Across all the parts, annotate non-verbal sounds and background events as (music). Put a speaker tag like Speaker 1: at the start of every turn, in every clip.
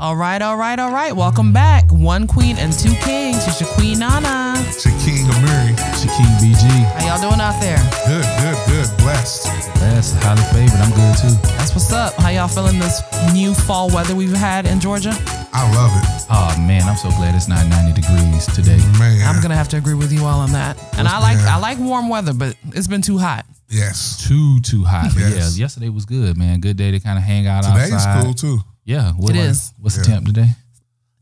Speaker 1: All right, all right, all right. Welcome back. One queen and two kings. It's your queen Nana.
Speaker 2: It's your King of Mary.
Speaker 3: Shaquille BG.
Speaker 1: How y'all doing out there?
Speaker 2: Good, good, good. Blessed.
Speaker 3: That's highly favored. I'm good too.
Speaker 1: That's what's up. How y'all feeling this new fall weather we've had in Georgia?
Speaker 2: I love it.
Speaker 3: Oh man, I'm so glad it's not 90 degrees today.
Speaker 2: Man.
Speaker 1: I'm gonna have to agree with you all on that. And I like I like warm weather, but it's been too hot.
Speaker 2: Yes.
Speaker 3: Too too hot. But
Speaker 2: Yes.
Speaker 3: Yeah, yesterday was good, man. Good day to kind of hang out
Speaker 2: Today's
Speaker 3: outside.
Speaker 2: cool too.
Speaker 3: Yeah, what
Speaker 1: It
Speaker 3: was-
Speaker 1: is.
Speaker 3: What's the
Speaker 2: Yeah.
Speaker 3: temp today?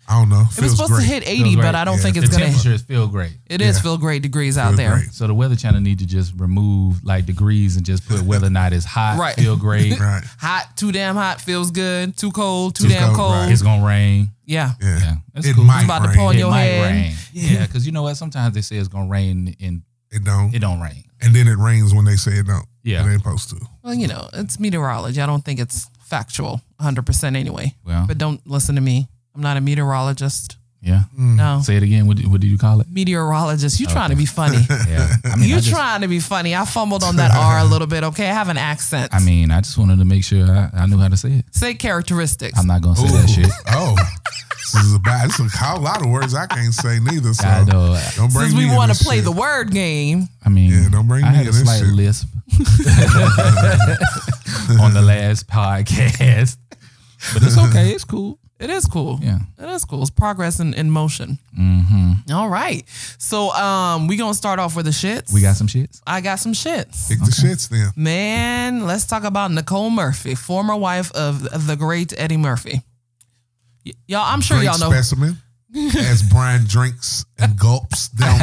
Speaker 2: I don't know.
Speaker 1: It was
Speaker 2: Feels
Speaker 1: supposed
Speaker 2: great.
Speaker 1: to hit 80,
Speaker 3: Feels
Speaker 1: but
Speaker 3: great.
Speaker 1: I don't
Speaker 2: Yeah.
Speaker 1: think
Speaker 3: The
Speaker 1: it's gonna.
Speaker 3: temperatures feel great.
Speaker 1: It is
Speaker 2: Yeah.
Speaker 1: feel great degrees out
Speaker 2: Feels
Speaker 1: there.
Speaker 2: great.
Speaker 3: So the Weather Channel need to just remove like degrees and just put whether or not it's hot,
Speaker 1: Right.
Speaker 3: feel great,
Speaker 2: (laughs) Right.
Speaker 1: Hot, too damn hot, feels good. Too cold, too,
Speaker 2: Too
Speaker 1: damn
Speaker 2: cold,
Speaker 1: cold.
Speaker 2: right.
Speaker 3: it's gonna rain.
Speaker 1: Yeah.
Speaker 2: Yeah.
Speaker 3: Yeah, that's
Speaker 2: It
Speaker 3: cool.
Speaker 2: might
Speaker 1: about to
Speaker 2: rain.
Speaker 1: pour on
Speaker 3: it
Speaker 1: your
Speaker 3: might
Speaker 1: head.
Speaker 3: rain. Yeah, because you know what? Sometimes they say it's gonna rain and
Speaker 2: It don't.
Speaker 3: it don't rain.
Speaker 2: and then it rains when they say it don't.
Speaker 3: Yeah.
Speaker 2: It ain't supposed to.
Speaker 1: Well, you know, it's meteorology. I don't think it's factual 100% anyway.
Speaker 3: Well,
Speaker 1: But don't listen to me. I'm not a meteorologist.
Speaker 3: yeah.
Speaker 2: Mm.
Speaker 1: No.
Speaker 3: Say it again. What do, what do
Speaker 2: (laughs)
Speaker 3: you call it?
Speaker 1: Meteorologist. You trying to be funny.
Speaker 3: Yeah. (laughs) I mean,
Speaker 1: you
Speaker 3: I just,
Speaker 1: trying to be funny. I fumbled
Speaker 3: (laughs)
Speaker 1: on that R a little bit, okay? I have an accent.
Speaker 3: I mean, I just wanted to make sure I, I knew how to say it.
Speaker 1: Say characteristics.
Speaker 3: I'm not gonna say that (laughs) shit.
Speaker 2: (laughs) Oh. This is a bad. This is a lot of words I can't say neither. So
Speaker 3: I know.
Speaker 2: don't bring
Speaker 1: Since
Speaker 2: me
Speaker 1: we
Speaker 2: in
Speaker 1: want
Speaker 2: this
Speaker 1: to play
Speaker 2: shit.
Speaker 1: the word game,
Speaker 3: I mean,
Speaker 2: Yeah, don't bring
Speaker 3: I
Speaker 2: me
Speaker 3: had
Speaker 2: in
Speaker 3: a
Speaker 2: this
Speaker 3: slight
Speaker 2: shit.
Speaker 3: (laughs) lisp on the last podcast, but it's okay. It's cool.
Speaker 1: it is cool.
Speaker 3: Yeah.
Speaker 1: It is cool. It's progress in, in motion. Mm-hmm. right. So um, we going to start off with the shits.
Speaker 3: We got some shits.
Speaker 1: I got some shits.
Speaker 2: Pick the shits then.
Speaker 1: Man, let's talk about Nicole Murphy, former wife of the great Eddie Murphy. Y- y'all, I'm sure
Speaker 2: Drink
Speaker 1: y'all know (laughs)
Speaker 2: specimen as Brian drinks and gulps down
Speaker 1: in (laughs)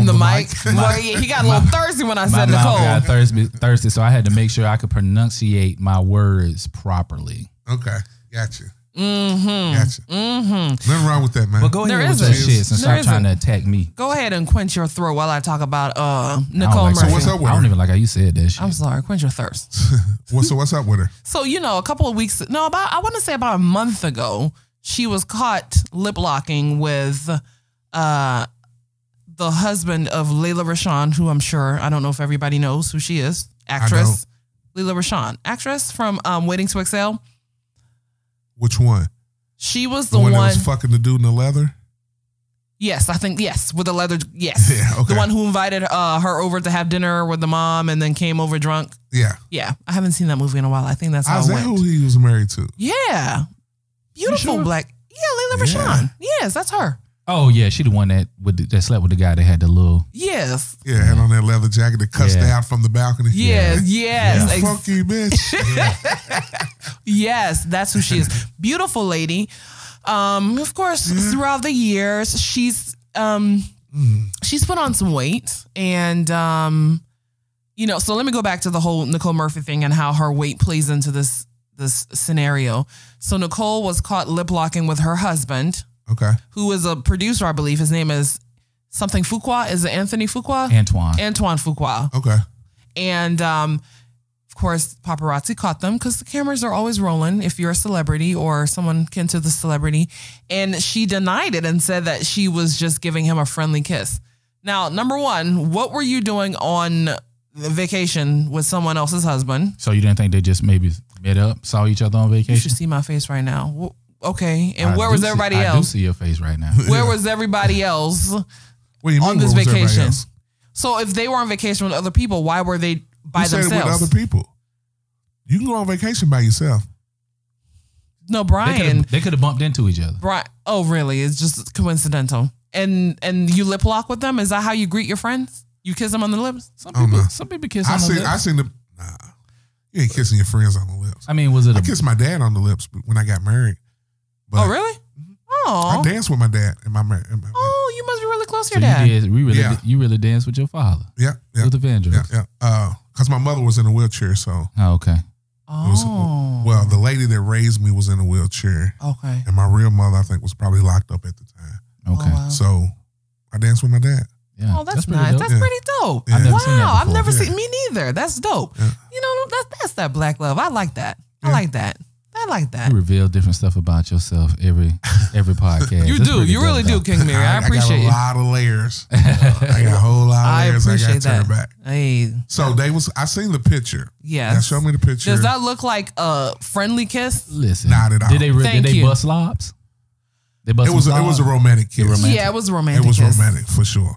Speaker 2: on
Speaker 1: the, mic. well, yeah, he got a little thirsty when I
Speaker 3: My
Speaker 1: said
Speaker 3: mouth
Speaker 1: Nicole.
Speaker 3: got thirsty, thirsty, so I had to make sure I could pronunciate my words properly.
Speaker 2: Okay, gotcha. Mm-hmm. Gotcha. Mm-hmm. Nothing wrong with that, man.
Speaker 3: But go
Speaker 1: There
Speaker 3: ahead with
Speaker 1: isn't.
Speaker 3: your shits and
Speaker 1: There
Speaker 3: stop trying to attack me.
Speaker 1: Go ahead and quench your throat while I talk about uh,
Speaker 3: I don't,
Speaker 1: Nicole
Speaker 3: like
Speaker 1: Murphy.
Speaker 2: So what's up with
Speaker 3: I don't
Speaker 2: her?
Speaker 3: even like how you said that shit.
Speaker 1: I'm sorry, quench your thirst.
Speaker 2: Well, so what's up with her?
Speaker 1: So you know, a couple of weeks no, about I want to say about a month ago, she was caught lip locking with uh the husband of Layla Rashan, who I'm sure I don't know if everybody knows who she is, actress. Layla Rashan, actress from um, Waiting to Excel.
Speaker 2: Which one?
Speaker 1: She was
Speaker 2: The,
Speaker 1: the,
Speaker 2: one,
Speaker 1: one.
Speaker 2: that was fucking the dude in the leather. (laughs)
Speaker 1: yes, I think yes, with the leather. Yes,
Speaker 2: Yeah, okay.
Speaker 1: the one who invited uh, her over to have dinner with the mom and then came over drunk.
Speaker 2: Yeah,
Speaker 1: Yeah, I haven't seen that movie in a while. I think that's how
Speaker 2: is
Speaker 1: it
Speaker 2: that
Speaker 1: went.
Speaker 2: who he was married to?
Speaker 1: Yeah. Beautiful
Speaker 3: sure?
Speaker 1: black. Yeah, Layla
Speaker 2: Yeah.
Speaker 1: Rashan. Yes, that's her.
Speaker 3: oh yeah, she the one that with the, that slept with the guy that had the little.
Speaker 1: Yes.
Speaker 2: Yeah, had on that leather jacket that cussed
Speaker 3: Yeah.
Speaker 2: out from the balcony.
Speaker 1: Yes, yes, ex-
Speaker 2: you funky bitch.
Speaker 1: (laughs) yes, that's who she is. Beautiful lady. Um, of course, throughout the years, she's um
Speaker 2: Mm,
Speaker 1: she's put on some weight and um you know, so let me go back to the whole Nicole Murphy thing and how her weight plays into this this scenario. So Nicole was caught lip locking with her husband,
Speaker 2: okay,
Speaker 1: who is a producer, I believe. His name is something Fuqua. Is it Anthony Fuqua?
Speaker 3: Antoine.
Speaker 1: Antoine Fuqua.
Speaker 2: okay.
Speaker 1: And um, of course, paparazzi caught them because the cameras are always rolling if you're a celebrity or someone kin to the celebrity. And she denied it and said that she was just giving him a friendly kiss. Now, number one, what were you doing on vacation with someone else's husband?
Speaker 3: so you didn't think they just maybe met up, saw each other on
Speaker 1: You should
Speaker 3: vacation?
Speaker 1: see my face right now. Wh- Okay. And
Speaker 3: I
Speaker 1: where
Speaker 3: do
Speaker 1: was
Speaker 3: see-
Speaker 1: everybody
Speaker 3: I do
Speaker 1: else?
Speaker 3: see your face right now.
Speaker 1: Where was everybody else?
Speaker 2: What do you mean?
Speaker 1: on this
Speaker 2: where was everybody
Speaker 1: vacation.
Speaker 2: else?
Speaker 1: So if they were on vacation with other people, why were they by
Speaker 2: you said it
Speaker 1: themselves?
Speaker 2: with other people. You can go on vacation by yourself.
Speaker 1: no,
Speaker 3: (laughs) They
Speaker 1: Brian.
Speaker 3: could've- they could have bumped into each other.
Speaker 1: Brian. Oh, really? It's just coincidental. And and you lip lock with them? Is that how you greet your friends? You kiss them on the lips?
Speaker 3: Some
Speaker 2: don't
Speaker 3: people,
Speaker 2: know.
Speaker 3: some people kiss
Speaker 2: I
Speaker 3: on the
Speaker 2: seen. I
Speaker 3: lips.
Speaker 2: seen the. Nah, you ain't kissing your friends on the lips.
Speaker 3: I mean, was it
Speaker 2: I
Speaker 3: a
Speaker 2: kissed my dad on the lips when I got married. But
Speaker 1: oh, really?
Speaker 2: I
Speaker 1: Oh.
Speaker 2: danced with my dad in my marriage.
Speaker 1: Oh, you must be really close to
Speaker 3: So
Speaker 1: your
Speaker 3: you
Speaker 1: dad.
Speaker 3: did. We really,
Speaker 2: Yeah.
Speaker 3: you really danced with your father,
Speaker 2: Yeah, yeah,
Speaker 3: with Evangelist.
Speaker 2: yeah, yeah. Uh, cause my mother was in a wheelchair, so
Speaker 3: Oh, okay.
Speaker 2: it was.
Speaker 1: Oh.
Speaker 2: Well, the lady that raised me was in a wheelchair,
Speaker 1: okay.
Speaker 2: and my real mother, I think, was probably locked up at the time.
Speaker 3: Okay.
Speaker 1: Oh, wow.
Speaker 2: So I danced with my dad.
Speaker 3: Yeah.
Speaker 1: Oh, that's,
Speaker 3: pretty
Speaker 1: nice.
Speaker 3: dope.
Speaker 1: That's pretty dope.
Speaker 2: Yeah. I've
Speaker 1: wow,
Speaker 3: never seen that
Speaker 1: I've
Speaker 3: before.
Speaker 1: never
Speaker 2: Yeah.
Speaker 1: seen me neither. That's dope.
Speaker 2: Yeah.
Speaker 1: You know, that's that's that black love. I like that. I
Speaker 2: Yeah.
Speaker 1: like that. That I like that.
Speaker 3: You reveal different stuff about yourself every
Speaker 1: (laughs)
Speaker 3: every podcast.
Speaker 1: You
Speaker 3: That's
Speaker 1: do.
Speaker 3: pretty
Speaker 1: You
Speaker 3: dope,
Speaker 1: really
Speaker 3: though.
Speaker 1: do, King Mary. I,
Speaker 2: I
Speaker 1: appreciate
Speaker 2: got
Speaker 1: it.
Speaker 2: a lot of
Speaker 1: (laughs)
Speaker 2: layers. I got a whole lot
Speaker 1: I
Speaker 2: of layers. I, got
Speaker 1: appreciate
Speaker 2: to turn
Speaker 1: that.
Speaker 2: back.
Speaker 1: Hey,
Speaker 2: So they was. I seen the picture.
Speaker 1: Yes.
Speaker 2: Now show me the picture.
Speaker 1: does that look like a friendly kiss?
Speaker 3: Listen,
Speaker 2: Not at all.
Speaker 3: Did they re-
Speaker 1: Thank
Speaker 3: did they
Speaker 1: you.
Speaker 3: bust lobs? They bust.
Speaker 2: it was. A,
Speaker 3: some
Speaker 2: it was a
Speaker 3: lobs?
Speaker 2: romantic kiss.
Speaker 1: Yeah, it was a
Speaker 2: It
Speaker 1: romantic.
Speaker 2: was
Speaker 1: kiss.
Speaker 2: romantic for sure.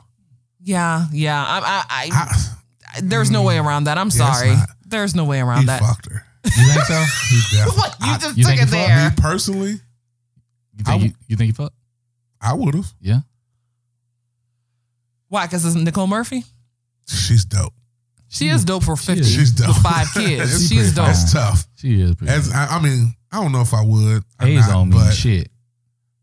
Speaker 1: Yeah, yeah. I, I, I,
Speaker 2: I,
Speaker 1: there's no way around that. I'm
Speaker 2: Mm. Yeah, it's
Speaker 1: sorry.
Speaker 2: not.
Speaker 1: There's no way
Speaker 2: he
Speaker 1: around that.
Speaker 2: fucked her.
Speaker 3: You think so?
Speaker 2: He
Speaker 1: (laughs)
Speaker 2: definitely.
Speaker 1: What? You
Speaker 2: I-
Speaker 1: just
Speaker 3: you
Speaker 1: took
Speaker 3: think
Speaker 1: it
Speaker 3: he fucked
Speaker 1: there.
Speaker 2: me personally,
Speaker 3: You
Speaker 2: I
Speaker 3: think
Speaker 2: w-
Speaker 3: you, you think you fucked?
Speaker 2: I would have.
Speaker 3: Yeah.
Speaker 1: Why? Because it's Nicole Murphy.
Speaker 2: She's dope.
Speaker 1: She is dope for fifty.
Speaker 2: She's dope.
Speaker 1: With five kids.
Speaker 2: (laughs) It's
Speaker 1: She is
Speaker 2: pretty-
Speaker 1: dope.
Speaker 2: That's tough.
Speaker 3: She is pretty.
Speaker 2: As I, I mean, I don't know if I would. or
Speaker 3: A's
Speaker 2: not,
Speaker 3: on me.
Speaker 2: but
Speaker 3: Shit.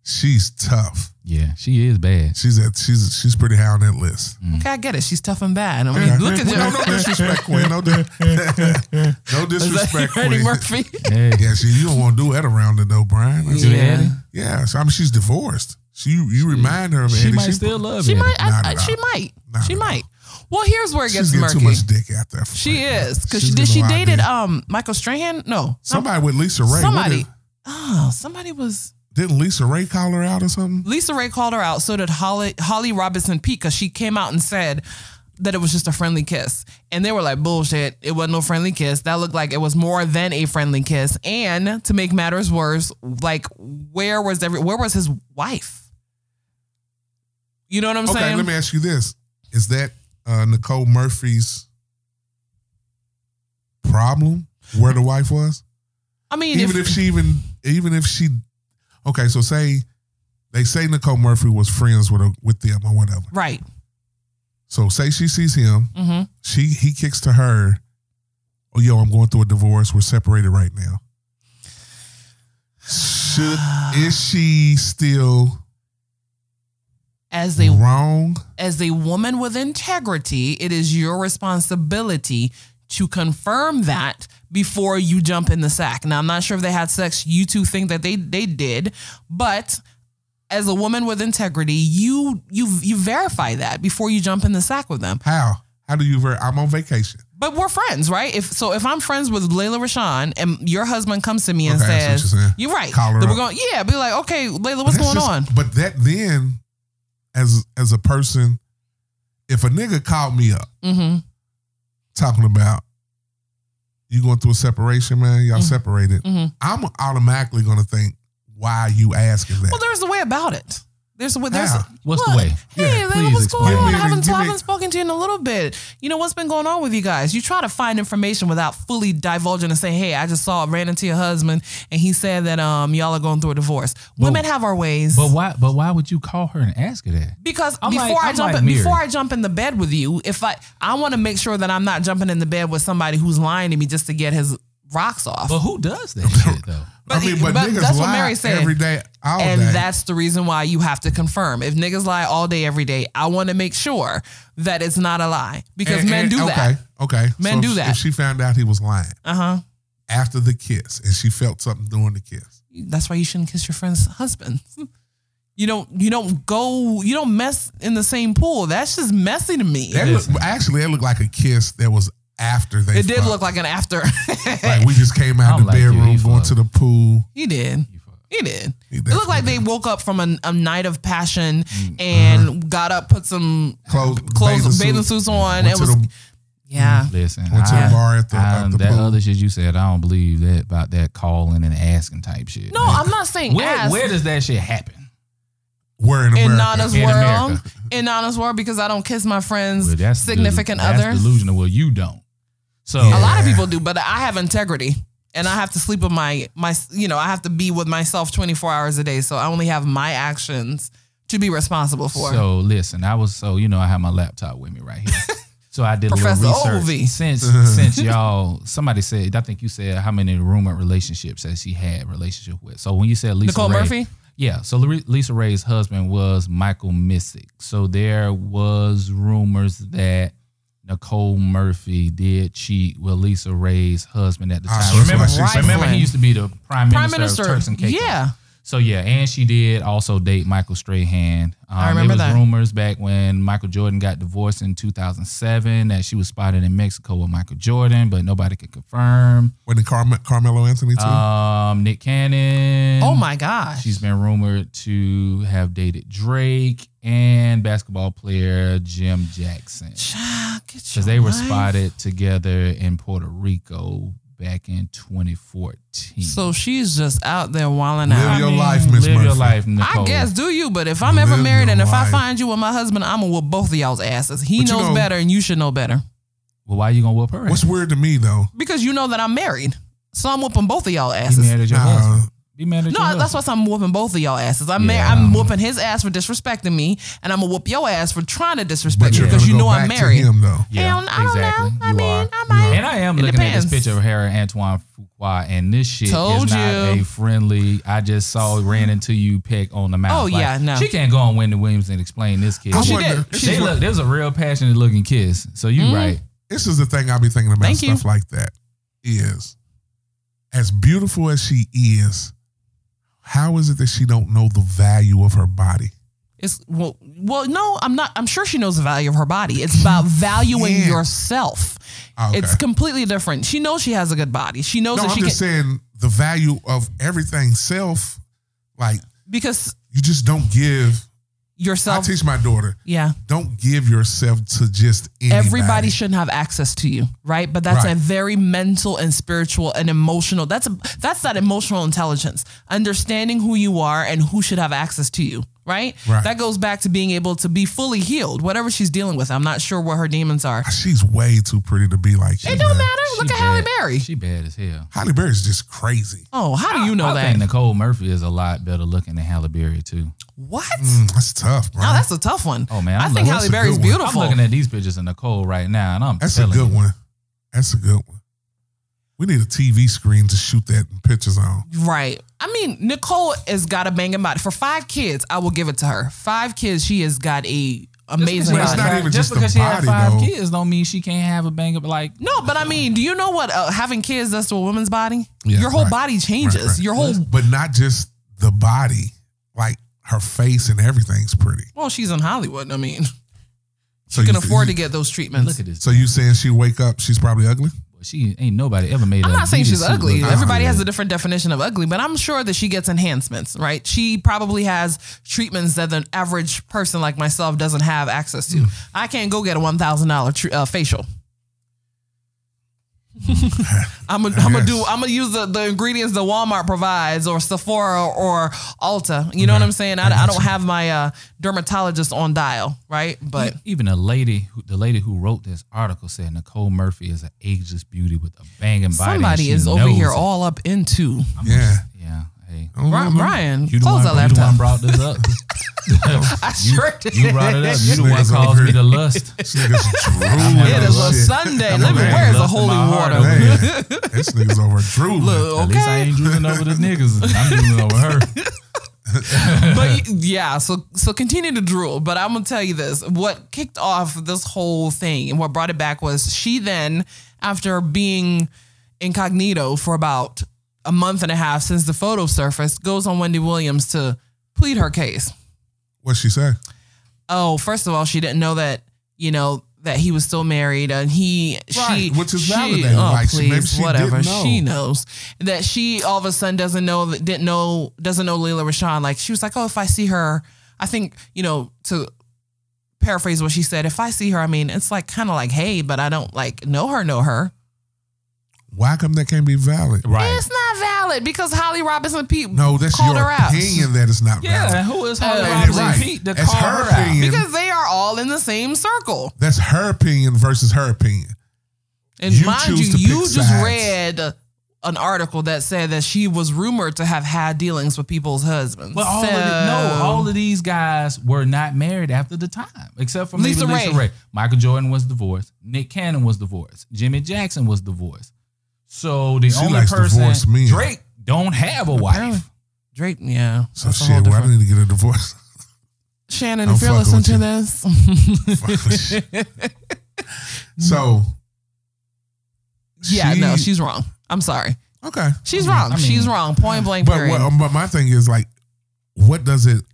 Speaker 2: She's tough.
Speaker 3: Yeah, she is bad.
Speaker 2: She's at. She's she's pretty high on that list.
Speaker 1: Okay, I get it. She's tough and bad. I mean, Mm. look at
Speaker 2: no, no
Speaker 1: you.
Speaker 2: disrespect, Quinn. No, di- (laughs) no
Speaker 1: Is that
Speaker 2: disrespect,
Speaker 1: Eddie
Speaker 2: Quinn.
Speaker 1: Murphy?
Speaker 3: Yeah.
Speaker 2: (laughs) (laughs) Yeah, see, you don't want to do that around it though, Brian. That's-
Speaker 3: Do
Speaker 1: Yeah.
Speaker 3: Eddie?
Speaker 2: Yeah, so I mean, she's divorced. She, you remind her of
Speaker 3: She
Speaker 2: Eddie.
Speaker 3: might still love
Speaker 1: She
Speaker 3: Eddie.
Speaker 1: might. I,
Speaker 2: Not
Speaker 1: I,
Speaker 2: at
Speaker 1: she
Speaker 2: all.
Speaker 1: might.
Speaker 2: Not
Speaker 1: she
Speaker 2: at all.
Speaker 1: might. Well, here's where it gets
Speaker 2: She's getting
Speaker 1: murky.
Speaker 2: too much dick out there.
Speaker 1: She is because
Speaker 2: She's
Speaker 1: she did. She
Speaker 2: getting a lot of
Speaker 1: dated
Speaker 2: dick.
Speaker 1: um Michael Strahan. No, not-
Speaker 2: Somebody with Lisa Ray.
Speaker 1: somebody.
Speaker 2: Somebody
Speaker 1: Oh, somebody was.
Speaker 2: didn't Lisa Ray call her out or something?
Speaker 1: Lisa Ray called her out. So did Holly Holly Robinson Pete because she came out and said that it was just a friendly kiss, and they were like bullshit. It wasn't no friendly kiss. That looked like it was more than a friendly kiss. And to make matters worse, like where was every where was his wife? You know what I'm
Speaker 2: okay,
Speaker 1: saying?
Speaker 2: let me ask you this: Is that uh, Nicole Murphy's problem? Where the wife was,
Speaker 1: I mean,
Speaker 2: even if she even even if she, okay, so say they say Nicole Murphy was friends with her, with them or whatever.
Speaker 1: right.
Speaker 2: So say she sees him,
Speaker 1: Mm-hmm.
Speaker 2: she he kicks to her, oh yo, I'm going through a divorce. We're separated right now. Should is she still
Speaker 1: As they
Speaker 2: wrong?
Speaker 1: as a woman with integrity, it is your responsibility to confirm that before you jump in the sack. Now, I'm not sure if they had sex. You two think that they they did, but as a woman with integrity, you you you verify that before you jump in the sack with them.
Speaker 2: How? How do you ver I'm on vacation.
Speaker 1: But we're friends, right? If so, if I'm friends with Layla Rashawn and your husband comes to me and
Speaker 2: Okay, I see what
Speaker 1: says,
Speaker 2: you're saying.
Speaker 1: "You're right,"
Speaker 2: Call her
Speaker 1: then we're
Speaker 2: up.
Speaker 1: going, "Yeah," be like, "Okay, Layla, what's going
Speaker 2: That's just-
Speaker 1: on?"
Speaker 2: But that then, as as a person, if a nigga called me up
Speaker 1: Mm-hmm.
Speaker 2: talking about you going through a separation, man, y'all
Speaker 1: Mhm.
Speaker 2: separated,
Speaker 1: Mhm.
Speaker 2: I'm automatically gonna think, why are you asking that?
Speaker 1: Well, there's a way about it. There's a way. There's
Speaker 2: How?
Speaker 3: What's the
Speaker 1: What?
Speaker 3: way?
Speaker 1: Hey,
Speaker 3: Yeah,
Speaker 1: like,
Speaker 3: please
Speaker 1: what's
Speaker 3: explain.
Speaker 1: going on? I
Speaker 2: Give me-
Speaker 1: haven't,
Speaker 2: give
Speaker 1: I
Speaker 2: me-
Speaker 1: haven't spoken to you in a little bit. You know what's been going on with you guys? You try to find information without fully divulging and saying, "Hey, I just saw, ran into your husband, and he said that um y'all are going through a divorce." Women have our ways.
Speaker 3: But why? But why would you call her and ask her that?
Speaker 1: because
Speaker 3: I'm
Speaker 1: before
Speaker 3: like-
Speaker 1: I
Speaker 3: I'm
Speaker 1: jump
Speaker 3: like
Speaker 1: in, before
Speaker 3: Mary.
Speaker 1: I jump in the bed with you, if I I want to make sure that I'm not jumping in the bed with somebody who's lying to me just to get his rocks off.
Speaker 3: But who
Speaker 2: (laughs)
Speaker 3: does that shit though?
Speaker 2: I mean, but,
Speaker 1: but
Speaker 2: niggas
Speaker 1: that's what
Speaker 2: lie
Speaker 1: Mary said.
Speaker 2: every day, all
Speaker 1: and
Speaker 2: day.
Speaker 1: that's the reason why you have to confirm. If niggas lie all day, every day, I want to make sure that it's not a lie because
Speaker 2: And-
Speaker 1: men
Speaker 2: and-
Speaker 1: do
Speaker 2: Eh, okay,
Speaker 1: that.
Speaker 2: Okay,
Speaker 1: Men
Speaker 2: So
Speaker 1: do
Speaker 2: if-
Speaker 1: that.
Speaker 2: If she found out he was lying
Speaker 1: Uh huh.
Speaker 2: after the kiss, and she felt something during the kiss,
Speaker 1: that's why you shouldn't kiss your friend's husband. (laughs) You don't you don't go you don't mess in the same pool. That's just messy to me.
Speaker 2: that looked, actually that looked like a kiss that was after they.
Speaker 1: it did
Speaker 2: fucked.
Speaker 1: look like an after. (laughs)
Speaker 2: Like we just came out of
Speaker 3: I'm
Speaker 2: the
Speaker 3: like you,
Speaker 2: bedroom,
Speaker 3: he
Speaker 2: going
Speaker 3: fucked.
Speaker 2: to the pool.
Speaker 1: he did.
Speaker 3: You fuck.
Speaker 1: He did.
Speaker 2: He Mm.
Speaker 1: it looked like they woke up from a, a night of passion and
Speaker 2: Uh-huh.
Speaker 1: got up, put some
Speaker 2: Clothes,
Speaker 1: clothes, bathing,
Speaker 2: bathing, suit,
Speaker 1: suits on.
Speaker 2: went
Speaker 1: It
Speaker 2: to
Speaker 1: was
Speaker 2: the-
Speaker 1: yeah.
Speaker 3: Mm, Listen,
Speaker 2: Went to the
Speaker 3: I-
Speaker 2: bar at the-
Speaker 3: I-
Speaker 2: at the
Speaker 3: that
Speaker 2: pool.
Speaker 3: other shit you said, I don't believe that about that calling and asking type shit.
Speaker 1: No, I'm not saying
Speaker 3: where
Speaker 1: ass
Speaker 3: where does that shit happen?
Speaker 2: We're in
Speaker 1: in
Speaker 2: America.
Speaker 1: Nana's
Speaker 3: In America.
Speaker 1: world. In Nana's world because I don't kiss my friends'
Speaker 3: Well, that's
Speaker 1: significant
Speaker 3: del- that's
Speaker 1: other.
Speaker 3: delusional. Well, you don't. So
Speaker 1: A lot of
Speaker 2: Yeah.
Speaker 1: people do, but I have integrity, and I have to sleep with my my. You know, I have to be with myself twenty four hours a day, so I only have my actions to be responsible for.
Speaker 3: So listen, I was so you know I have my laptop with me right
Speaker 1: (laughs)
Speaker 3: here. So I did a little
Speaker 1: Professor
Speaker 3: research
Speaker 1: Olvey. (laughs)
Speaker 3: since since y'all somebody said I think you said how many rumor relationships has she had relationship with. So when you said Lisa
Speaker 1: Nicole
Speaker 3: Ray-
Speaker 1: Murphy?
Speaker 3: yeah. So Lori- Lisa Ray's husband was Michael Missick. So there was rumors that Nicole Murphy did cheat with Lisa Ray's husband at the
Speaker 2: Ah,
Speaker 3: time.
Speaker 2: so that's
Speaker 3: remember,
Speaker 2: why she
Speaker 3: remember
Speaker 1: said-
Speaker 3: he used to be the
Speaker 1: Prime
Speaker 3: prime, minister,
Speaker 1: minister,
Speaker 3: of Turks and Caicos.
Speaker 1: yeah.
Speaker 3: So yeah, and she did also date Michael Strahan. Um,
Speaker 1: I remember
Speaker 3: it was
Speaker 1: that.
Speaker 3: rumors back when Michael Jordan got divorced in 2007 that she was spotted in Mexico with Michael Jordan, but nobody could confirm.
Speaker 2: Wasn't it Carme- Carmelo Anthony too?
Speaker 1: Uh,
Speaker 3: Um, Nick Cannon.
Speaker 1: Oh my gosh.
Speaker 3: She's been rumored to have dated Drake and basketball player Jim Jackson
Speaker 1: Child, get
Speaker 3: because
Speaker 1: your
Speaker 3: they were
Speaker 1: life.
Speaker 3: spotted together in Puerto Rico back in 2014.
Speaker 1: So she's just out there wilding
Speaker 2: Live
Speaker 1: out.
Speaker 2: your life, Miss
Speaker 3: Live your
Speaker 2: Murphy.
Speaker 3: life, Nicole.
Speaker 1: I guess do you, but if I'm ever
Speaker 2: Live
Speaker 1: married
Speaker 2: your
Speaker 1: and if I
Speaker 2: life.
Speaker 1: find you with my husband, I'm gonna whoop both of y'all's asses. He
Speaker 2: But you
Speaker 1: knows
Speaker 2: know-
Speaker 1: better and you should know better.
Speaker 3: Well, why you gonna whoop her?
Speaker 2: What's
Speaker 3: ass?
Speaker 2: weird to me though?
Speaker 1: Because you know that I'm married. So I'm whooping both of y'all
Speaker 3: Be
Speaker 1: asses.
Speaker 3: mad at your husband.
Speaker 2: Nah,
Speaker 3: Be mad at your
Speaker 1: No, that's
Speaker 3: husband.
Speaker 1: why I'm whooping both of y'all asses. I'm mar-
Speaker 3: Yeah.
Speaker 1: I'm whooping his ass for disrespecting me, and I'm gonna whoop your ass for trying to disrespect
Speaker 2: but
Speaker 1: you
Speaker 2: you're
Speaker 1: because
Speaker 2: gonna
Speaker 1: you
Speaker 2: go
Speaker 1: know I'm
Speaker 2: back to
Speaker 1: married.
Speaker 2: him though.
Speaker 1: Hell, I don't
Speaker 3: exactly.
Speaker 1: know. I
Speaker 3: You
Speaker 1: mean,
Speaker 3: are.
Speaker 1: I might.
Speaker 3: And I am
Speaker 1: It
Speaker 3: looking at
Speaker 1: depends.
Speaker 3: this picture of her and Antoine Fuqua, and this shit
Speaker 1: Told
Speaker 3: is not
Speaker 1: you.
Speaker 3: a friendly. I just saw ran into you pick on the mouth.
Speaker 1: Oh, yeah, no.
Speaker 3: She can't go on Wendy Williams and explain this kiss.
Speaker 2: I
Speaker 1: She
Speaker 2: wonder-
Speaker 1: did.
Speaker 2: this
Speaker 1: She
Speaker 2: is
Speaker 3: They
Speaker 2: what-
Speaker 3: look, there's a real passionate looking kiss. So you
Speaker 1: Mhm.
Speaker 3: right.
Speaker 2: this is the thing I be thinking about
Speaker 1: Thank you.
Speaker 2: stuff like that is as beautiful as she is, how is it that she don't know the value of her body?
Speaker 1: It's well, well, no, I'm not. I'm sure she knows the value of her body. It's
Speaker 2: (laughs)
Speaker 1: about valuing
Speaker 2: Yeah.
Speaker 1: yourself.
Speaker 2: Ah, okay.
Speaker 1: It's completely different. She knows she has a good body. She knows
Speaker 2: no,
Speaker 1: that
Speaker 2: I'm
Speaker 1: she can
Speaker 2: just saying the value of everything self, like
Speaker 1: because
Speaker 2: you just don't give. I
Speaker 1: yourself.
Speaker 2: teach my daughter,
Speaker 1: yeah,
Speaker 2: don't give yourself to just anybody.
Speaker 1: everybody shouldn't have access to you, right? But that's
Speaker 2: Right.
Speaker 1: a very mental and spiritual and emotional. That's a that's that emotional intelligence, understanding who you are and who should have access to you, right?
Speaker 2: Right.
Speaker 1: That goes back to being able to be fully healed, whatever she's dealing with. I'm not sure what her demons are.
Speaker 2: She's way too pretty to be like.
Speaker 1: It don't matter.
Speaker 3: She
Speaker 1: Look at
Speaker 3: bad.
Speaker 1: Halle Berry.
Speaker 3: She bad as hell.
Speaker 2: Halle Berry's just crazy.
Speaker 1: Oh, how do you know
Speaker 3: I
Speaker 1: that?
Speaker 3: think Nicole Murphy is a lot better looking than Halle Berry too.
Speaker 1: what?
Speaker 2: Mm, that's tough, bro.
Speaker 1: Now that's a tough one.
Speaker 3: Oh, man,
Speaker 1: I
Speaker 3: I'm
Speaker 1: think
Speaker 3: looking-
Speaker 1: Halle
Speaker 2: that's a
Speaker 1: Berry's
Speaker 2: good one. I'm
Speaker 1: beautiful.
Speaker 3: I'm looking at these pictures of Nicole right now, and I'm
Speaker 2: That's a
Speaker 3: telling
Speaker 2: good
Speaker 3: you,
Speaker 2: one. That's a good one. We need a TV screen to shoot that pictures on.
Speaker 1: Right. I mean, Nicole has got a banging body. For five kids, I will give it to her. Five kids, she has got a amazing
Speaker 2: Well, it's
Speaker 1: body.
Speaker 2: not even just
Speaker 3: just
Speaker 2: the
Speaker 3: because she had
Speaker 2: body,
Speaker 3: five
Speaker 2: though.
Speaker 3: kids don't mean she can't have a bang up like
Speaker 1: no, but I mean, do you know what uh, having kids does to a woman's body?
Speaker 2: Yeah,
Speaker 1: Your whole
Speaker 2: right.
Speaker 1: body changes.
Speaker 2: Right, right.
Speaker 1: Your whole
Speaker 2: But not just the body, like her face and everything's pretty.
Speaker 1: well, she's in Hollywood. I mean,
Speaker 2: So
Speaker 1: she can
Speaker 2: you-
Speaker 1: afford
Speaker 2: you-
Speaker 1: to get those treatments.
Speaker 3: look at this.
Speaker 2: So you saying she wake up, she's probably ugly?
Speaker 3: She ain't nobody ever made.
Speaker 1: I'm
Speaker 3: a
Speaker 1: not saying
Speaker 3: Adidas
Speaker 1: she's
Speaker 3: suit look
Speaker 1: ugly.
Speaker 3: good.
Speaker 1: Everybody has a different definition of ugly, but I'm sure that she gets enhancements, right? She probably has treatments that an average person like myself doesn't have access to.
Speaker 3: Mm.
Speaker 1: I can't go get a one thousand dollar tr- uh,
Speaker 3: (laughs)
Speaker 1: facial. I'm gonna I'm gonna do
Speaker 2: Yes.
Speaker 1: I'm gonna use the, the ingredients that Walmart provides or Sephora or Ulta. You know what I'm saying? I, I, don't have my uh, dermatologist on dial, right? But
Speaker 3: Even a lady, who, the lady who wrote this article said Nicole Murphy is an ageless beauty with a banging body. and
Speaker 1: somebody
Speaker 3: she
Speaker 1: is over
Speaker 3: knows
Speaker 1: here
Speaker 3: it.
Speaker 1: all up into
Speaker 2: Yeah. Oh,
Speaker 3: Yeah. Hey.
Speaker 2: I don't
Speaker 1: Bri-
Speaker 2: know.
Speaker 1: Brian.
Speaker 3: You the
Speaker 1: close
Speaker 3: one,
Speaker 1: that
Speaker 3: you the one
Speaker 1: laptop.
Speaker 3: brought this up.
Speaker 1: (laughs)
Speaker 3: (laughs)
Speaker 1: I sure did.
Speaker 3: You brought it up. You the one
Speaker 2: Niggas over
Speaker 3: caused me
Speaker 2: here.
Speaker 1: (laughs)
Speaker 3: to lust.
Speaker 2: This nigga's
Speaker 3: Yeah,
Speaker 1: It is a
Speaker 2: drooling. shit.
Speaker 1: Sunday.
Speaker 2: I'm
Speaker 1: Let
Speaker 2: a
Speaker 1: me.
Speaker 2: man.
Speaker 1: Where's the
Speaker 3: Lust in
Speaker 1: holy
Speaker 3: my heart,
Speaker 1: water? (laughs)
Speaker 2: Man, this nigga's over here drooling.
Speaker 1: Look,
Speaker 3: At least I
Speaker 1: okay.
Speaker 3: ain't drooling over the niggas. I'm drooling
Speaker 1: (laughs)
Speaker 3: over her.
Speaker 1: But yeah, so so continue to drool. But I'm gonna tell you this: what kicked off this whole thing and what brought it back was she then, after being incognito for about a month and a half since the photo surfaced, goes on Wendy Williams to plead her case.
Speaker 2: What she say?
Speaker 1: Oh, first of all, she didn't know that you know that he was still married, and he she
Speaker 2: Right, which is
Speaker 1: she,
Speaker 2: validated.
Speaker 1: Oh,
Speaker 2: Like, she-
Speaker 1: please,
Speaker 2: maybe she
Speaker 1: whatever.
Speaker 2: didn't know.
Speaker 1: She knows that she all of a sudden doesn't know that didn't know doesn't know Leela Rashawn. Like she was like, oh, if I see her, I think you know to paraphrase what she said. If I see her, I mean, it's like kind of like hey, but I don't like know her, know her.
Speaker 2: Why come that can't be valid?
Speaker 3: Right.
Speaker 1: It's not valid because Holly Robinson Pete
Speaker 2: No, that's
Speaker 1: called
Speaker 2: your
Speaker 1: her out.
Speaker 2: opinion that it's not
Speaker 3: Yeah.
Speaker 2: valid.
Speaker 3: and Who is
Speaker 1: Uh,
Speaker 3: her?
Speaker 1: and
Speaker 3: Robinson
Speaker 2: right.
Speaker 3: Pete to
Speaker 2: It's
Speaker 3: call
Speaker 2: her
Speaker 3: her out.
Speaker 2: opinion.
Speaker 1: Because they are all in the same circle.
Speaker 2: That's her opinion versus her opinion.
Speaker 1: And
Speaker 2: You
Speaker 1: mind
Speaker 2: choose
Speaker 1: you,
Speaker 2: to
Speaker 1: you
Speaker 2: pick
Speaker 1: just
Speaker 2: sides.
Speaker 1: read an article that said that she was rumored to have had dealings with people's husbands.
Speaker 3: Well, all of
Speaker 1: So-
Speaker 3: the, no, all of these guys were not married after the time, except for maybe
Speaker 1: Lisa
Speaker 3: Lisa,
Speaker 1: Ray.
Speaker 3: Ray. Michael Jordan was divorced. Nick Cannon was divorced. Jimmy Jackson was divorced. So the
Speaker 2: She
Speaker 3: only
Speaker 2: likes divorced
Speaker 3: person
Speaker 2: men.
Speaker 3: Drake don't have a
Speaker 1: Apparently.
Speaker 3: wife.
Speaker 1: Drake, yeah.
Speaker 2: So
Speaker 1: that's a whole
Speaker 2: shit, why I
Speaker 1: different-
Speaker 2: need to get a divorce? (laughs)
Speaker 1: Shannon,
Speaker 2: I'm
Speaker 1: if you're
Speaker 2: fucking
Speaker 1: listening
Speaker 2: with
Speaker 1: to
Speaker 2: you.
Speaker 1: this,
Speaker 2: so
Speaker 1: yeah, no,
Speaker 2: She-
Speaker 3: Mm-hmm.
Speaker 1: she's wrong. I'm sorry.
Speaker 2: Okay.
Speaker 1: She's wrong.
Speaker 3: I mean-
Speaker 1: she's wrong. Point blank.
Speaker 2: But
Speaker 1: period.
Speaker 2: what, but my thing is like, what does it?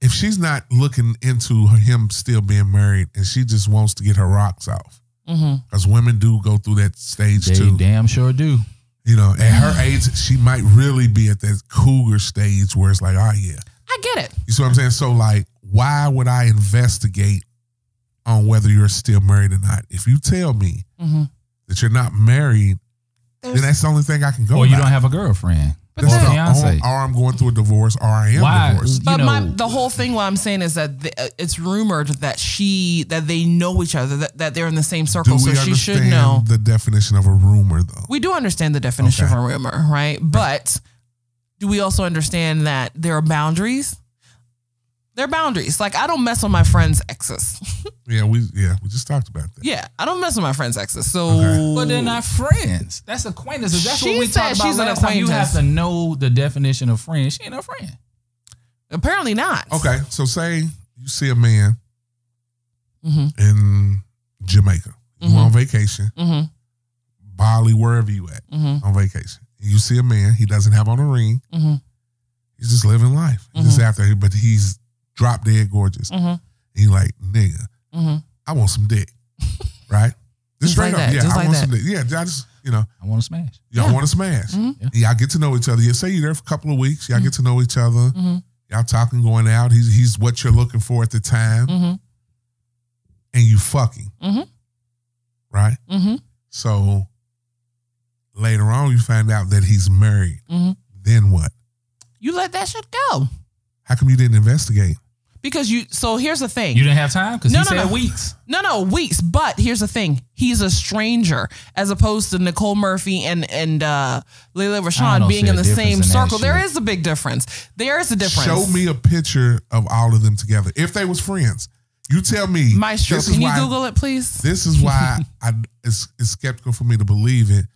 Speaker 2: If she's not looking into him still being married, and she just wants to get her rocks off,
Speaker 1: Mhm.
Speaker 2: because women do go through that stage
Speaker 3: They
Speaker 2: too.
Speaker 3: damn sure do.
Speaker 2: You know, at her age, she might really be at that cougar stage where it's like, oh yeah,
Speaker 1: I get it.
Speaker 2: you see what I'm saying. So like, why would I investigate on whether you're still married or not? If you tell me
Speaker 1: Mhm.
Speaker 2: that you're not married,
Speaker 1: There's-
Speaker 2: then that's the only thing I can go.
Speaker 3: or you
Speaker 2: by.
Speaker 3: don't have a girlfriend.
Speaker 1: But
Speaker 2: That's
Speaker 1: then-
Speaker 2: the
Speaker 3: Beyonce.
Speaker 2: only- or I'm going through a divorce, or I am
Speaker 3: Why?
Speaker 2: divorced.
Speaker 1: But
Speaker 3: you
Speaker 1: my
Speaker 3: know-
Speaker 1: the whole thing, what I'm saying is that the, uh, it's rumored that she that they know each other that, that they're in the same circle, so she should know.
Speaker 2: the definition of a rumor, though?
Speaker 1: We do understand the definition
Speaker 2: Okay.
Speaker 1: of a rumor, right? But do we also understand that there are boundaries? There are boundaries. Like I don't mess with my friends' exes. (laughs)
Speaker 2: yeah, we yeah we just talked about that.
Speaker 1: yeah, I don't mess with my friends' exes. So,
Speaker 2: Okay.
Speaker 3: But they're not friends. That's acquaintances. That's
Speaker 1: She
Speaker 3: what we
Speaker 1: said
Speaker 3: talked about
Speaker 1: she's an
Speaker 3: last time. You
Speaker 1: acquaintance.
Speaker 3: have to know the definition of friend. She ain't a friend.
Speaker 1: apparently not.
Speaker 2: Okay, so say you see a man
Speaker 1: hmm
Speaker 2: in Jamaica, you
Speaker 1: Mhm.
Speaker 2: on vacation,
Speaker 1: hmm
Speaker 2: Bali, wherever you at
Speaker 1: hmm
Speaker 2: on vacation. You see a man, he doesn't have on a ring.
Speaker 1: hmm
Speaker 2: He's just living life. He's
Speaker 1: Mm-hmm.
Speaker 2: Just out there, but he's drop dead gorgeous.
Speaker 1: hmm
Speaker 2: He like nigga,
Speaker 1: hmm
Speaker 2: I want
Speaker 1: (laughs)
Speaker 2: some dick, right? Just,
Speaker 1: Just like
Speaker 2: straight up,
Speaker 1: that,
Speaker 2: yeah,
Speaker 1: just
Speaker 2: I
Speaker 1: like
Speaker 2: want
Speaker 1: that.
Speaker 2: some dick. Yeah, I just you know.
Speaker 3: I want to smash.
Speaker 2: Y'all
Speaker 1: Yeah.
Speaker 2: want to smash.
Speaker 1: Mhm.
Speaker 3: Yeah.
Speaker 2: Y'all get to know each other. You say you're there for a couple of weeks.
Speaker 1: Mm-hmm.
Speaker 2: Y'all get to know each other.
Speaker 1: Mhm.
Speaker 2: Y'all talking, going out. He's he's what you're looking for at the time,
Speaker 1: hmm
Speaker 2: and you fucking
Speaker 1: Mhm.
Speaker 2: right.
Speaker 1: hmm
Speaker 2: So later on, you find out that he's married.
Speaker 1: Mhm.
Speaker 2: Then what?
Speaker 1: You let that shit go
Speaker 2: How come you didn't investigate?
Speaker 1: because you. So here's the thing.
Speaker 3: You didn't have time because
Speaker 1: No,
Speaker 3: he
Speaker 1: no,
Speaker 3: said
Speaker 1: no.
Speaker 3: weeks.
Speaker 1: No, no, weeks. But here's the thing: he's a stranger, as opposed to Nicole Murphy and and uh, Layla
Speaker 3: I
Speaker 1: Rashawn
Speaker 3: don't
Speaker 1: being
Speaker 3: see
Speaker 1: in
Speaker 3: a
Speaker 1: the
Speaker 3: difference
Speaker 1: same
Speaker 3: in that
Speaker 1: circle. There
Speaker 3: shit.
Speaker 1: is a big difference. There is a difference.
Speaker 2: Show me a picture of all of them together. If they was friends, you tell me.
Speaker 1: Maestro.
Speaker 2: this is
Speaker 1: Can you
Speaker 2: why-
Speaker 1: Google it, please?
Speaker 2: This is why (laughs) I it's, it's skeptical for me to believe it,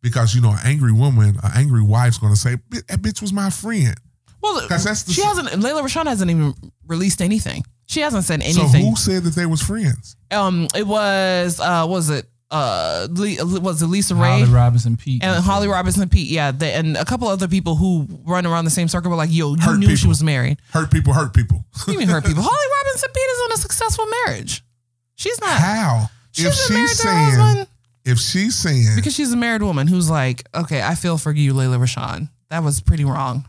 Speaker 2: because you know, an angry woman, an angry wife's gonna say, "Bi- "That bitch was my friend."
Speaker 1: Well,
Speaker 2: 'Cause that's the-
Speaker 1: she hasn't. Layla Rashawn hasn't even released anything. She hasn't said
Speaker 2: So
Speaker 1: anything.
Speaker 2: who said that they was friends?
Speaker 1: um, it was uh, what was it uh, Le- was it Lisa Ray?
Speaker 3: Holly Robinson Pete.
Speaker 1: and Holly Robinson Pete, yeah, the, and a couple other people who run around the same circle were like, "Yo, you
Speaker 2: Hurt
Speaker 1: knew she
Speaker 2: people.
Speaker 1: was married."
Speaker 2: Hurt people, hurt people.
Speaker 1: You mean hurt people? Holly Robinson Pete is in a successful marriage. She's not.
Speaker 2: How?
Speaker 1: She's been married to her husband
Speaker 2: if she's saying,
Speaker 1: because she's a married woman who's like, okay, I feel for you, Layla Rashawn. That was pretty wrong.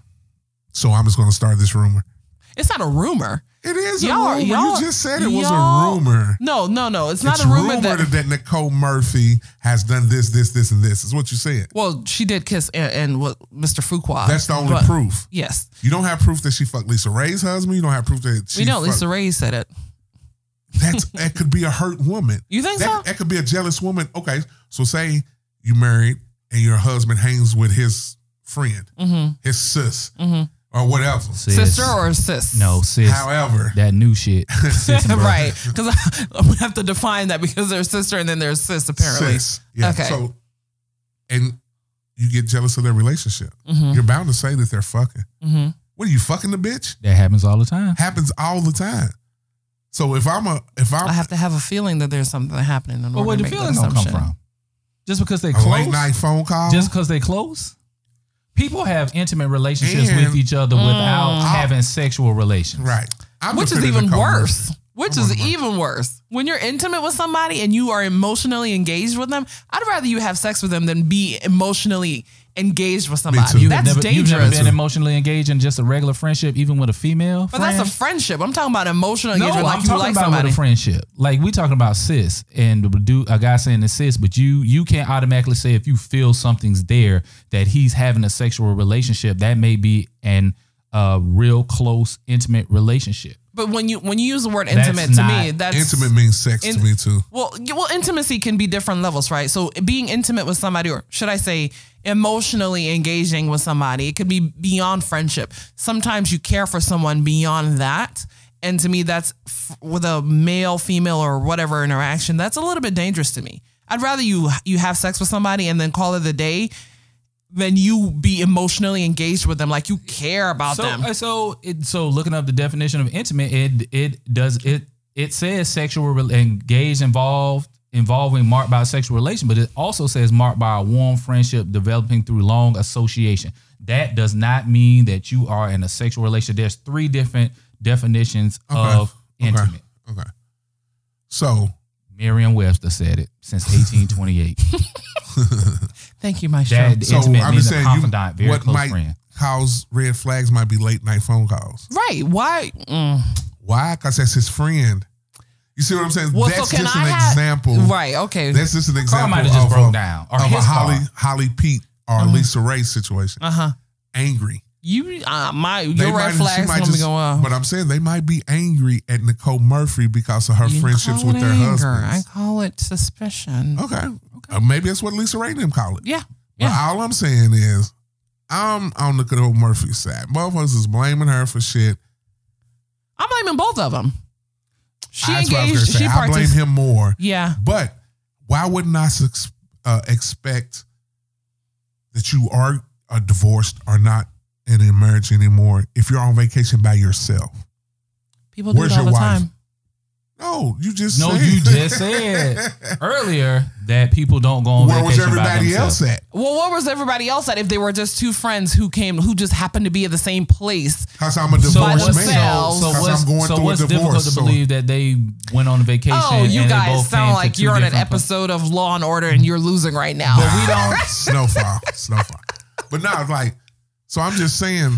Speaker 2: so I'm just gonna start this rumor.
Speaker 1: It's not a rumor.
Speaker 2: It is
Speaker 1: Y'all-
Speaker 2: a rumor.
Speaker 1: y'all-
Speaker 2: You just said it was a
Speaker 1: y'all-
Speaker 2: rumor.
Speaker 1: No, no, no. It's not
Speaker 2: it's
Speaker 1: a rumor
Speaker 2: rumored
Speaker 1: that.
Speaker 2: that, Nicole Murphy has done this, this, this, and this. Is what you said.
Speaker 1: well, she did kiss and, and what Mr. Fuqua.
Speaker 2: That's the only
Speaker 1: but-
Speaker 2: proof.
Speaker 1: Yes,
Speaker 2: You don't have proof that she fucked Lisa Ray's husband. You don't have proof that she
Speaker 1: we know
Speaker 2: fucked-
Speaker 1: Lisa Ray said it.
Speaker 2: That's that could be a hurt woman.
Speaker 1: You think
Speaker 2: that,
Speaker 1: so?
Speaker 2: that could be a jealous woman. Okay, so say you married and your husband hangs with his friend, his sis, or whatever.
Speaker 3: Sis.
Speaker 1: Mm-hmm, Sister or sis?
Speaker 3: No,
Speaker 1: (laughs)
Speaker 3: sis.
Speaker 2: However, (laughs)
Speaker 3: that new shit. Sis, bro.
Speaker 1: right? Because (laughs) I'm gonna have to define that because there's sister and then there's sis apparently.
Speaker 2: sis, yeah.
Speaker 1: Okay.
Speaker 2: So, and you get jealous of their relationship.
Speaker 1: Mm-hmm.
Speaker 2: You're bound to say that they're fucking.
Speaker 1: Mhm.
Speaker 2: What are you fucking the bitch?
Speaker 3: That happens all the time.
Speaker 2: Happens all the time. So if I'm a if I'm
Speaker 1: I have to have a feeling that there's something happening in
Speaker 3: But
Speaker 1: order
Speaker 3: where
Speaker 1: to
Speaker 3: the
Speaker 1: make that
Speaker 3: feelings gonna come
Speaker 1: assumption.
Speaker 3: from? Just because they
Speaker 2: a
Speaker 3: close.
Speaker 2: late night phone call,
Speaker 3: Just because they close. People have intimate relationships
Speaker 2: And-
Speaker 3: with each other without having sexual relations.
Speaker 2: right? I'm
Speaker 1: which is
Speaker 2: defending
Speaker 1: even
Speaker 2: Nicole Murphy.
Speaker 1: worse. Which
Speaker 2: Come
Speaker 1: is
Speaker 2: on, Mark.
Speaker 1: even worse. When you're intimate with somebody and you are emotionally engaged with them, I'd rather you have sex with them than be emotionally engaged with somebody.
Speaker 2: too. You
Speaker 1: That's
Speaker 3: never,
Speaker 1: dangerous.
Speaker 3: You've never been emotionally engaged in just a regular friendship, even with a female.
Speaker 1: but that's a friendship. I'm talking about emotional
Speaker 3: no,
Speaker 1: engagement.
Speaker 3: I'm
Speaker 1: Like you
Speaker 3: talking
Speaker 1: like
Speaker 3: about
Speaker 1: somebody.
Speaker 3: with a friendship. Like we talking about sis and the dude, a guy saying it's sis, but you you can't automatically say if you feel something's there that he's having a sexual relationship that may be an uh, real close intimate relationship.
Speaker 1: But when you when you use the word
Speaker 3: That's
Speaker 1: intimate to me,
Speaker 3: not
Speaker 1: that's
Speaker 2: Intimate means sex to
Speaker 1: In-
Speaker 2: me too.
Speaker 1: Well, y- well, intimacy can be different levels, right? So being intimate with somebody, or should I say, emotionally engaging with somebody, it could be beyond friendship. Sometimes you care for someone beyond that, and to me, that's f- with a male, female, or whatever interaction. That's a little bit dangerous to me. I'd rather you you have sex with somebody and then call it a day, than you be emotionally engaged with them, like you care about
Speaker 3: So
Speaker 1: them.
Speaker 3: uh, so it, so looking up the definition of intimate, it it does it it says sexual re- engaged, involved involving marked by a sexual relation, but it also says marked by a warm friendship developing through long association. That does not mean that you are in a sexual relationship. There's three different definitions
Speaker 2: Okay.
Speaker 3: of intimate.
Speaker 2: Okay. Okay. So
Speaker 3: Merriam-Webster said it since 1828.
Speaker 2: (laughs)
Speaker 1: Thank you, my show.
Speaker 3: that
Speaker 2: so
Speaker 3: intimate
Speaker 2: I'm
Speaker 3: means
Speaker 2: just
Speaker 3: a
Speaker 2: saying
Speaker 3: confidant,
Speaker 2: you,
Speaker 3: very
Speaker 2: what
Speaker 3: close
Speaker 2: might
Speaker 3: friend.
Speaker 2: cause red flags might be late night phone calls.
Speaker 1: Right? Why? Mm.
Speaker 2: Why? Because that's his friend. You see what I'm saying?
Speaker 1: Well,
Speaker 2: that's
Speaker 1: so can
Speaker 2: just
Speaker 1: I
Speaker 2: an
Speaker 1: have-
Speaker 2: example.
Speaker 1: Right? Okay.
Speaker 2: That's just an
Speaker 3: Car
Speaker 2: example
Speaker 3: might have just
Speaker 2: of,
Speaker 3: broke
Speaker 2: a,
Speaker 3: down. Or
Speaker 2: of a
Speaker 3: his Mm-hmm.
Speaker 2: Holly
Speaker 3: car.
Speaker 2: Holly Pete or Lisa Ray situation.
Speaker 1: Uh huh.
Speaker 2: Angry.
Speaker 1: You, uh, my,
Speaker 2: They
Speaker 1: your
Speaker 2: might-
Speaker 1: red
Speaker 2: she
Speaker 1: flags
Speaker 2: might
Speaker 1: gonna be
Speaker 2: just-
Speaker 1: going up.
Speaker 2: But I'm saying they might be angry at Nicole Murphy because of her
Speaker 1: You
Speaker 2: friendships
Speaker 1: call
Speaker 2: with
Speaker 1: it
Speaker 2: their
Speaker 1: anger.
Speaker 2: husbands.
Speaker 1: I call it suspicion.
Speaker 2: Okay. Uh, maybe that's what Lisa Ray them call it.
Speaker 1: Yeah.
Speaker 2: But
Speaker 1: Yeah.
Speaker 2: all I'm saying is, I'm on Nicole Murphy's side. Motherfuckers is blaming her for shit.
Speaker 1: I'm blaming both of them. She
Speaker 2: That's what I was
Speaker 1: engaged.
Speaker 2: gonna
Speaker 1: She
Speaker 2: say. I blame
Speaker 1: participated.
Speaker 2: him more.
Speaker 1: Yeah.
Speaker 2: But why wouldn't I sus- uh, expect that you are uh, divorced or not in a marriage anymore if you're on vacation by yourself?
Speaker 1: People do
Speaker 2: Where's
Speaker 1: it all
Speaker 2: your
Speaker 1: the
Speaker 2: wife?
Speaker 1: time.
Speaker 2: No, you just
Speaker 3: No,
Speaker 2: said.
Speaker 3: you
Speaker 2: (laughs)
Speaker 3: just said earlier that people don't go on
Speaker 2: Where was
Speaker 3: vacation by
Speaker 2: everybody
Speaker 3: themselves.
Speaker 2: else at?
Speaker 1: Well, what was everybody else at if they were just two friends who came who just happened to be at the same place?
Speaker 2: Because I'm a
Speaker 3: So
Speaker 2: divorced
Speaker 3: what's,
Speaker 1: themselves. themselves.
Speaker 2: man.
Speaker 3: so, so
Speaker 2: 'Cause
Speaker 3: what's,
Speaker 2: I'm going
Speaker 3: so
Speaker 2: through a
Speaker 3: what's difficult
Speaker 2: divorce.
Speaker 3: to
Speaker 2: so- (laughs)
Speaker 3: believe that they went on a vacation?
Speaker 1: Oh, you
Speaker 3: and they
Speaker 1: guys
Speaker 3: both
Speaker 1: sound
Speaker 3: came
Speaker 1: like
Speaker 3: to two
Speaker 1: you're on an
Speaker 3: different places?
Speaker 1: episode of Law and Order and you're losing right now.
Speaker 2: we don't snowfall, snowfall. But no, it's like, so I'm just saying,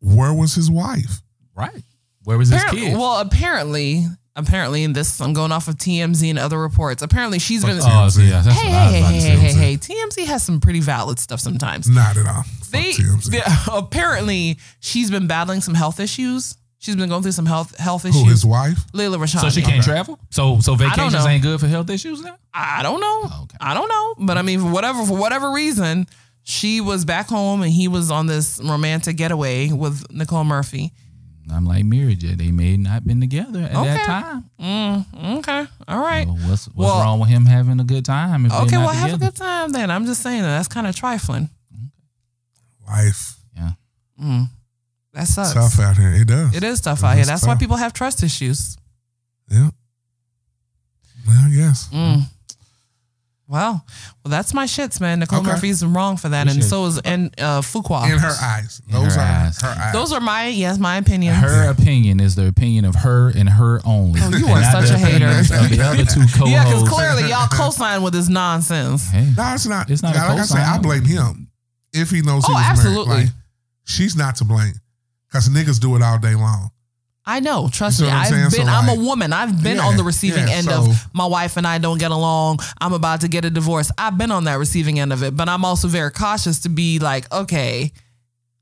Speaker 2: where was his wife?
Speaker 3: Right. Where was this
Speaker 1: Apparent-
Speaker 3: kid?
Speaker 1: well, apparently, apparently, in this I'm going off of TMZ and other reports. Apparently, she's been.
Speaker 2: Oh, yeah,
Speaker 3: that's
Speaker 1: hey, hey, hey, hey, hey, hey! TMZ has some pretty valid stuff sometimes.
Speaker 2: Not at all. Mm, Fuck
Speaker 1: They,
Speaker 2: TMZ.
Speaker 1: they- (laughs) apparently she's been battling some health issues. She's been going through some health health
Speaker 2: Who,
Speaker 1: issues.
Speaker 2: his wife?
Speaker 1: Leila Rashani.
Speaker 3: So she can't travel. So so
Speaker 1: don't
Speaker 3: vacations
Speaker 1: know.
Speaker 3: ain't good for health issues now.
Speaker 1: I don't know.
Speaker 3: Okay.
Speaker 1: I don't know. But I mean, for whatever for whatever reason, she was back home and he was on this romantic getaway with Nicole Murphy.
Speaker 3: I'm like marriage. yeah, They may not been together at
Speaker 1: Okay.
Speaker 3: that time.
Speaker 1: Mm, okay. All right.
Speaker 3: So what's what's
Speaker 1: Well-
Speaker 3: wrong with him having a good time? If
Speaker 1: okay.
Speaker 3: they're
Speaker 1: Well,
Speaker 3: not
Speaker 1: have a
Speaker 3: together?
Speaker 1: good time then. I'm just saying that that's kind of trifling.
Speaker 2: Life.
Speaker 3: Yeah.
Speaker 1: That sucks.
Speaker 2: Tough out here. It does.
Speaker 1: It is tough out here.
Speaker 2: It's
Speaker 1: That's why
Speaker 2: tough.
Speaker 1: people have trust issues.
Speaker 2: Yeah. Well, I guess.
Speaker 1: Mm. Wow. Well, that's my shits, man. Nicole
Speaker 2: Okay.
Speaker 1: Murphy's wrong for that, and
Speaker 3: Appreciate
Speaker 1: so is and uh, Fuqua.
Speaker 2: In her eyes.
Speaker 3: her
Speaker 2: Those are
Speaker 3: eyes.
Speaker 2: her eyes.
Speaker 1: Those are my yes, my opinions.
Speaker 3: Her opinion is the opinion of her and her only.
Speaker 1: Oh, you
Speaker 3: and
Speaker 1: are
Speaker 3: not
Speaker 1: such
Speaker 3: the
Speaker 1: a hater.
Speaker 3: opinions Of the other two co-hosts.
Speaker 1: (laughs) yeah, because clearly
Speaker 2: (laughs)
Speaker 1: y'all co-sign with this nonsense.
Speaker 3: Hey,
Speaker 2: no, it's not.
Speaker 3: It's not a
Speaker 2: Like I said, I
Speaker 3: cosign.
Speaker 2: blame him if he knows he
Speaker 1: Oh,
Speaker 2: was married.
Speaker 1: absolutely.
Speaker 2: Like, she's not to blame because niggas do it all day long.
Speaker 1: I know. Trust
Speaker 2: You
Speaker 1: me.
Speaker 2: see what I'm
Speaker 1: I've
Speaker 2: saying?
Speaker 1: been.
Speaker 2: So,
Speaker 1: I'm
Speaker 2: like-
Speaker 1: a woman. I've been
Speaker 2: Yeah,
Speaker 1: on the receiving
Speaker 2: yeah,
Speaker 1: end
Speaker 2: so-
Speaker 1: of my wife and I don't get along. I'm about to get a divorce. I've been on that receiving end of it, but I'm also very cautious to be like, okay,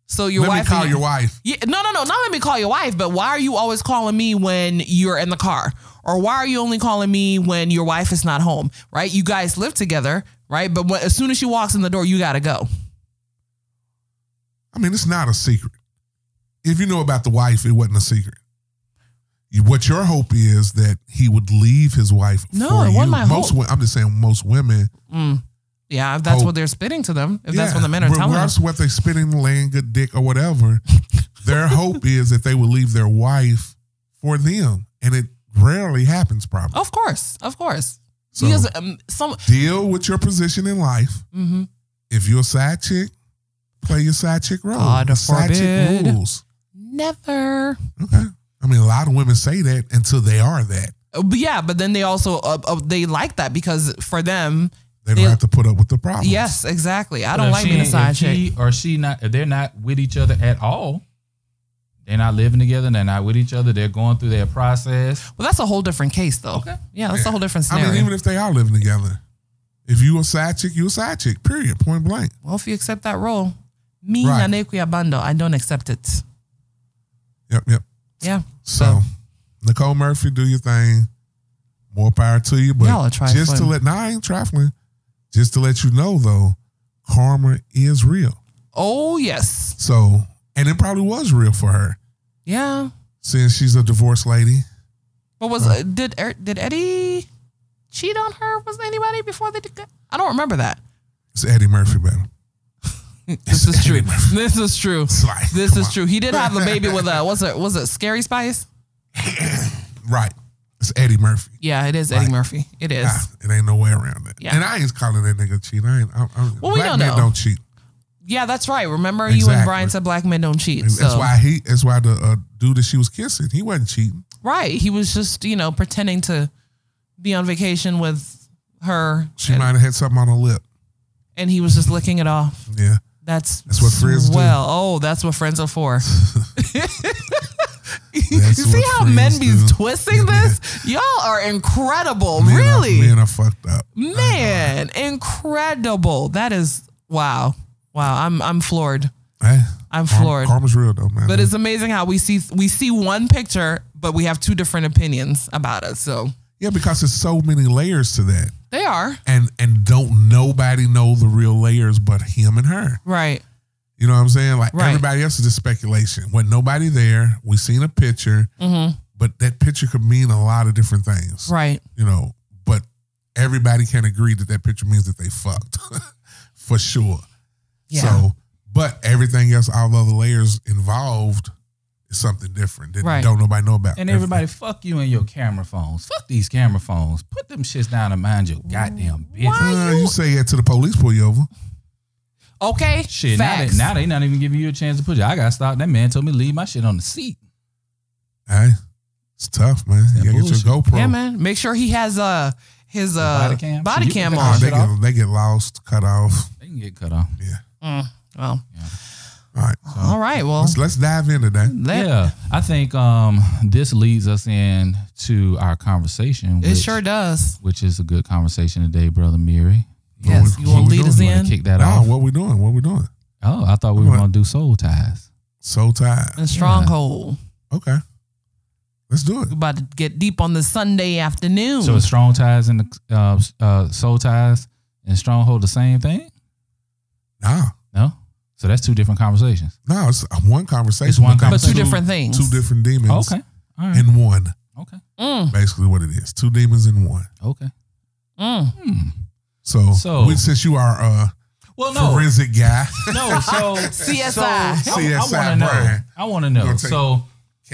Speaker 1: so your
Speaker 2: Let
Speaker 1: wife.
Speaker 2: me call
Speaker 1: and-
Speaker 2: your wife.
Speaker 1: Yeah, no, no, no. Not let me call your wife, but why are you always calling me when you're in the car? Or why are you only calling me when your wife is not home? Right? You guys live together, right? But when, as soon as she walks in the door, you gotta go.
Speaker 2: I mean, it's not a secret. If you know about the wife, it wasn't a secret. You- What your hope is that he would leave his wife
Speaker 1: No,
Speaker 2: for
Speaker 1: it
Speaker 2: you.
Speaker 1: wasn't my
Speaker 2: most,
Speaker 1: hope.
Speaker 2: wo- I'm just saying, most women.
Speaker 1: Mm. Yeah, if that's
Speaker 2: Oh.
Speaker 1: what they're spitting to them. If that's
Speaker 2: Yeah,
Speaker 1: what the men are telling them.
Speaker 2: Regardless of what they spit in land, good dick
Speaker 1: (laughs)
Speaker 2: or whatever, their hope is that they will leave their wife for them, and it rarely happens. Probably
Speaker 1: Of course, of course.
Speaker 2: So-
Speaker 1: Oh, because um, some
Speaker 2: deal with your position in life.
Speaker 1: Mhm.
Speaker 2: If you're a side chick, play your side chick role.
Speaker 1: God
Speaker 2: side
Speaker 1: forbid.
Speaker 2: chick rules.
Speaker 1: never.
Speaker 2: Okay, I mean, a lot of women say that until they are that.
Speaker 1: Uh, But yeah, but then they also uh, uh, they like that because for them,
Speaker 2: They don't
Speaker 1: They-
Speaker 2: have to put up with the problem.
Speaker 1: yes, exactly. I
Speaker 3: But
Speaker 1: don't
Speaker 3: if
Speaker 1: like
Speaker 3: she
Speaker 1: being a
Speaker 3: ain't-
Speaker 1: side
Speaker 3: if
Speaker 1: chick.
Speaker 3: He or she not if they're not with each other at all. They're not living together. They're not with each other. They're going through their process.
Speaker 1: well, that's a whole different case, though. Yeah, that's a whole different
Speaker 2: I
Speaker 1: scenario.
Speaker 2: mean, even if they are living together, if you a side chick, you a side chick. Period. Point blank.
Speaker 1: well, if you accept that role, me
Speaker 2: Right.
Speaker 1: Nanekwi Abando, I don't accept it.
Speaker 2: Yep. Yep.
Speaker 1: Yeah,
Speaker 2: So, Nicole Murphy, do your thing. More power to you. But
Speaker 1: Y'all are
Speaker 2: just to
Speaker 1: trifling.
Speaker 2: let, no, I ain't trifling. Just to let you know, though, karma is real.
Speaker 1: oh yes,
Speaker 2: So, and it probably was real for her
Speaker 1: yeah.
Speaker 2: since she's a divorced lady.
Speaker 1: But was uh, did Er- did Eddie cheat on her? Was anybody before they did? I don't remember
Speaker 2: (laughs)
Speaker 1: that.
Speaker 2: It's Eddie Murphy, man.
Speaker 1: This is true. (laughs) This is true.
Speaker 2: It's like,
Speaker 1: This
Speaker 2: come
Speaker 1: is
Speaker 2: (laughs) on.
Speaker 1: true. He did have a baby with a was it was it Scary Spice?
Speaker 2: Right. It's Eddie Murphy.
Speaker 1: Yeah, it is Eddie
Speaker 2: Right.
Speaker 1: Murphy. It is.
Speaker 2: Nah, it ain't no way around that.
Speaker 1: Yeah.
Speaker 2: And I ain't calling that nigga cheat. I ain't. I'm, I'm,
Speaker 1: Well, we
Speaker 2: black
Speaker 1: don't
Speaker 2: men
Speaker 1: know.
Speaker 2: don't cheat.
Speaker 1: Yeah, that's right. Remember you and
Speaker 2: Exactly.
Speaker 1: Brian said black men don't cheat.
Speaker 2: That's
Speaker 1: so.
Speaker 2: why he. That's why the uh, dude that she was kissing, he wasn't cheating.
Speaker 1: Right. He was just, you know, pretending to be on vacation with her
Speaker 2: She
Speaker 1: and,
Speaker 2: might have had something on her lip.
Speaker 1: and he was just licking it off.
Speaker 2: Yeah.
Speaker 1: That's
Speaker 2: That's what friends do.
Speaker 1: Well, oh, that's what friends are for. you
Speaker 2: That's
Speaker 1: see
Speaker 2: what
Speaker 1: how men
Speaker 2: friends
Speaker 1: be
Speaker 2: do. (laughs)
Speaker 1: twisting this? Y'all are incredible.
Speaker 2: Men are-
Speaker 1: really?
Speaker 2: men are fucked up. Eh?
Speaker 1: Man, incredible. That is wow. Wow. I'm I'm floored.
Speaker 2: Hey,
Speaker 1: I'm
Speaker 2: karma-
Speaker 1: floored.
Speaker 2: Karma's real though, man.
Speaker 1: But it's amazing how we see we see one picture, but we have two different opinions about it. So
Speaker 2: yeah, because there's so many layers to that,
Speaker 1: they are.
Speaker 2: and and don't nobody know the real layers but him and her.
Speaker 1: Right.
Speaker 2: You know what I'm saying? Like
Speaker 1: Right.
Speaker 2: everybody else is just speculation. When nobody there, we seen a picture, but that picture could mean a lot of different things.
Speaker 1: Mm-hmm. Right.
Speaker 2: You know, but everybody can agree that that picture means that they fucked (laughs) for sure.
Speaker 1: Yeah.
Speaker 2: So, but everything else, all the other layers involved, is something different that
Speaker 1: Right.
Speaker 2: don't nobody know about.
Speaker 3: And everybody, fuck you and your camera phones. Fuck these camera phones. Put them shits down and mind your goddamn business.
Speaker 1: Why?
Speaker 2: Uh, you say that to the police pull you over.
Speaker 1: Okay.
Speaker 3: Shit, now they,
Speaker 1: Facts.
Speaker 3: now they not even giving you a chance to put you. I got stopped. That man told me to leave my shit on the seat.
Speaker 2: Hey, it's tough, man.
Speaker 3: That
Speaker 2: You gotta get
Speaker 3: bullshit.
Speaker 2: your GoPro.
Speaker 1: yeah, man. Make sure he has uh his uh
Speaker 3: body
Speaker 1: body
Speaker 3: cam?
Speaker 1: cam,
Speaker 3: So
Speaker 1: on.
Speaker 2: Oh, they
Speaker 3: you can cut shit off.
Speaker 2: get they get lost, cut off.
Speaker 3: They can get cut off.
Speaker 2: Yeah.
Speaker 1: Mm, well,
Speaker 2: All right.
Speaker 1: all right. Well,
Speaker 2: Let's let's dive into that.
Speaker 1: let,
Speaker 3: yeah, I think um, this leads us in to our conversation.
Speaker 1: it
Speaker 3: which,
Speaker 1: sure does.
Speaker 3: Which is a good conversation today, brother Miri.
Speaker 1: Yes,
Speaker 2: we-
Speaker 1: you want
Speaker 2: what
Speaker 1: to lead
Speaker 2: we doing?
Speaker 1: us
Speaker 2: You wanna
Speaker 1: in
Speaker 3: Kick that
Speaker 2: Nah,
Speaker 3: off.
Speaker 2: what we doing? What we doing?
Speaker 3: Oh, I thought we were
Speaker 2: What?
Speaker 3: gonna do soul ties.
Speaker 2: So tired.
Speaker 1: and stronghold.
Speaker 2: Okay. Let's do it.
Speaker 1: We're about to get deep on the Sunday afternoon.
Speaker 3: So it's strong ties and the uh, uh, soul ties and stronghold the same thing?
Speaker 2: Nah.
Speaker 3: No. So that's two different conversations.
Speaker 2: No, it's one conversation.
Speaker 3: It's one
Speaker 2: but
Speaker 1: but
Speaker 2: there's
Speaker 1: two
Speaker 3: conversation.
Speaker 1: different things.
Speaker 2: Two different demons
Speaker 3: Okay. All right.
Speaker 2: in one.
Speaker 3: okay.
Speaker 1: Mm,
Speaker 2: Basically, what it is. Two demons in one.
Speaker 3: Okay.
Speaker 1: mm.
Speaker 3: Hmm.
Speaker 2: So,
Speaker 3: So- Oh,
Speaker 2: we- since you are a
Speaker 3: Well,
Speaker 2: forensic
Speaker 3: (laughs)
Speaker 2: guy,
Speaker 1: (laughs)
Speaker 3: no. So
Speaker 1: CSI.
Speaker 3: So, I-
Speaker 2: CSI
Speaker 3: I want to know.
Speaker 2: Brian.
Speaker 3: I want to know.
Speaker 2: Gonna take-
Speaker 3: So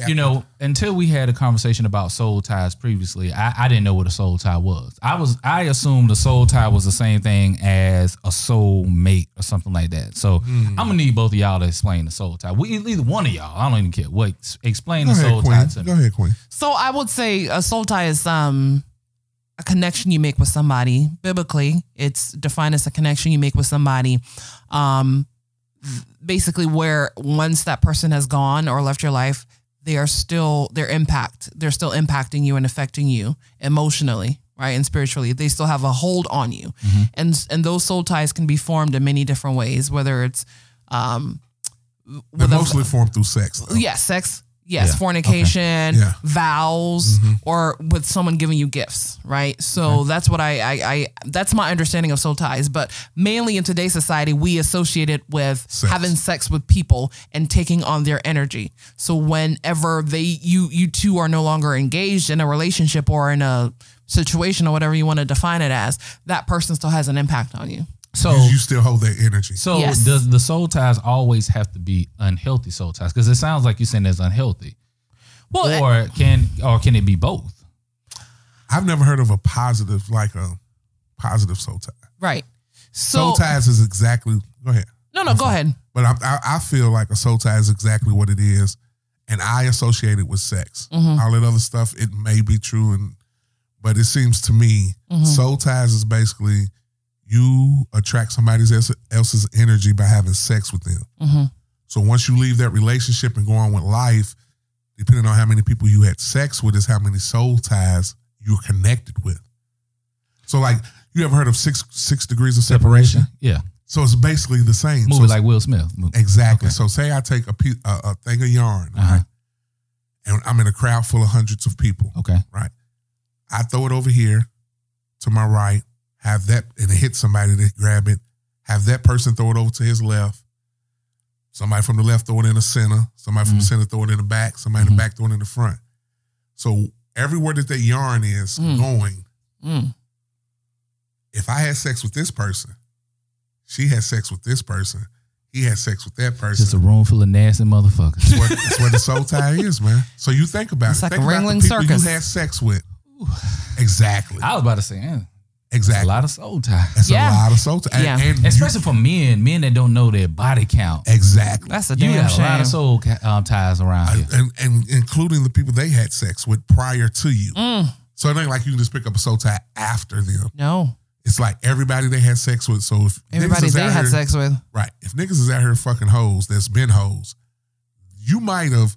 Speaker 3: you know, until we had a conversation about soul ties previously, I, I didn't know what a soul tie was. I was I assumed a soul tie was the same thing as a soul mate or something like that. So I'm
Speaker 2: Hmm.
Speaker 3: gonna need both of y'all to explain the soul tie. We either one of y'all. I don't even care. What explain
Speaker 2: go
Speaker 3: the soul
Speaker 2: ahead,
Speaker 3: tie to
Speaker 2: Queen. Go
Speaker 3: me?
Speaker 2: ahead, Queen.
Speaker 1: So I would say a soul tie is um a connection you make with somebody. Biblically, it's defined as a connection you make with somebody. Um basically where once that person has gone or left your life, they are still their impact. They're still impacting you and affecting you emotionally, right? And spiritually. They still have a hold on you. And and those soul ties can be formed in many different ways, whether it's um
Speaker 2: They're
Speaker 1: with a-
Speaker 2: mostly formed through sex. though.
Speaker 1: Yes, sex. Yes,
Speaker 3: Yeah. Mm-hmm.
Speaker 1: fornication,
Speaker 2: Yeah.
Speaker 1: vows, or with someone giving you gifts, right? So that's what I, I, I, that's my understanding of soul ties. But mainly in today's society, we associate it with
Speaker 2: Sex.
Speaker 1: having sex with people and taking on their energy. So whenever they, you, you two are no longer engaged in a relationship or in a situation or whatever you want to define it as, that person still has an impact on you.
Speaker 3: So
Speaker 2: You- You still hold their energy.
Speaker 3: so
Speaker 1: Yes.
Speaker 3: does the soul ties always have to be unhealthy soul ties? Because it sounds like you're saying it's unhealthy.
Speaker 1: Well,
Speaker 3: or can or can it be both?
Speaker 2: I've never heard of a positive, like a positive soul tie.
Speaker 1: right. So
Speaker 2: soul ties is exactly. Go ahead.
Speaker 1: no, no, go ahead.
Speaker 2: But I, I, I feel like a soul tie is exactly what it is, and I associate it with sex. All that other stuff, it may be true, and but it seems to me soul ties is basically you attract somebody else, else's energy by having sex with them.
Speaker 1: Mhm.
Speaker 2: So once you leave that relationship and go on with life, depending on how many people you had sex with, is how many soul ties you're connected with. So like you ever heard of six six degrees of separation?
Speaker 3: Yeah.
Speaker 2: So it's basically the same.
Speaker 3: Movie
Speaker 2: so it's
Speaker 3: like Will Smith. Movie.
Speaker 2: Exactly.
Speaker 3: Okay.
Speaker 2: So say I take a piece, a, a thing of yarn,
Speaker 3: Uh-huh.
Speaker 2: right? and I'm in a crowd full of hundreds of people.
Speaker 3: Okay.
Speaker 2: I throw it over here to my right, have that, and it hits somebody to grab it. Have that person throw it over to his left. Somebody from the left throw it in the center. Somebody from the
Speaker 3: Mhm.
Speaker 2: center throw it in the back. Somebody in
Speaker 3: Mhm.
Speaker 2: the back throw it in the front. So everywhere that that yarn is
Speaker 1: Mm.
Speaker 2: going,
Speaker 1: Mm,
Speaker 2: if I had sex with this person, she had sex with this person, he had sex with that person.
Speaker 3: Just a room full of nasty motherfuckers.
Speaker 2: That's what, that's what the soul tie is, man. So you think about
Speaker 1: It's
Speaker 2: it.
Speaker 1: like
Speaker 2: think
Speaker 1: a
Speaker 2: about the
Speaker 1: Ringling
Speaker 2: people
Speaker 1: Circus.
Speaker 2: you had sex with. Exactly.
Speaker 3: I was about to say, man, a
Speaker 2: exactly.
Speaker 3: lot of soul tie.
Speaker 2: It's
Speaker 1: Yeah.
Speaker 2: a lot of soul ties.
Speaker 1: Yeah.
Speaker 2: And, and you-
Speaker 3: Especially for men, men that don't know their body count.
Speaker 2: exactly.
Speaker 1: That's a
Speaker 3: You
Speaker 1: damn
Speaker 3: got a
Speaker 1: shame.
Speaker 3: lot of soul ca- um, ties around here.
Speaker 2: and, and including the people they had sex with prior to you.
Speaker 1: Mm.
Speaker 2: So it ain't like you can just pick up a soul tie after them.
Speaker 1: no,
Speaker 2: It's like everybody they had sex with. So if niggas
Speaker 1: everybody
Speaker 2: is
Speaker 1: they
Speaker 2: out
Speaker 1: had
Speaker 2: here-
Speaker 1: sex with.
Speaker 2: right? If niggas is out here fucking hoes, that's been hoes. You might have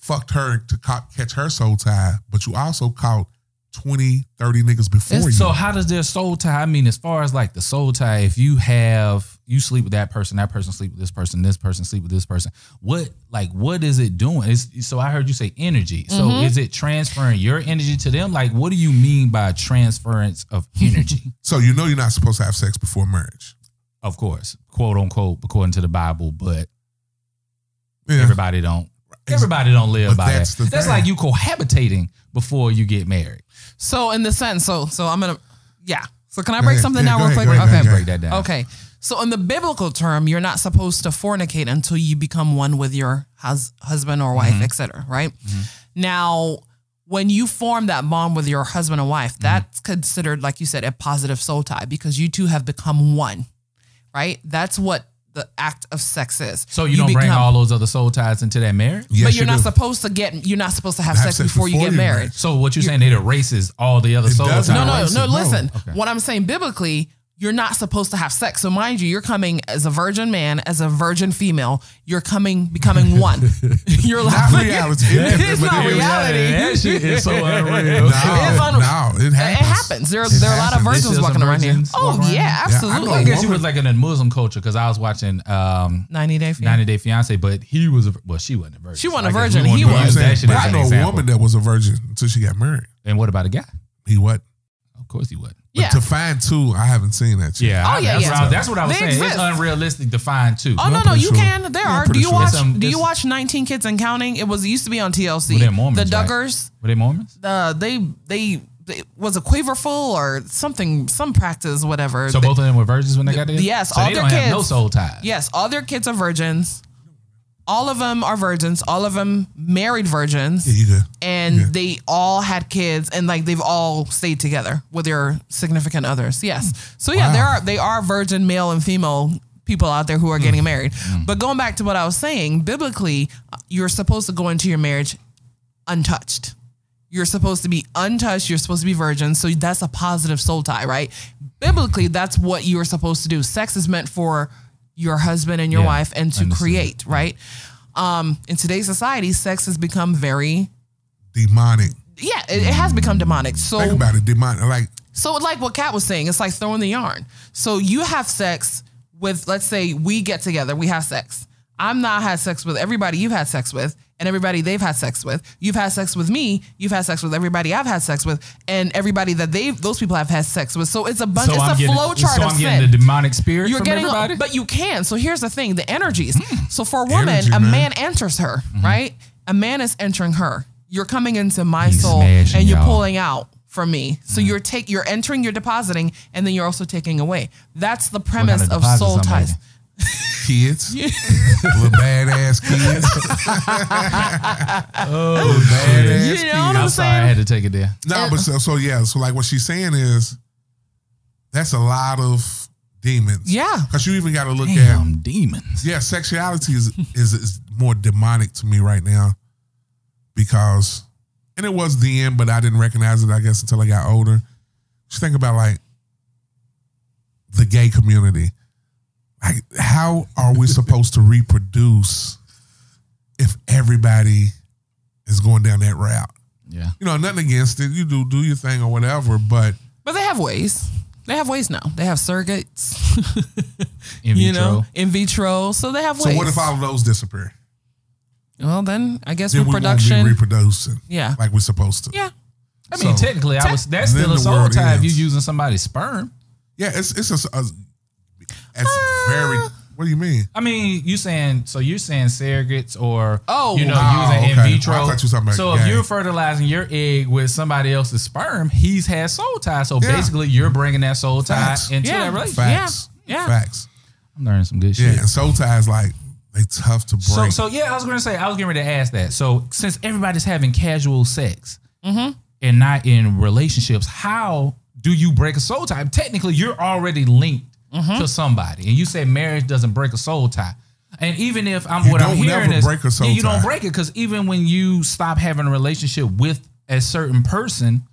Speaker 2: fucked her to co- catch her soul tie, but you also caught 20, 30 niggas before you.
Speaker 3: So how does their soul tie? I mean, as far as like the soul tie, if you have you sleep with that person, that person sleep with this person, this person sleep with this person. What like what is it doing? It's, so I heard you say energy. So is it transferring your energy to them? Like what do you mean by transference of energy?
Speaker 2: so you know you're not supposed to have sex before marriage.
Speaker 3: of course, quote unquote, according to the Bible, but
Speaker 2: Yeah.
Speaker 3: everybody don't. Everybody don't live
Speaker 2: But
Speaker 3: by
Speaker 2: that's
Speaker 3: that.
Speaker 2: the
Speaker 3: That's
Speaker 2: thing.
Speaker 3: like you cohabitating before you get married.
Speaker 1: So in the sense, so so I'm gonna, yeah. So can I
Speaker 2: Go
Speaker 1: break
Speaker 2: ahead.
Speaker 1: something
Speaker 2: Yeah,
Speaker 1: down
Speaker 2: go
Speaker 1: real quick?
Speaker 2: ahead, go ahead,
Speaker 1: okay,
Speaker 2: go ahead,
Speaker 3: Break that down.
Speaker 1: okay. So in the biblical term, you're not supposed to fornicate until you become one with your hus- husband or wife,
Speaker 3: Mm-hmm.
Speaker 1: et cetera, Right now, when you form that bond with your husband and wife,
Speaker 3: Mm-hmm.
Speaker 1: that's considered, like you said, a positive soul tie because you two have become one. Right. That's what the act of sex is.
Speaker 3: So you, don't bring
Speaker 1: become-
Speaker 3: all those other soul ties into that marriage.
Speaker 2: Yes,
Speaker 1: but you're
Speaker 2: you
Speaker 1: not
Speaker 2: do.
Speaker 1: supposed to get. You're not supposed to have,
Speaker 2: Have
Speaker 1: sex,
Speaker 2: sex
Speaker 1: before, you
Speaker 2: before
Speaker 1: get
Speaker 2: you're
Speaker 1: married.
Speaker 2: married.
Speaker 3: So what you're saying, it erases all the other
Speaker 2: It
Speaker 3: soul ties.
Speaker 2: doesn't.
Speaker 1: No, no,
Speaker 2: Listen,
Speaker 1: no.
Speaker 2: no.
Speaker 1: Listen,
Speaker 3: Okay.
Speaker 1: what I'm saying biblically, you're not supposed to have sex. So mind you, you're coming as a virgin man, as a virgin female. You're coming, becoming one. (laughs) you're
Speaker 2: Not
Speaker 1: laughing.
Speaker 2: reality.
Speaker 1: (laughs) It's
Speaker 2: but
Speaker 1: not
Speaker 2: it-
Speaker 1: reality.
Speaker 3: That shit is (laughs) so unreal.
Speaker 2: No,
Speaker 1: It's un-
Speaker 2: no,
Speaker 1: It
Speaker 2: it happens.
Speaker 1: happens. There,
Speaker 2: It
Speaker 1: there are a lot of
Speaker 2: happens.
Speaker 1: virgins
Speaker 3: They still
Speaker 1: walking
Speaker 3: some
Speaker 1: around here.
Speaker 3: virgins
Speaker 1: Oh
Speaker 3: walk around?
Speaker 1: yeah,
Speaker 2: Yeah, I
Speaker 1: absolutely.
Speaker 3: I
Speaker 2: know.
Speaker 3: guess you was like in a Muslim culture because I was watching um,
Speaker 1: Ninety day fiance.
Speaker 3: 90 Day Fiance, but he was a, well, she wasn't a virgin.
Speaker 1: She wasn't
Speaker 3: So
Speaker 1: a
Speaker 3: I guess
Speaker 1: virgin,
Speaker 3: we
Speaker 1: he
Speaker 3: wouldn't
Speaker 2: But I'm
Speaker 1: was.
Speaker 3: use
Speaker 2: saying,
Speaker 3: that shit
Speaker 2: but
Speaker 3: as
Speaker 2: I
Speaker 3: an
Speaker 2: know a
Speaker 3: example.
Speaker 2: woman that was a virgin until she got married.
Speaker 3: And what about a guy?
Speaker 2: He what?
Speaker 3: Of course he would.
Speaker 2: But
Speaker 1: Yeah.
Speaker 2: to find two, I haven't seen that. Yet.
Speaker 3: Yeah.
Speaker 1: Oh,
Speaker 3: I-
Speaker 1: yeah,
Speaker 3: that's
Speaker 1: yeah.
Speaker 3: What I, was- that's what I was
Speaker 1: They
Speaker 3: saying.
Speaker 1: exist.
Speaker 3: It's unrealistic to find two.
Speaker 1: Oh
Speaker 2: I'm
Speaker 1: no no
Speaker 2: pretty
Speaker 1: you
Speaker 2: sure.
Speaker 1: can there
Speaker 2: Yeah, I'm
Speaker 1: are do
Speaker 2: pretty
Speaker 1: you
Speaker 2: sure.
Speaker 1: watch
Speaker 3: There's some-
Speaker 1: do you
Speaker 3: there's-
Speaker 1: watch 19 kids and counting it was it used to be on TLC
Speaker 3: Well, they're Mormons,
Speaker 1: the
Speaker 3: right?
Speaker 1: Duggars
Speaker 3: Were they Mormons?
Speaker 1: uh, they they they was a quaverful or something some practice whatever
Speaker 3: So
Speaker 1: They-
Speaker 3: both of them were virgins when they got there?
Speaker 1: yes,
Speaker 3: So
Speaker 1: all
Speaker 3: they
Speaker 1: their
Speaker 3: don't have no
Speaker 1: kids-
Speaker 3: soul ties.
Speaker 1: Yes, all their kids are virgins. All of them are virgins. All of them married virgins.
Speaker 2: Yeah, you good.
Speaker 1: And they all had kids, and like they've all stayed together with their significant others. Yes, so yeah,
Speaker 2: Wow.
Speaker 1: there are they are virgin male and female people out there who are getting married. But going back to what I was saying, biblically, you're supposed to go into your marriage untouched. You're supposed to be untouched. You're supposed to be virgin. So that's a positive soul tie, right? Biblically, that's what you are supposed to do. Sex is meant for your husband and your
Speaker 3: Yeah,
Speaker 1: wife and to
Speaker 3: understood.
Speaker 1: create, right? Um, in today's society, sex has become very,
Speaker 2: Demonic.
Speaker 1: yeah, it, it has become demonic.
Speaker 2: Think
Speaker 1: So,
Speaker 2: about it. Demonic. Like
Speaker 1: so like what Kat was saying, it's like throwing the yarn. So you have sex with, let's say we get together, we have sex. I'm not had sex with everybody you've had sex with and everybody they've had sex with. You've had sex with me, you've had sex with everybody I've had sex with, and everybody that they've those people have had sex with. So it's a bunch
Speaker 3: So
Speaker 1: it's
Speaker 3: I'm
Speaker 1: a
Speaker 3: getting,
Speaker 1: flow chart
Speaker 3: so
Speaker 1: of
Speaker 3: I'm
Speaker 1: sin.
Speaker 3: getting the demonic spirit
Speaker 1: You're
Speaker 3: from
Speaker 1: getting,
Speaker 3: everybody?
Speaker 1: but you can. So here's the thing: the energies. So for a woman,
Speaker 2: Energy,
Speaker 1: a
Speaker 2: man.
Speaker 1: man enters her, right? A man is entering her. You're coming into my
Speaker 3: He's
Speaker 1: soul,
Speaker 3: smashing
Speaker 1: and you're
Speaker 3: y'all.
Speaker 1: pulling out from me. So you're take, you're entering, you're depositing, and then you're also taking away. That's the
Speaker 3: kind
Speaker 1: premise
Speaker 3: of
Speaker 1: of
Speaker 3: deposit
Speaker 1: soul
Speaker 3: somebody?
Speaker 1: ties. (laughs)
Speaker 2: kids, (laughs) little badass kids. oh, badass
Speaker 1: You know what I'm
Speaker 3: I'm
Speaker 2: kids.
Speaker 3: sorry, I had to take it there.
Speaker 2: No, but so, so yeah. So like what she's saying is, that's a lot of demons.
Speaker 1: Yeah.
Speaker 2: Because you even got to look at
Speaker 3: Damn demons.
Speaker 2: yeah, sexuality is, is is more demonic to me right now because, and it was the end, but I didn't recognize it. I guess until I got older. Just think about like the gay community. Like, how are we supposed to reproduce if everybody is going down that route?
Speaker 3: Yeah.
Speaker 2: You know, nothing against it. You do do your thing or whatever, but
Speaker 1: But they have ways. They have ways now. They have surrogates, (laughs)
Speaker 3: In
Speaker 1: you
Speaker 3: vitro.
Speaker 1: know, in vitro. So they have
Speaker 2: so
Speaker 1: ways.
Speaker 2: what if all of those disappear?
Speaker 1: Well, then I guess
Speaker 2: Then we won't be
Speaker 1: reproduction.
Speaker 2: reproducing
Speaker 1: Yeah.
Speaker 2: like we're supposed to.
Speaker 1: yeah.
Speaker 3: I mean,
Speaker 2: So-
Speaker 3: technically, I was. That's
Speaker 2: Then
Speaker 3: still a
Speaker 2: the
Speaker 3: soul
Speaker 2: world
Speaker 3: tie if you
Speaker 2: ends.
Speaker 3: using somebody's sperm.
Speaker 2: Yeah, it's it's a, a it's
Speaker 3: Uh,
Speaker 2: very. What do you mean?
Speaker 3: I mean, you saying so? You're saying surrogates or
Speaker 1: Oh,
Speaker 3: you know,
Speaker 2: wow.
Speaker 3: using
Speaker 2: Okay.
Speaker 3: in vitro.
Speaker 2: I thought you was talking about
Speaker 3: so if
Speaker 2: gay.
Speaker 3: you're fertilizing your egg with somebody else's sperm, he's had soul tie. So
Speaker 2: Yeah.
Speaker 3: basically, you're bringing that soul tie
Speaker 2: Facts.
Speaker 3: into
Speaker 1: Yeah.
Speaker 3: that relationship.
Speaker 2: Facts.
Speaker 1: Yeah.
Speaker 2: Facts.
Speaker 3: I'm learning some good
Speaker 2: Yeah,
Speaker 3: shit.
Speaker 2: and soul ties like they tough to
Speaker 3: So,
Speaker 2: break.
Speaker 3: so yeah, I was going to say I was getting ready to ask that. So since everybody's having casual sex, and not in relationships, how do you break a soul tie? Technically, you're already linked to somebody, and you said marriage doesn't break a soul tie. And even if I'm
Speaker 2: You
Speaker 3: what I'm
Speaker 2: don't
Speaker 3: hearing
Speaker 2: never
Speaker 3: is
Speaker 2: break a soul
Speaker 3: yeah, you don't
Speaker 2: tie.
Speaker 3: break it because even when you stop having a relationship with a certain person,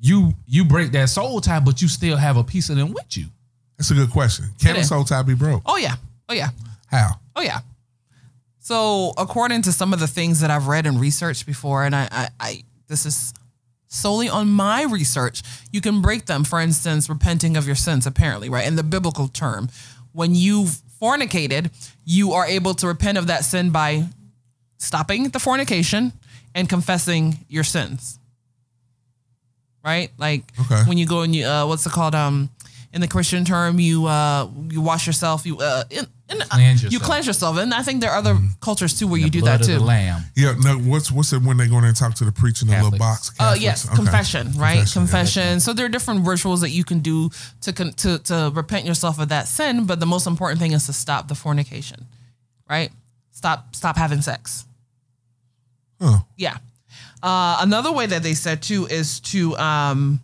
Speaker 3: you you break that soul tie, but you still have a piece of them with you.
Speaker 2: That's a good question. Can
Speaker 1: Yeah.
Speaker 2: a soul tie be broke?
Speaker 1: Oh yeah. Oh yeah.
Speaker 2: How?
Speaker 1: Oh yeah. So according to some of the things that I've read and researched before, and I, I, I this is solely on my research, you can break them. For instance, repenting of your sins, apparently, right? In the biblical term, when you fornicated, you are able to repent of that sin by stopping the fornication and confessing your sins. Right? Like
Speaker 2: Okay.
Speaker 1: when you go and you uh what's it called um in the Christian term you uh you wash yourself you uh in, in,
Speaker 3: Cleanse
Speaker 1: you
Speaker 3: yourself.
Speaker 1: cleanse yourself and I think there are other cultures too where you do that
Speaker 3: Blood of the
Speaker 1: too.
Speaker 3: lamb.
Speaker 2: Yeah, no, what's what's it when they go in there and talk to the preacher in the little
Speaker 3: Catholics. Uh,
Speaker 2: box?
Speaker 1: Oh
Speaker 2: Catholics,
Speaker 1: yes,
Speaker 2: okay.
Speaker 1: confession, right? Confession.
Speaker 2: yeah.
Speaker 1: So there are different rituals that you can do to con- to to repent yourself of that sin, but the most important thing is to stop the fornication, right? Stop stop having sex.
Speaker 2: Huh.
Speaker 1: Yeah. Uh, another way that they said too is to um,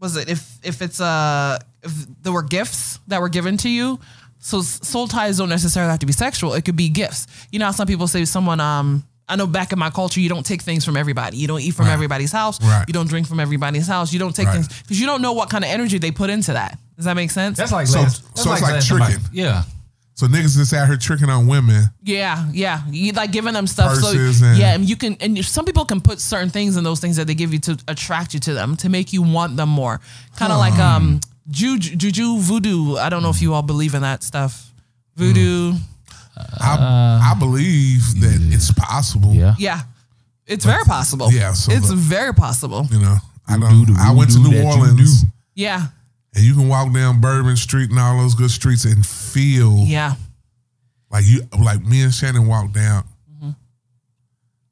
Speaker 1: was it if if it's uh if there were gifts that were given to you, so s- soul ties don't necessarily have to be sexual. It could be gifts. You know, how some people say someone um. I know back in my culture, you don't take things from everybody. You don't eat from everybody's house.
Speaker 2: Right.
Speaker 1: You don't drink from everybody's house. You don't take
Speaker 2: Right.
Speaker 1: things because you don't know what kind of energy they put into that. Does that make sense?
Speaker 3: That's like
Speaker 2: So-
Speaker 3: last-
Speaker 2: so it's like
Speaker 3: last night.
Speaker 2: tricking.
Speaker 3: Yeah.
Speaker 2: So niggas just out here tricking on women.
Speaker 1: Yeah, yeah. You like giving them stuff.
Speaker 2: Purses
Speaker 1: so
Speaker 2: and-
Speaker 1: yeah, and you can and some people can put certain things in those things that they give you to attract you to them to make you want them more. Kind of like um juju, juju voodoo. I don't know if you all believe in that stuff.
Speaker 2: Hmm.
Speaker 1: Voodoo.
Speaker 2: I I believe that it's possible.
Speaker 3: Uh-huh. Yeah.
Speaker 1: Yeah. It's very possible.
Speaker 2: yeah, so
Speaker 1: it's
Speaker 2: the-
Speaker 1: very possible.
Speaker 2: You know, I
Speaker 3: do
Speaker 2: don't.
Speaker 3: the
Speaker 2: I went to
Speaker 3: voodoo
Speaker 2: New
Speaker 3: that you
Speaker 2: Orleans,
Speaker 3: do.
Speaker 1: Yeah.
Speaker 2: and you can walk down Bourbon Street and all those good streets and feel
Speaker 1: Yeah.
Speaker 2: like you like me and Shannon walked down,
Speaker 1: Mm-hmm.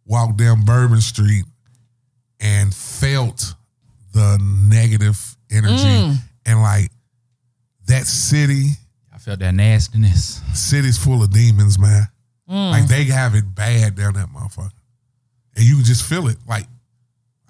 Speaker 2: walked down Bourbon Street, and felt the negative energy
Speaker 1: Mm.
Speaker 2: and like that city.
Speaker 3: I felt that nastiness.
Speaker 2: city's full of demons, man.
Speaker 1: Mm.
Speaker 2: Like they have it bad down that motherfucker. And you can just feel it. Like,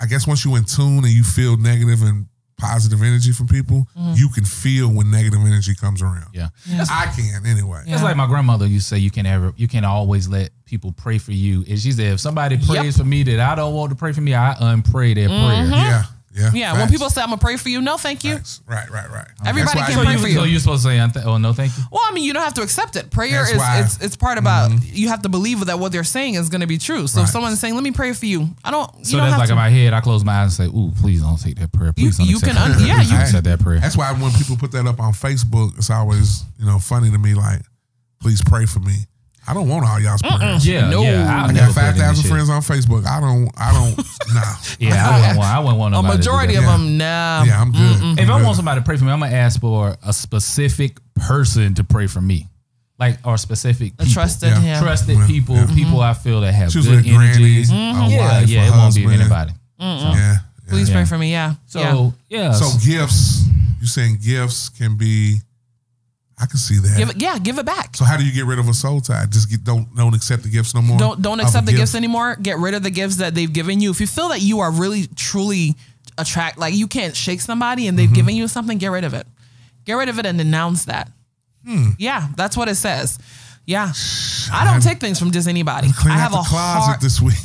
Speaker 2: I guess once you in tune and you feel negative and positive energy from people,
Speaker 1: Mm-hmm.
Speaker 2: you can feel when negative energy comes around.
Speaker 3: Yeah.
Speaker 2: I can anyway.
Speaker 1: Yeah.
Speaker 3: It's like my grandmother used to say, you can ever, you can always let people pray for you. And she said, if somebody prays for me that I don't want to pray for me, I unpray their
Speaker 1: Mm-hmm.
Speaker 3: prayer.
Speaker 2: Yeah. Yeah.
Speaker 1: Yeah. When
Speaker 2: Facts.
Speaker 1: people say I'm gonna pray for you, no, thank you.
Speaker 2: Facts. Right, right, right.
Speaker 1: Everybody
Speaker 2: That's why
Speaker 1: can pray
Speaker 2: I do-
Speaker 1: for you.
Speaker 3: So you're supposed to say, "Unth- oh no, thank you.
Speaker 1: Well, I mean, you don't have to accept it. Prayer
Speaker 2: That's
Speaker 1: is
Speaker 2: why- Mm-hmm.
Speaker 1: it's it's part about you have to believe that what they're saying is going to be true. So if
Speaker 2: Right.
Speaker 1: someone's saying, "Let me pray for you," I don't. You
Speaker 3: So
Speaker 1: don't
Speaker 3: that's
Speaker 1: have
Speaker 3: like
Speaker 1: to.
Speaker 3: in my head, I close my eyes and say, ooh, please don't take that prayer. Please
Speaker 1: you
Speaker 3: don't accept
Speaker 1: can
Speaker 3: that
Speaker 1: un-
Speaker 3: prayer.
Speaker 1: yeah,
Speaker 3: Please
Speaker 1: you-
Speaker 3: don't accept that prayer.
Speaker 2: That's why when people put that up on Facebook, it's always, you know, funny to me, like, please pray for me. I don't want all y'all's prayers.
Speaker 3: Yeah,
Speaker 1: No.
Speaker 3: yeah.
Speaker 2: I got five thousand friends on Facebook. I don't. I don't. nah.
Speaker 3: (laughs) Yeah, I wouldn't want. I wouldn't want
Speaker 1: a
Speaker 3: nobody to do
Speaker 1: majority
Speaker 3: that.
Speaker 1: of
Speaker 2: Yeah.
Speaker 1: them, no.
Speaker 2: Yeah, I'm good. I'm
Speaker 3: If I
Speaker 2: good.
Speaker 3: want somebody to pray for me, I'm gonna ask for a specific person to pray for me, like or specific
Speaker 1: A
Speaker 3: people.
Speaker 1: trusted
Speaker 2: Yeah.
Speaker 1: him.
Speaker 3: trusted
Speaker 2: Yeah.
Speaker 3: people,
Speaker 2: Yeah.
Speaker 3: people
Speaker 1: Mm-hmm.
Speaker 3: I feel that have
Speaker 2: She was
Speaker 3: good
Speaker 2: with
Speaker 3: energy. Mm-hmm.
Speaker 2: grannies, a
Speaker 3: Yeah,
Speaker 2: wife,
Speaker 3: yeah,
Speaker 2: a
Speaker 3: it won't be
Speaker 2: husband.
Speaker 3: anybody.
Speaker 2: Yeah. yeah.
Speaker 1: Please pray
Speaker 3: Yeah.
Speaker 1: for me. Yeah.
Speaker 3: So
Speaker 1: yeah.
Speaker 3: yeah,
Speaker 2: So gifts. You saying gifts can be? I can see that.
Speaker 1: Give it. Yeah. Give it back.
Speaker 2: so how do you get rid of a soul tie? Just get, don't don't accept the gifts no more.
Speaker 1: don't don't
Speaker 2: Of a
Speaker 1: accept the
Speaker 2: gift?
Speaker 1: gifts anymore. Get rid of the gifts that they've given you. If you feel that you are really truly attract, like you can't shake somebody and they've
Speaker 2: Mm-hmm.
Speaker 1: given you something, get rid of it. Get rid of it and denounce that.
Speaker 2: Hmm.
Speaker 1: Yeah, that's what it says. Yeah, I don't take things from just anybody.
Speaker 2: Clean
Speaker 1: I have
Speaker 2: out
Speaker 1: a
Speaker 2: the closet
Speaker 1: heart.
Speaker 2: this week.
Speaker 1: (laughs)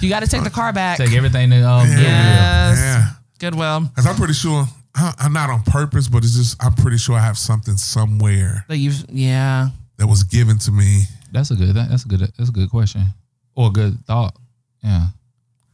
Speaker 1: You got to take the car back.
Speaker 3: take everything to um, Goodwill.
Speaker 1: Yes.
Speaker 2: yeah.
Speaker 1: Goodwill
Speaker 2: Cause I'm pretty sure I- I'm not on purpose, but it's just I'm pretty sure I have something somewhere
Speaker 1: that you've yeah.
Speaker 2: that was given to me.
Speaker 3: That's a good. That, that's a good. That's a good question or a good thought. Yeah,
Speaker 1: I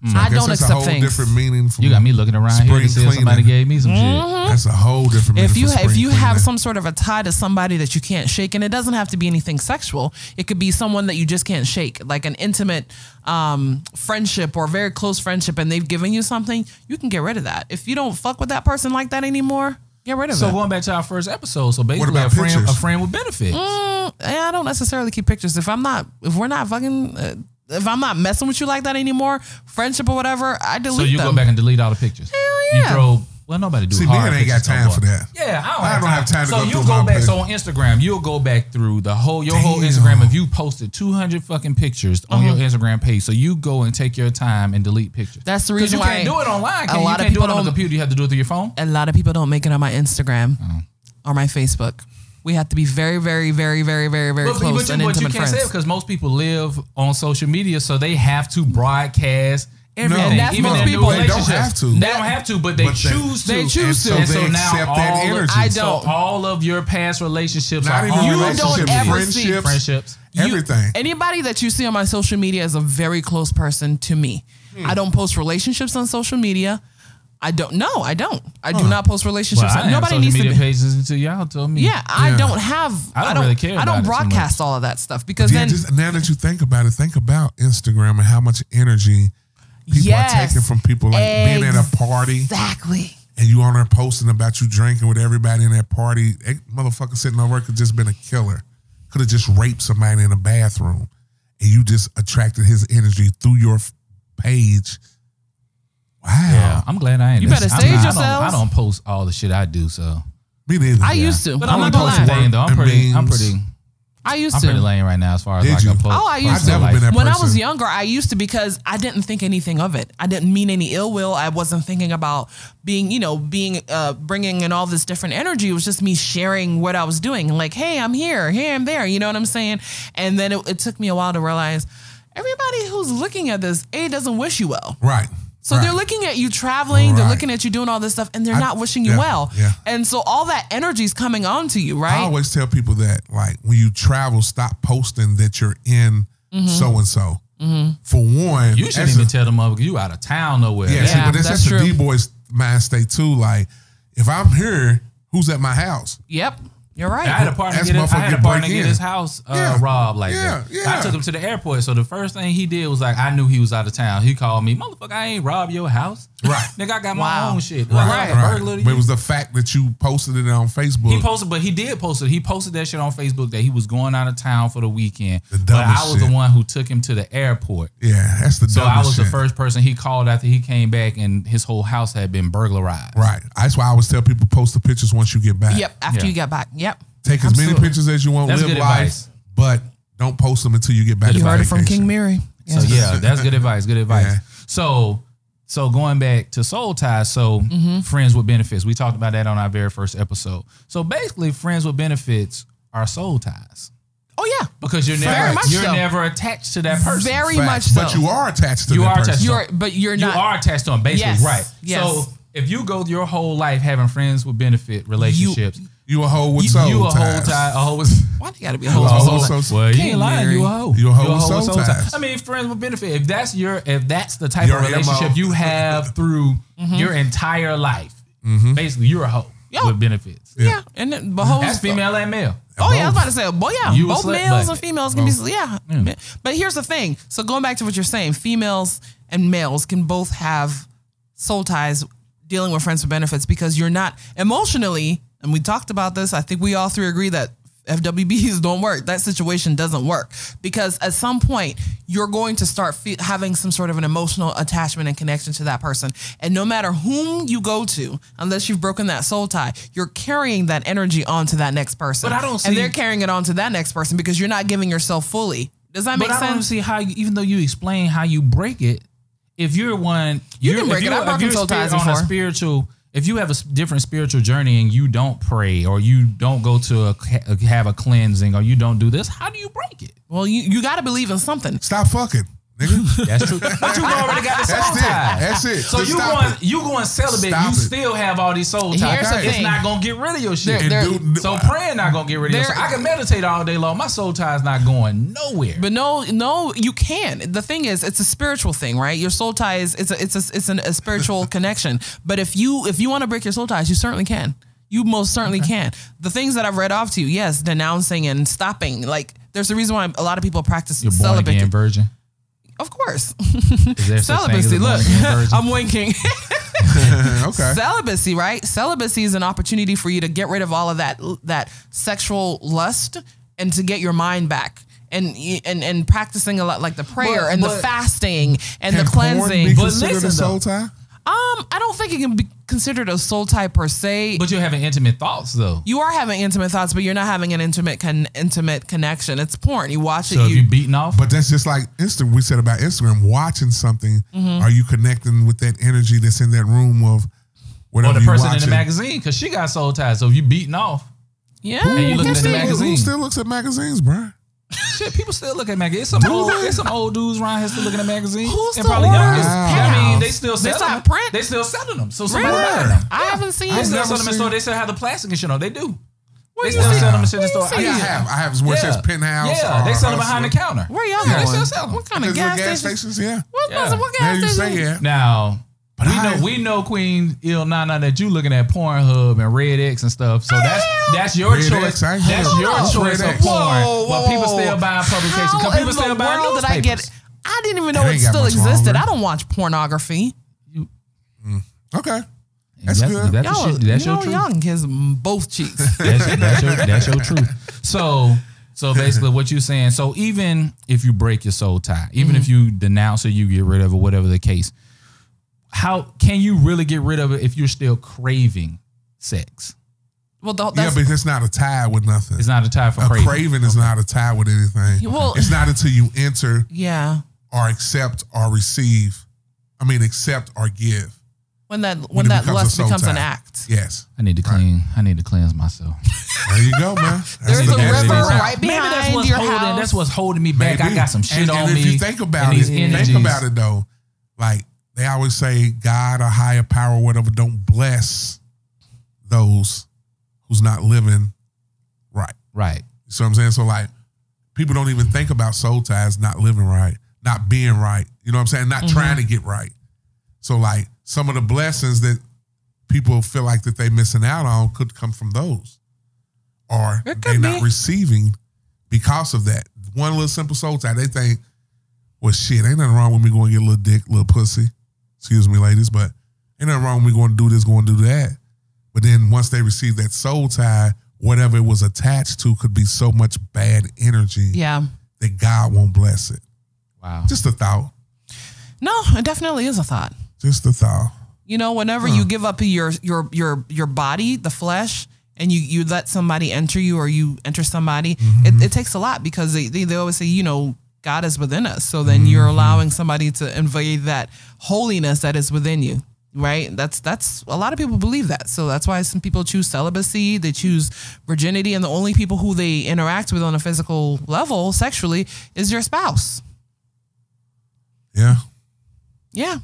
Speaker 2: Hmm. guess
Speaker 1: don't
Speaker 2: that's
Speaker 1: accept
Speaker 2: a whole
Speaker 1: things.
Speaker 2: different meaning. From,
Speaker 3: you got me looking around here
Speaker 2: Mm-hmm. Spring
Speaker 3: to see if somebody
Speaker 2: cleaning.
Speaker 3: gave me some
Speaker 1: Mm-hmm.
Speaker 3: shit.
Speaker 2: That's a whole different.
Speaker 1: if
Speaker 2: meaning
Speaker 1: you
Speaker 2: for
Speaker 1: if
Speaker 2: spring
Speaker 1: you have
Speaker 2: cleaning.
Speaker 1: some sort of a tie to somebody that you can't shake, and it doesn't have to be anything sexual, it could be someone that you just can't shake, like an intimate um, friendship or very close friendship, and they've given you something, you can get rid of that. If you don't fuck with that person like that anymore, get rid of
Speaker 3: So
Speaker 1: it.
Speaker 3: going back to our first episode, so basically
Speaker 2: about
Speaker 3: a friend,
Speaker 2: pictures?
Speaker 3: a friend with benefits.
Speaker 1: Mm, eh, I don't necessarily keep pictures. If I'm not, if we're not fucking, uh, if I'm not messing with you like that anymore, friendship or whatever, I delete
Speaker 3: So you
Speaker 1: them.
Speaker 3: go back and delete all the pictures.
Speaker 1: Hell yeah.
Speaker 3: You throw Well, nobody do.
Speaker 2: See,
Speaker 3: hard
Speaker 2: men ain't got
Speaker 3: pictures no
Speaker 2: time
Speaker 3: more.
Speaker 2: for that.
Speaker 3: Yeah, I don't,
Speaker 2: I
Speaker 3: have,
Speaker 2: don't
Speaker 3: time.
Speaker 2: have time to
Speaker 3: so
Speaker 2: go
Speaker 3: you
Speaker 2: through
Speaker 3: go
Speaker 2: my
Speaker 3: back.
Speaker 2: page.
Speaker 3: So on Instagram, you'll go back through the whole your whole
Speaker 2: Damn.
Speaker 3: Instagram. If you posted two hundred fucking pictures on
Speaker 1: Uh-huh.
Speaker 3: your Instagram page, so you go and take your time and delete pictures.
Speaker 1: That's the
Speaker 3: 'Cause
Speaker 1: reason
Speaker 3: you
Speaker 1: why
Speaker 3: can't do it online.
Speaker 1: a
Speaker 3: Can you?
Speaker 1: lot of
Speaker 3: can't do
Speaker 1: people
Speaker 3: it on the
Speaker 1: don't-
Speaker 3: computer. You have to do it through your phone.
Speaker 1: a lot of people don't make it on my Instagram
Speaker 3: Oh.
Speaker 1: or my Facebook. We have to be very, very, very, very, very, very
Speaker 3: But-
Speaker 1: close
Speaker 3: but- but, you-
Speaker 1: and
Speaker 3: but
Speaker 1: intimate
Speaker 3: you can't say it
Speaker 1: friends.
Speaker 3: because most people live on social media, so they have to broadcast everything.
Speaker 1: And that's
Speaker 3: Even
Speaker 1: most
Speaker 3: their new
Speaker 1: people. They don't
Speaker 3: relationships.
Speaker 2: have to.
Speaker 3: They don't have to, but they
Speaker 2: But they-
Speaker 3: choose to.
Speaker 1: They choose
Speaker 2: to.
Speaker 3: And
Speaker 2: So
Speaker 3: so,
Speaker 2: they
Speaker 3: now
Speaker 2: accept
Speaker 3: all
Speaker 2: that energy.
Speaker 1: I
Speaker 3: So
Speaker 1: don't.
Speaker 3: all of your past relationships
Speaker 2: Not
Speaker 3: are
Speaker 2: even
Speaker 3: all
Speaker 1: relationships,
Speaker 3: social media.
Speaker 1: ever see-
Speaker 2: friendships,
Speaker 3: friendships.
Speaker 1: You-
Speaker 2: everything.
Speaker 1: anybody that you see on my social media is a very close person to me.
Speaker 2: Hmm.
Speaker 1: I don't post relationships on social media. I don't. No, I don't. I do not post relationships.
Speaker 3: Well, I
Speaker 1: on, nobody
Speaker 3: social
Speaker 1: needs to
Speaker 3: media
Speaker 1: be.
Speaker 3: pages until y'all told me.
Speaker 1: Yeah, I
Speaker 2: Yeah.
Speaker 1: don't have.
Speaker 3: I don't really care
Speaker 1: I
Speaker 3: about it
Speaker 1: don't
Speaker 3: too
Speaker 1: broadcast all of that stuff because
Speaker 2: Yeah,
Speaker 1: then
Speaker 2: just now that you think about it, think about Instagram and how much energy people are
Speaker 1: Yes.
Speaker 2: taking from people. Like being at a party
Speaker 1: exactly.
Speaker 2: and you on there posting about you drinking with everybody in that party. That motherfucker sitting over there could just been a killer. Could have just raped somebody in a bathroom, and you just attracted his energy through your f- page. Wow,
Speaker 3: Yeah, I'm glad I ain't.
Speaker 1: You better
Speaker 3: I'm
Speaker 1: stage
Speaker 3: not- I don't- I
Speaker 1: yourselves.
Speaker 3: don't post all the shit I do, so.
Speaker 2: me neither.
Speaker 1: I used to.
Speaker 3: But
Speaker 1: I'm
Speaker 3: I'm
Speaker 1: not
Speaker 3: not
Speaker 1: gonna
Speaker 3: posting
Speaker 1: lie.
Speaker 3: anything though. I'm
Speaker 2: And
Speaker 3: pretty. I'm
Speaker 2: memes.
Speaker 3: pretty.
Speaker 1: I used
Speaker 3: I'm
Speaker 1: to.
Speaker 3: pretty lane right now as far as
Speaker 2: Did
Speaker 3: like a
Speaker 2: you?
Speaker 3: post.
Speaker 1: Oh, I used
Speaker 2: I've never
Speaker 1: to.
Speaker 2: been that
Speaker 1: when I was
Speaker 2: person.
Speaker 1: younger, I used to because I didn't think anything of it. I didn't mean any ill will. I wasn't thinking about being, you know, being, uh, bringing in all this different energy. It was just me sharing what I was doing. Like, hey, I'm here, here, I'm there. You know what I'm saying? And then it, it took me a while to realize everybody who's looking at this, A, doesn't wish you well.
Speaker 2: right.
Speaker 1: So they're
Speaker 2: right.
Speaker 1: looking at you traveling, they're
Speaker 2: Right.
Speaker 1: looking at you doing all this stuff, and they're
Speaker 2: I-
Speaker 1: not wishing you
Speaker 2: yeah,
Speaker 1: well.
Speaker 2: yeah.
Speaker 1: And so all that energy is coming onto you, right?
Speaker 2: I always tell people that, like, when you travel, stop posting that you're in
Speaker 1: Mm-hmm.
Speaker 2: so and so. For one,
Speaker 3: You shouldn't
Speaker 2: that's
Speaker 3: even
Speaker 2: a-
Speaker 3: tell them motherfucker you out of town nowhere.
Speaker 2: yeah, see,
Speaker 1: Yeah,
Speaker 2: but that's,
Speaker 1: that's
Speaker 2: that's, the
Speaker 1: true.
Speaker 2: D boys mind state too. Like, if I'm here, who's at my house?
Speaker 1: yep. You're right.
Speaker 3: I had a partner
Speaker 2: That's
Speaker 3: get, his, I
Speaker 2: motherfucker
Speaker 3: had a
Speaker 2: get
Speaker 3: partner
Speaker 2: break
Speaker 3: get
Speaker 2: in.
Speaker 3: his house uh,
Speaker 2: Yeah.
Speaker 3: robbed like
Speaker 2: Yeah,
Speaker 3: that.
Speaker 2: yeah.
Speaker 3: I took him to the airport. So the first thing he did was like, I knew he was out of town. He called me, motherfucker, I ain't robbed your house.
Speaker 2: Right.
Speaker 3: Nigga, I got
Speaker 1: Wow.
Speaker 3: my own shit.
Speaker 1: Right.
Speaker 3: Like, I'm a
Speaker 2: Right.
Speaker 3: burglar to
Speaker 2: But it
Speaker 3: you.
Speaker 2: was the fact that you posted it on Facebook.
Speaker 3: He posted, but he did post it. He posted that shit on Facebook that he was going out of town for the weekend.
Speaker 2: The
Speaker 3: but I
Speaker 2: dumbest
Speaker 3: was the
Speaker 2: shit.
Speaker 3: one who took him to the airport.
Speaker 2: yeah, that's the
Speaker 3: So I was
Speaker 2: shit.
Speaker 3: the first person he called after he came back, and his whole house had been burglarized.
Speaker 2: Right. That's why I always tell people post the pictures once you get back.
Speaker 1: Yep. After
Speaker 3: Yeah.
Speaker 1: you get back. Yep.
Speaker 2: Take as many
Speaker 1: Absolutely.
Speaker 2: pictures as you want.
Speaker 3: That's
Speaker 2: live
Speaker 3: good
Speaker 2: life,
Speaker 3: advice.
Speaker 2: but don't post them until you get back.
Speaker 3: Good
Speaker 1: You
Speaker 2: from
Speaker 1: heard it from
Speaker 2: vacation.
Speaker 1: King Mary. Yeah.
Speaker 3: So yeah, that's good advice. Good advice.
Speaker 2: Yeah.
Speaker 3: So so going back to soul ties, so
Speaker 1: Mm-hmm.
Speaker 3: friends with benefits. We talked about that on our very first episode. So basically, friends with benefits are soul ties
Speaker 1: Oh yeah.
Speaker 3: because you're
Speaker 1: Very
Speaker 3: never
Speaker 1: much
Speaker 3: you're
Speaker 1: so.
Speaker 3: never attached to that person.
Speaker 1: Very much
Speaker 2: Facts.
Speaker 1: so.
Speaker 2: But you are attached to
Speaker 3: You
Speaker 2: that
Speaker 3: are
Speaker 2: person.
Speaker 3: attached.
Speaker 1: You're- but you're
Speaker 3: you
Speaker 1: not.
Speaker 3: are attached to them, basically,
Speaker 1: Yes,
Speaker 3: right?
Speaker 1: yes.
Speaker 3: So if you go your whole life having friends with benefit relationships, you,
Speaker 2: You a hoe with
Speaker 3: you,
Speaker 2: soul
Speaker 3: a whole
Speaker 2: ties.
Speaker 3: tie,
Speaker 2: (laughs)
Speaker 3: a whole.
Speaker 1: Why do you gotta be a
Speaker 2: You a
Speaker 1: host?
Speaker 2: hoe with soul-
Speaker 3: Well, you
Speaker 1: King
Speaker 3: ain't lying.
Speaker 1: Mary.
Speaker 3: You a hoe.
Speaker 2: You a hoe with
Speaker 3: with
Speaker 2: soul ties.
Speaker 3: I mean, friends with benefit. If that's your, if that's the type
Speaker 2: Your
Speaker 3: of relationship
Speaker 2: MO.
Speaker 3: you have through your entire life,
Speaker 2: Mm-hmm.
Speaker 3: basically, you're a hoe
Speaker 1: Mm-hmm. Yeah.
Speaker 3: with benefits.
Speaker 1: Yeah. And then, but hoes.
Speaker 3: That's female and male.
Speaker 1: Oh yeah, I was about to say, boy, yeah,
Speaker 3: You a
Speaker 1: both
Speaker 3: slut
Speaker 1: males and
Speaker 3: bucket.
Speaker 1: females can be, yeah. But here's the thing. So going back to what you're saying, females and males can both have soul ties dealing with friends with benefits because you're not emotionally. And we talked about this. I think we all three agree that FWBs (laughs) don't work. That situation doesn't work because at some point you're going to start fe- having some sort of an emotional attachment and connection to that person. And no matter whom you go to, unless you've broken that soul tie, you're carrying that energy onto that next person.
Speaker 3: But I don't
Speaker 1: And
Speaker 3: see-
Speaker 1: they're carrying it onto that next person because you're not giving yourself fully. Does that make
Speaker 3: But I don't
Speaker 1: sense?
Speaker 3: see how, you, even though you explain how you break it, if you're one,
Speaker 1: You
Speaker 3: you're-
Speaker 1: can
Speaker 3: if
Speaker 1: break it.
Speaker 3: you're-
Speaker 1: I've
Speaker 3: if
Speaker 1: broken
Speaker 3: you're
Speaker 1: soul
Speaker 3: spirit-
Speaker 1: ties
Speaker 3: on a
Speaker 1: before.
Speaker 3: spiritual. If you have a s- different spiritual journey and you don't pray or you don't go to a, ca- have a cleansing or you don't do this, how do you break it?
Speaker 1: Well, you, you got to believe in something.
Speaker 2: Stop fucking,
Speaker 3: (laughs)
Speaker 2: nigga.
Speaker 3: That's true. (laughs) but you already got the soul
Speaker 2: That's it.
Speaker 3: ties.
Speaker 2: That's it.
Speaker 3: So
Speaker 2: Just
Speaker 3: you
Speaker 2: stop
Speaker 3: going
Speaker 2: it.
Speaker 3: you going celibate,
Speaker 2: Stop
Speaker 3: you
Speaker 2: it.
Speaker 3: still have all these soul ties.
Speaker 1: Here's
Speaker 2: the
Speaker 3: It's
Speaker 1: thing.
Speaker 3: not gonna get rid of your shit.
Speaker 1: They're- they're-
Speaker 2: Dude,
Speaker 3: so praying not gonna get rid of your
Speaker 1: They're-
Speaker 3: soul. I can meditate all day long. My soul tie is not going nowhere.
Speaker 1: But no, no, you can. The thing is, it's a spiritual thing, right? Your soul tie is it's a, it's a, it's an, a
Speaker 3: (laughs)
Speaker 1: spiritual connection. But if you if you want to break your soul ties, you certainly can. You most certainly can. The things that I've read off to you, yes, denouncing and stopping. Like there's a reason why a lot of people practice
Speaker 3: You're born
Speaker 1: celibacy.
Speaker 3: again virgin.
Speaker 1: Of course, (laughs)
Speaker 3: Is there such thing as
Speaker 1: celibacy.
Speaker 3: a born
Speaker 1: Look,
Speaker 3: again
Speaker 1: (laughs)
Speaker 3: virgin?
Speaker 1: I'm
Speaker 3: (laughs)
Speaker 1: winking.
Speaker 2: okay.
Speaker 1: celibacy, right? Celibacy is an opportunity for you to get rid of all of that that sexual lust and to get your mind back. And, and and practicing a lot like the prayer
Speaker 3: But-
Speaker 1: and the
Speaker 3: but-
Speaker 1: fasting and the
Speaker 2: Can porn
Speaker 1: cleansing.
Speaker 2: Be
Speaker 1: But
Speaker 2: considered
Speaker 3: listen,
Speaker 2: a soul
Speaker 3: though.
Speaker 2: tie?
Speaker 1: um, I don't think it can be considered a soul tie per se.
Speaker 3: But you're having intimate thoughts though.
Speaker 1: you are having intimate thoughts, but you're not having an intimate con- intimate connection. It's porn. You watch it.
Speaker 3: So if
Speaker 1: you,
Speaker 3: you beating off,
Speaker 2: But that's just like Insta. We said about Instagram. Watching something,
Speaker 1: Mm-hmm.
Speaker 2: are you connecting with that energy that's in that room of
Speaker 3: or
Speaker 2: whatever
Speaker 3: the
Speaker 2: you
Speaker 3: person in
Speaker 2: watching?
Speaker 3: the magazine, because she got soul ties. So if you beating off,
Speaker 1: yeah.
Speaker 3: and you
Speaker 1: I
Speaker 3: looking
Speaker 1: guess so.
Speaker 3: at the
Speaker 2: Who- Who
Speaker 3: magazine.
Speaker 2: still looks at magazines, bro?
Speaker 3: shit, people still look at magazines. It's some old,
Speaker 2: they?
Speaker 3: it's some old dudes around here still looking at magazines.
Speaker 1: Who's
Speaker 3: and
Speaker 1: the
Speaker 3: probably
Speaker 1: oldest?
Speaker 3: youngest. I mean, they still
Speaker 1: They
Speaker 3: selling
Speaker 1: still
Speaker 3: them.
Speaker 1: have print?
Speaker 3: They still selling them. So somebody
Speaker 1: Really?
Speaker 3: buying them.
Speaker 1: I haven't seen
Speaker 3: They still
Speaker 2: never
Speaker 3: sell them in
Speaker 2: seen-
Speaker 3: store. They still have the plastic and shit on. They do. They
Speaker 1: you
Speaker 3: still
Speaker 1: see-
Speaker 3: sell them and shit in
Speaker 1: where
Speaker 3: store.
Speaker 1: you see
Speaker 2: Yeah, I
Speaker 1: Yeah.
Speaker 2: have. I have is where it says penthouse.
Speaker 3: Oh, Yeah,
Speaker 2: or
Speaker 3: they sell them behind the
Speaker 2: Hustler.
Speaker 3: counter.
Speaker 1: Where y'all
Speaker 3: Yeah, they
Speaker 1: going?
Speaker 3: still sell 'em.
Speaker 1: What kind of
Speaker 2: Is there
Speaker 1: gas, station?
Speaker 2: stations. Yeah,
Speaker 1: What,
Speaker 3: Yeah.
Speaker 1: what, what
Speaker 2: there
Speaker 1: gas
Speaker 2: you say
Speaker 1: station?
Speaker 2: yeah.
Speaker 3: Now,
Speaker 2: But
Speaker 3: we
Speaker 2: I-
Speaker 3: know we know Queen Il Nana that you looking at Pornhub and Red X and stuff. So that's that's your
Speaker 2: Red X,
Speaker 3: choice.
Speaker 2: I ain't
Speaker 3: that's
Speaker 2: heard
Speaker 3: your
Speaker 2: of
Speaker 3: choice
Speaker 2: Red
Speaker 3: of
Speaker 2: X.
Speaker 3: porn.
Speaker 1: Whoa,
Speaker 3: But people
Speaker 1: whoa.
Speaker 3: still buying publications.
Speaker 1: How
Speaker 3: Because people
Speaker 1: in the
Speaker 3: still buying
Speaker 1: world did I get?
Speaker 3: newspapers.
Speaker 1: I didn't even know
Speaker 2: That
Speaker 1: it
Speaker 2: ain't got
Speaker 1: still
Speaker 2: much wrong
Speaker 1: existed.
Speaker 2: with it.
Speaker 1: I don't watch pornography.
Speaker 2: Okay, that's
Speaker 3: That's-
Speaker 2: good.
Speaker 3: that's-
Speaker 1: Y'all,
Speaker 3: your- that's
Speaker 1: you
Speaker 3: your
Speaker 1: know,
Speaker 3: truth.
Speaker 1: y'all can kiss both cheeks.
Speaker 3: that's, your- that's your that's your truth. So
Speaker 2: (laughs)
Speaker 3: so basically, what you're saying. So even if you break your soul tie, even
Speaker 1: Mm-hmm.
Speaker 3: if you denounce it, you get rid of it, whatever the case. How can you really get rid of it if you're still craving sex?
Speaker 1: Well, the,
Speaker 2: yeah,
Speaker 1: that's,
Speaker 2: but it's not a tie with nothing.
Speaker 3: It's not a tie for
Speaker 2: a
Speaker 3: craving.
Speaker 2: craving, is not a tie with anything.
Speaker 1: Well-
Speaker 2: it's not until you enter
Speaker 1: yeah.
Speaker 2: or accept or receive. I mean, accept or give.
Speaker 1: When that when,
Speaker 2: it
Speaker 1: that
Speaker 2: becomes a
Speaker 1: lust
Speaker 2: soul
Speaker 1: becomes an
Speaker 2: tie.
Speaker 1: act.
Speaker 2: Yes,
Speaker 3: I need to clean. I need to cleanse myself.
Speaker 2: there you
Speaker 3: (laughs)
Speaker 2: go, man. That's
Speaker 1: There's
Speaker 2: the
Speaker 1: a
Speaker 2: best
Speaker 1: river
Speaker 2: thing.
Speaker 1: right
Speaker 3: Maybe that's
Speaker 1: behind
Speaker 3: what's
Speaker 1: your
Speaker 3: holding.
Speaker 1: house.
Speaker 3: That's what's holding me back. I
Speaker 2: Maybe.
Speaker 3: got some shit
Speaker 2: and,
Speaker 3: on
Speaker 2: and
Speaker 3: me.
Speaker 2: If you think about
Speaker 3: and
Speaker 2: it,
Speaker 3: these
Speaker 2: think
Speaker 3: energies.
Speaker 2: about it though. Like they always say, God or higher power, whatever, don't bless those who's not living right.
Speaker 3: Right.
Speaker 2: You see what I'm saying? So like, people don't even think about soul ties, not living right, not being right. You know what I'm saying? Not
Speaker 1: Mm-hmm.
Speaker 2: trying to get right. So like, some of the blessings that people feel like that they missing out on could come from those, or
Speaker 1: It
Speaker 2: they
Speaker 1: could
Speaker 2: not
Speaker 1: be.
Speaker 2: receiving because of that. One little simple soul tie, they think, well, shit, ain't nothing wrong with me going to get a little dick, little pussy. Excuse me, ladies, but ain't nothing wrong with me going to do this, going to do that. But then once they receive that soul tie, whatever it was attached to could be so much bad energy
Speaker 1: Yeah.
Speaker 2: that God won't bless it.
Speaker 3: Wow.
Speaker 2: Just a thought.
Speaker 1: No, it definitely is a thought.
Speaker 2: Just a thought.
Speaker 1: You know, whenever you give up your your your your body, the flesh, and you you let somebody enter you or you enter somebody, it, it takes a lot because they, they they always say you know God is within us. So then you're allowing somebody to invade that holiness that is within you, right? That's that's a lot of people believe that. So that's why some people choose celibacy, they choose virginity, and the only people who they interact with on a physical level sexually is your spouse.
Speaker 2: Yeah.
Speaker 1: Yeah.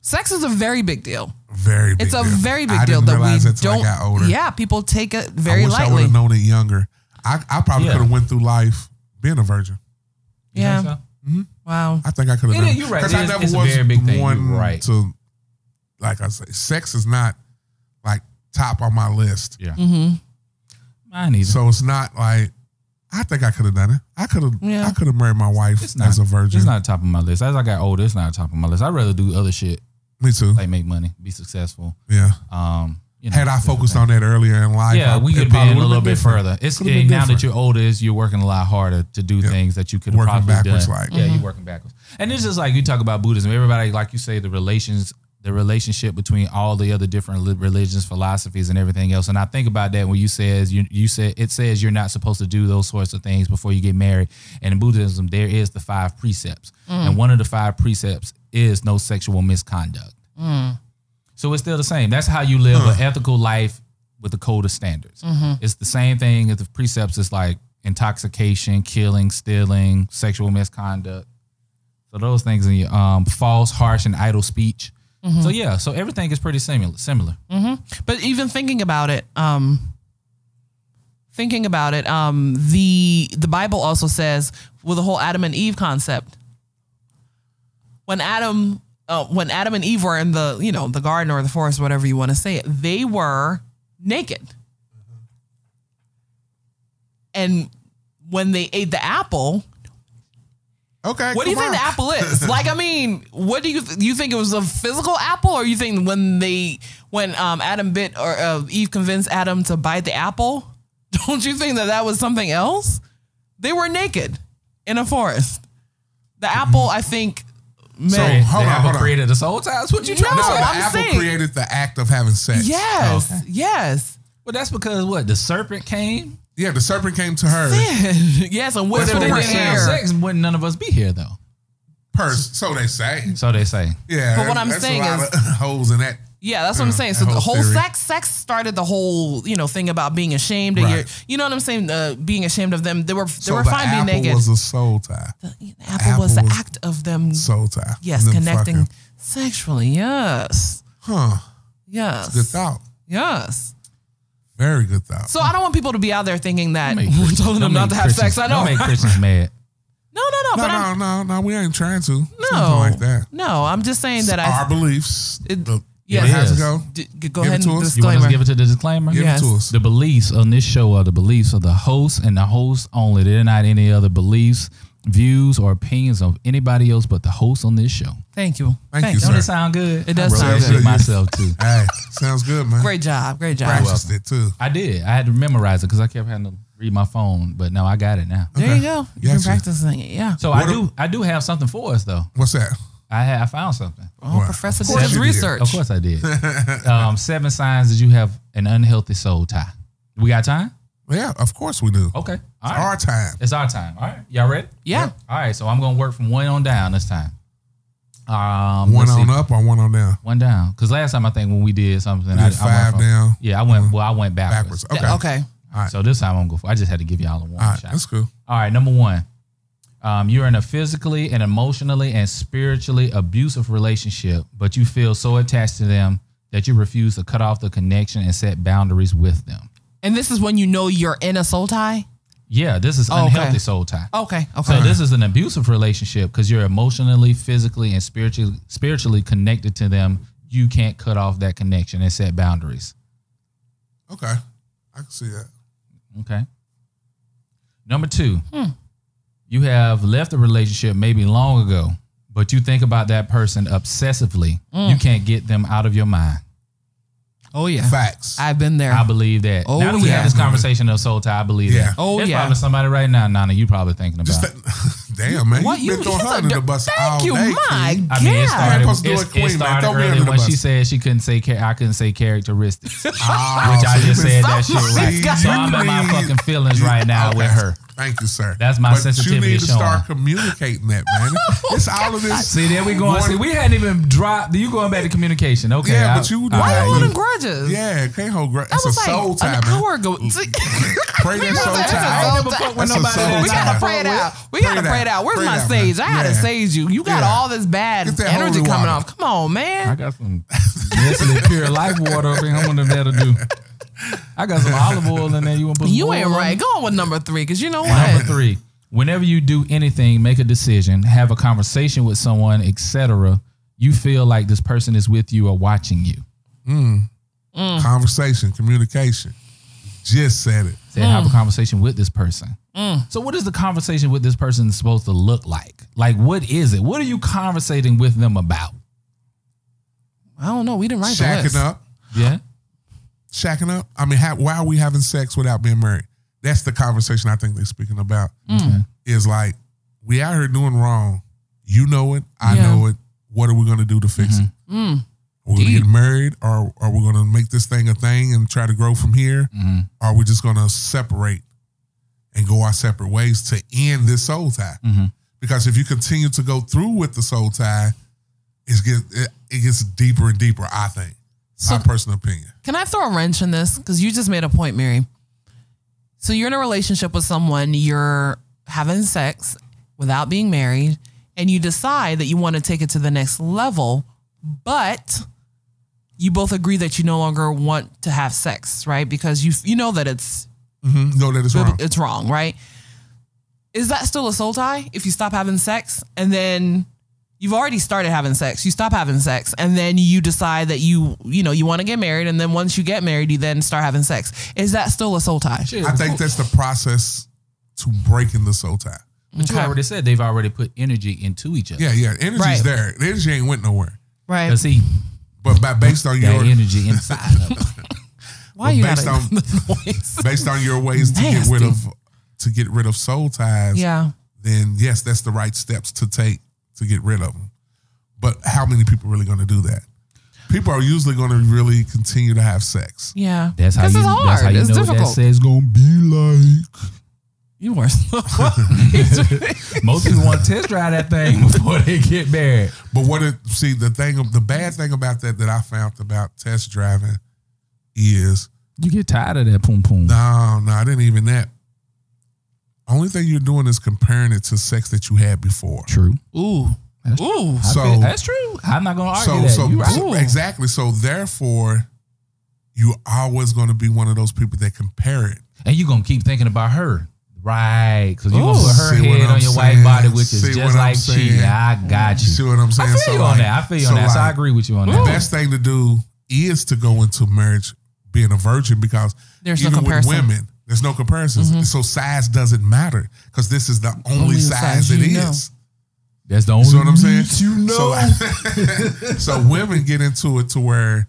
Speaker 1: Sex is a very big deal.
Speaker 2: Very big
Speaker 1: It's a
Speaker 2: deal.
Speaker 1: very big
Speaker 2: I
Speaker 1: deal
Speaker 2: didn't
Speaker 1: that
Speaker 2: realize
Speaker 1: we
Speaker 2: that till
Speaker 1: don't.
Speaker 2: I got older.
Speaker 1: Yeah, people take it
Speaker 2: I
Speaker 1: very
Speaker 2: wish I would
Speaker 1: lightly.
Speaker 2: have known it younger. I, I probably
Speaker 3: Yeah.
Speaker 2: could have went through life being a virgin.
Speaker 1: Yeah. Wow.
Speaker 2: I think I could
Speaker 3: It
Speaker 2: have.
Speaker 3: is- you're right.
Speaker 2: Because
Speaker 3: It
Speaker 2: I
Speaker 3: is-
Speaker 2: never
Speaker 3: it's a
Speaker 2: was
Speaker 3: very big thing.
Speaker 2: one
Speaker 3: You're right.
Speaker 2: to, like I say, sex is not like top on my list.
Speaker 3: Yeah. Mm-hmm. Mine either.
Speaker 2: So it's not like I think I could have done it. I could have.
Speaker 1: Yeah.
Speaker 2: I could have married my wife
Speaker 3: It's not
Speaker 2: as a virgin.
Speaker 3: It's not top of my list. As I got older, it's not top of my list. I'd rather do other shit,
Speaker 2: Me too.
Speaker 3: like make money, be successful.
Speaker 2: yeah.
Speaker 3: Um, you know,
Speaker 2: Had I
Speaker 3: different
Speaker 2: focused
Speaker 3: things.
Speaker 2: on that earlier in life,
Speaker 3: yeah,
Speaker 2: I-
Speaker 3: we
Speaker 2: it
Speaker 3: could be
Speaker 2: probably
Speaker 3: in a
Speaker 2: would've
Speaker 3: little
Speaker 2: been
Speaker 3: bit
Speaker 2: different.
Speaker 3: further. It's
Speaker 2: Could've been
Speaker 3: yeah, now that
Speaker 2: different.
Speaker 3: you're older, is you're working a lot harder to do things that you could have
Speaker 2: Working
Speaker 3: probably
Speaker 2: backwards,
Speaker 3: done.
Speaker 2: like- uh-huh.
Speaker 3: yeah, you're working backwards. And it's just like you talk about Buddhism. Everybody, like you say, the relations, the relationship between all the other different li- religions, philosophies, and everything else. And I think about that when you says you you said it says you're not supposed to do those sorts of things before you get married. And in Buddhism, there is the five precepts,
Speaker 2: Mm.
Speaker 3: and one of the five precepts is no sexual misconduct. So it's still the same. That's how you live an ethical life with the code of standards.
Speaker 1: Mm-hmm.
Speaker 3: It's the same thing as the precepts. It's like intoxication, killing, stealing, sexual misconduct. So those things in your um, false, harsh, and idle speech.
Speaker 1: Mm-hmm.
Speaker 3: So yeah, so everything is pretty similar. Similar.
Speaker 1: But even thinking about it, um, thinking about it, um, the the Bible also says with the whole Adam and Eve concept. When Adam, uh, when Adam and Eve were in the you know the garden or the forest, whatever you want to say it, they were naked. And when they ate the apple,
Speaker 2: Okay.
Speaker 1: What do you
Speaker 2: come
Speaker 1: think the
Speaker 2: on.
Speaker 1: apple is? Like, I mean, what do you th- you think it was a physical apple, or you think when they when um, Adam bit or uh, Eve convinced Adam to bite the apple? (laughs) Don't you think that that was something else? They were naked in a forest. The apple, I think,
Speaker 2: Mm-hmm. So
Speaker 1: Man.
Speaker 2: hold
Speaker 3: they
Speaker 2: on,
Speaker 3: haven't
Speaker 2: hold on.
Speaker 3: created us soul ties. What you trying
Speaker 1: No,
Speaker 2: no,
Speaker 3: to say?
Speaker 2: the
Speaker 1: I'm
Speaker 2: apple
Speaker 1: saying-
Speaker 2: created the act of having sex.
Speaker 1: Yes.
Speaker 2: oh, (laughs)
Speaker 1: Yes.
Speaker 3: Well, that's because what the serpent came.
Speaker 2: Yeah, the serpent came to her
Speaker 1: (laughs) yes. And
Speaker 3: But
Speaker 1: with
Speaker 3: if
Speaker 2: what
Speaker 3: they
Speaker 2: we're
Speaker 3: didn't have
Speaker 2: saying.
Speaker 1: hair.
Speaker 3: sex, wouldn't none of us be here though?
Speaker 2: purse, so they say.
Speaker 3: So they say.
Speaker 2: Yeah.
Speaker 1: But what
Speaker 2: that-
Speaker 1: I'm
Speaker 2: that's
Speaker 1: saying
Speaker 2: a lot
Speaker 1: is-
Speaker 2: of (laughs) holes in that.
Speaker 1: Yeah, that's what I'm
Speaker 2: Mm,
Speaker 1: saying.
Speaker 2: that
Speaker 1: So the
Speaker 2: whole
Speaker 1: whole
Speaker 2: theory.
Speaker 1: sex, sex started the whole you know thing about being ashamed of
Speaker 2: Right.
Speaker 1: your, you know what I'm saying? Uh, being ashamed of them. They were they
Speaker 2: So
Speaker 1: were
Speaker 2: the
Speaker 1: fine being
Speaker 2: apple
Speaker 1: naked.
Speaker 2: was a soul tie.
Speaker 1: apple, was the
Speaker 2: apple was-
Speaker 1: act of them.
Speaker 2: Soul tie.
Speaker 1: yes,
Speaker 2: Them
Speaker 1: connecting
Speaker 2: fucking-
Speaker 1: sexually. Yes.
Speaker 2: huh.
Speaker 1: Yes.
Speaker 2: Good thought.
Speaker 1: Yes.
Speaker 2: Very good thought.
Speaker 1: So I don't want people to be out there thinking that (laughs)
Speaker 3: Make
Speaker 1: we're
Speaker 3: Christians-
Speaker 1: telling them
Speaker 3: don't
Speaker 1: not
Speaker 3: make
Speaker 1: to have
Speaker 3: Christians-
Speaker 1: sex. I know.
Speaker 3: Don't make Christians mad.
Speaker 1: No, no, no.
Speaker 2: no,
Speaker 1: but I'm,
Speaker 2: no, no, no. We ain't trying to.
Speaker 1: No,
Speaker 2: Something like that.
Speaker 1: No, I'm just saying that
Speaker 2: Our
Speaker 1: I
Speaker 2: beliefs.
Speaker 1: It-
Speaker 2: the,
Speaker 1: yes.
Speaker 2: it has
Speaker 3: It
Speaker 2: to go.
Speaker 1: d- g- go
Speaker 2: Give it
Speaker 1: ahead and
Speaker 2: to us.
Speaker 3: You want
Speaker 1: disclaimer.
Speaker 3: us to give it to the disclaimer?
Speaker 2: Give
Speaker 1: Yes.
Speaker 2: it to us.
Speaker 3: The beliefs on this show are the beliefs of the host and the host only. They're not any other beliefs, views, or opinions of anybody else but the host on this show.
Speaker 1: Thank you.
Speaker 2: Thank
Speaker 1: Thanks.
Speaker 2: you,
Speaker 3: Don't
Speaker 2: sir.
Speaker 3: it sound good?
Speaker 1: It does
Speaker 3: I wrote
Speaker 1: sound
Speaker 3: that
Speaker 2: good.
Speaker 3: shit myself too.
Speaker 2: hey, sounds good, man.
Speaker 1: Great job. Great job.
Speaker 2: Practiced it too.
Speaker 3: I did. I had to memorize it because I kept having to read my phone, but no, I got it now.
Speaker 1: There you go. You've been
Speaker 2: Gotcha.
Speaker 1: practicing it. Yeah.
Speaker 3: So I
Speaker 2: What a-
Speaker 3: do. I do have something for us though.
Speaker 2: What's that?
Speaker 3: I ha- I found something.
Speaker 1: Oh,
Speaker 2: Wow.
Speaker 1: Professor
Speaker 2: Of course
Speaker 1: did his
Speaker 2: you did.
Speaker 1: research.
Speaker 3: Of course
Speaker 2: (laughs)
Speaker 3: I did. um, seven signs that you have an unhealthy soul tie. We got time?
Speaker 2: Yeah, of course we do.
Speaker 3: Okay. Oh,
Speaker 2: It's
Speaker 3: All right.
Speaker 2: our time.
Speaker 3: It's our time. All right. Y'all ready?
Speaker 1: Yeah.
Speaker 3: All right. So I'm gonna work from one on down this time. Um,
Speaker 2: One
Speaker 3: let's see.
Speaker 2: on up or one on down.
Speaker 3: one down. Because last time I think when we did something,
Speaker 2: You
Speaker 3: I,
Speaker 2: did
Speaker 3: I went
Speaker 2: five
Speaker 3: from-
Speaker 2: down, Uh-huh.
Speaker 3: Yeah, I went. Well, I went backwards.
Speaker 2: backwards. Okay.
Speaker 1: Yeah, okay.
Speaker 3: So this time I'm going. For, I just had to give y'all a one
Speaker 2: All right,
Speaker 3: shot.
Speaker 2: that's cool.
Speaker 3: All right, number one. Um, you're in a physically and emotionally and spiritually abusive relationship, but you feel so attached to them that you refuse to cut off the connection and set boundaries with them.
Speaker 1: And this is when you know you're in a soul tie.
Speaker 3: Yeah, this is
Speaker 1: Oh, okay.
Speaker 3: unhealthy soul tie.
Speaker 1: Okay. Okay.
Speaker 3: So
Speaker 2: Uh-huh.
Speaker 3: this is an abusive relationship because you're emotionally, physically, and spiritually spiritually connected to them. You can't cut off that connection and set boundaries.
Speaker 2: Okay, I can see that.
Speaker 3: Okay. Number two,
Speaker 2: Hmm.
Speaker 3: you have left a relationship maybe long ago, but you think about that person obsessively.
Speaker 2: Mm.
Speaker 3: You can't get them out of your mind.
Speaker 1: oh yeah.
Speaker 2: Facts.
Speaker 1: I've been there.
Speaker 3: I believe that.
Speaker 1: Oh,
Speaker 3: now that we
Speaker 1: yeah.
Speaker 3: have this conversation of soul tie, I believe
Speaker 2: Yeah.
Speaker 3: that.
Speaker 1: Oh,
Speaker 3: There's
Speaker 1: yeah.
Speaker 3: probably somebody right now, Nana, you probably thinking about.
Speaker 2: Just that- (laughs) damn man,
Speaker 1: What
Speaker 2: you
Speaker 1: you?
Speaker 2: been throwing
Speaker 1: he's
Speaker 2: her
Speaker 1: a
Speaker 2: under the
Speaker 1: dirt-
Speaker 2: bus all
Speaker 1: Thank you.
Speaker 2: day.
Speaker 1: My
Speaker 3: (laughs)
Speaker 2: King.
Speaker 1: God.
Speaker 3: I mean, it started,
Speaker 2: supposed to do
Speaker 3: it's-
Speaker 2: it queen,
Speaker 3: it
Speaker 2: man.
Speaker 3: started
Speaker 2: Throw me
Speaker 3: early
Speaker 2: under the
Speaker 3: when she
Speaker 2: bus.
Speaker 3: said she couldn't say char- I couldn't say characteristics, which
Speaker 2: Oh,
Speaker 3: I
Speaker 2: so you
Speaker 3: just
Speaker 2: been-
Speaker 3: said (laughs) that shit
Speaker 1: Something's
Speaker 3: right.
Speaker 1: got
Speaker 3: So I'm in my
Speaker 2: me.
Speaker 3: fucking feelings right now
Speaker 2: Okay.
Speaker 3: with her.
Speaker 2: Thank you, sir.
Speaker 3: That's my
Speaker 2: but
Speaker 3: sensitivity
Speaker 2: You need to
Speaker 3: showing.
Speaker 2: start communicating that, man.
Speaker 3: (laughs)
Speaker 2: It's all of this.
Speaker 3: See, there we going. See, we hadn't even dropped. You going back to communication? Okay.
Speaker 2: Yeah,
Speaker 3: I-
Speaker 2: but you- why
Speaker 3: all
Speaker 2: you
Speaker 1: I
Speaker 3: right.
Speaker 1: don't want grudges.
Speaker 2: yeah, can't hold. Gr-
Speaker 1: That
Speaker 2: it's a
Speaker 1: was like
Speaker 2: soul tie,
Speaker 1: an
Speaker 2: man. (laughs) Mm.
Speaker 1: hour ago. (laughs)
Speaker 2: Pray that soul
Speaker 1: That's a
Speaker 2: tie.
Speaker 1: soul
Speaker 2: I
Speaker 1: tie.
Speaker 2: ain't never
Speaker 1: That's
Speaker 2: fucked with
Speaker 1: a
Speaker 2: nobody
Speaker 1: soul
Speaker 2: that
Speaker 1: We gotta
Speaker 2: time.
Speaker 1: pray it out. We
Speaker 2: Pray
Speaker 1: gotta
Speaker 2: it
Speaker 1: pray it
Speaker 2: out.
Speaker 1: out. Where's
Speaker 2: Pray
Speaker 1: my
Speaker 2: it out,
Speaker 1: sage? I
Speaker 2: man.
Speaker 1: gotta
Speaker 2: Yeah.
Speaker 1: sage you. You got
Speaker 2: Yeah.
Speaker 1: all this bad
Speaker 2: Get that
Speaker 1: energy
Speaker 2: holy
Speaker 1: coming
Speaker 2: water.
Speaker 1: off. Come on, man.
Speaker 3: I got some Nestle Pure Life water up here. I wonder if that'll do. I got some olive oil in there. You want to put? some
Speaker 1: You
Speaker 3: oil
Speaker 1: ain't
Speaker 3: on it?
Speaker 1: right. Go on with number three, cause you know
Speaker 3: Number
Speaker 1: what?
Speaker 3: three. Whenever you do anything, make a decision, have a conversation with someone, etc., you feel like this person is with you or watching you.
Speaker 2: Conversation, communication. Just said it.
Speaker 3: Say, have a conversation with this person. So, what is the conversation with this person supposed to look like? Like, what is it? What are you conversating with them about?
Speaker 1: I don't know. We didn't write the list.
Speaker 2: Shacking up.
Speaker 3: Yeah.
Speaker 2: shacking up? I mean, how, why are we having sex without being married? That's the conversation I think they're speaking about.
Speaker 1: Mm.
Speaker 2: Is like we out here doing wrong. You know it. I
Speaker 1: Yeah. Mm.
Speaker 2: know it. What are we going to do to fix it? We're going to
Speaker 1: Deep.
Speaker 2: get married, or are we going to make this thing a thing and try to grow from here? Or are we just going to separate and go our separate ways to end this soul tie? Because if you continue to go through with the soul tie, it's get, it, it gets deeper and deeper. I think.
Speaker 1: So-
Speaker 2: my personal opinion.
Speaker 1: Can I throw a wrench in this? Because you just made a point, Mary. So you're in a relationship with someone, you're having sex without being married, and you decide that you want to take it to the next level, but you both agree that you no longer want to have sex, right? Because you you know that it's
Speaker 2: Mm-hmm. No, that is wrong.
Speaker 1: it's wrong, right? Is that still a soul tie if you stop having sex and then you've already started having sex, you stop having sex and then you decide that you, you know, you want to get married and then once you get married you then start having sex. Is that still a soul tie?
Speaker 3: Shit,
Speaker 2: I think that's the process to breaking the soul tie.
Speaker 3: But you already said they've already put energy into each other.
Speaker 2: Yeah, yeah. Energy's
Speaker 1: Right.
Speaker 2: there. The energy ain't went nowhere.
Speaker 1: Right.
Speaker 3: Because he
Speaker 2: But by based on
Speaker 3: got
Speaker 2: your
Speaker 3: energy inside of them.
Speaker 1: Why you
Speaker 2: based
Speaker 1: gotta
Speaker 2: on-
Speaker 1: (laughs) the voice?
Speaker 2: based on your ways to get rid of to get rid of soul ties,
Speaker 1: Yeah.
Speaker 2: then yes, that's the right steps to take to get rid of them. But how many people really going to do that? People are usually going to really continue to have sex.
Speaker 1: Yeah.
Speaker 3: That's how
Speaker 1: 'Cause
Speaker 3: you.
Speaker 1: it's hard.
Speaker 3: That's how you
Speaker 1: it's
Speaker 3: know
Speaker 1: difficult.
Speaker 3: what that says gonna be like. (laughs)
Speaker 1: You are (laughs)
Speaker 3: Most people want to test drive that thing (laughs) before they get married.
Speaker 2: But what it see the thing the bad thing about that that I found about test driving is
Speaker 3: You get tired of that poom poom.
Speaker 2: no, no, I didn't even that. Only thing you're doing is comparing it to sex that you had before.
Speaker 3: True.
Speaker 1: Ooh. Ooh.
Speaker 3: I
Speaker 2: So-
Speaker 3: feel- that's true. I'm not gonna argue
Speaker 2: So,
Speaker 3: that.
Speaker 2: so,
Speaker 3: you right.
Speaker 2: so exactly. So therefore, you're always going to be one of those people that compare it.
Speaker 3: And you're gonna keep thinking about her. Right. Because you're gonna
Speaker 1: Ooh.
Speaker 3: put her
Speaker 2: Oh, See what
Speaker 3: head
Speaker 2: I'm
Speaker 3: on your
Speaker 2: saying?
Speaker 3: white body, which is
Speaker 2: See what
Speaker 3: just
Speaker 2: I'm
Speaker 3: like cheating.
Speaker 2: saying?
Speaker 3: I got
Speaker 2: You see
Speaker 3: you.
Speaker 2: what I'm saying?
Speaker 3: I feel
Speaker 2: So,
Speaker 3: you on
Speaker 2: like-
Speaker 3: that. I feel you on
Speaker 2: so,
Speaker 3: that. so I
Speaker 2: like,
Speaker 3: agree with you on
Speaker 2: The
Speaker 3: that.
Speaker 2: best thing to do is to go into marriage being a virgin because
Speaker 1: There's no
Speaker 2: even
Speaker 1: comparison. Mm-hmm.
Speaker 2: with women, there's no comparisons. So size doesn't matter because this is the only,
Speaker 1: Only the
Speaker 2: size,
Speaker 1: size
Speaker 2: it
Speaker 1: you know.
Speaker 2: is.
Speaker 3: That's the only
Speaker 2: You know what I'm saying?
Speaker 3: meat You know.
Speaker 2: So, (laughs) so women get into it to where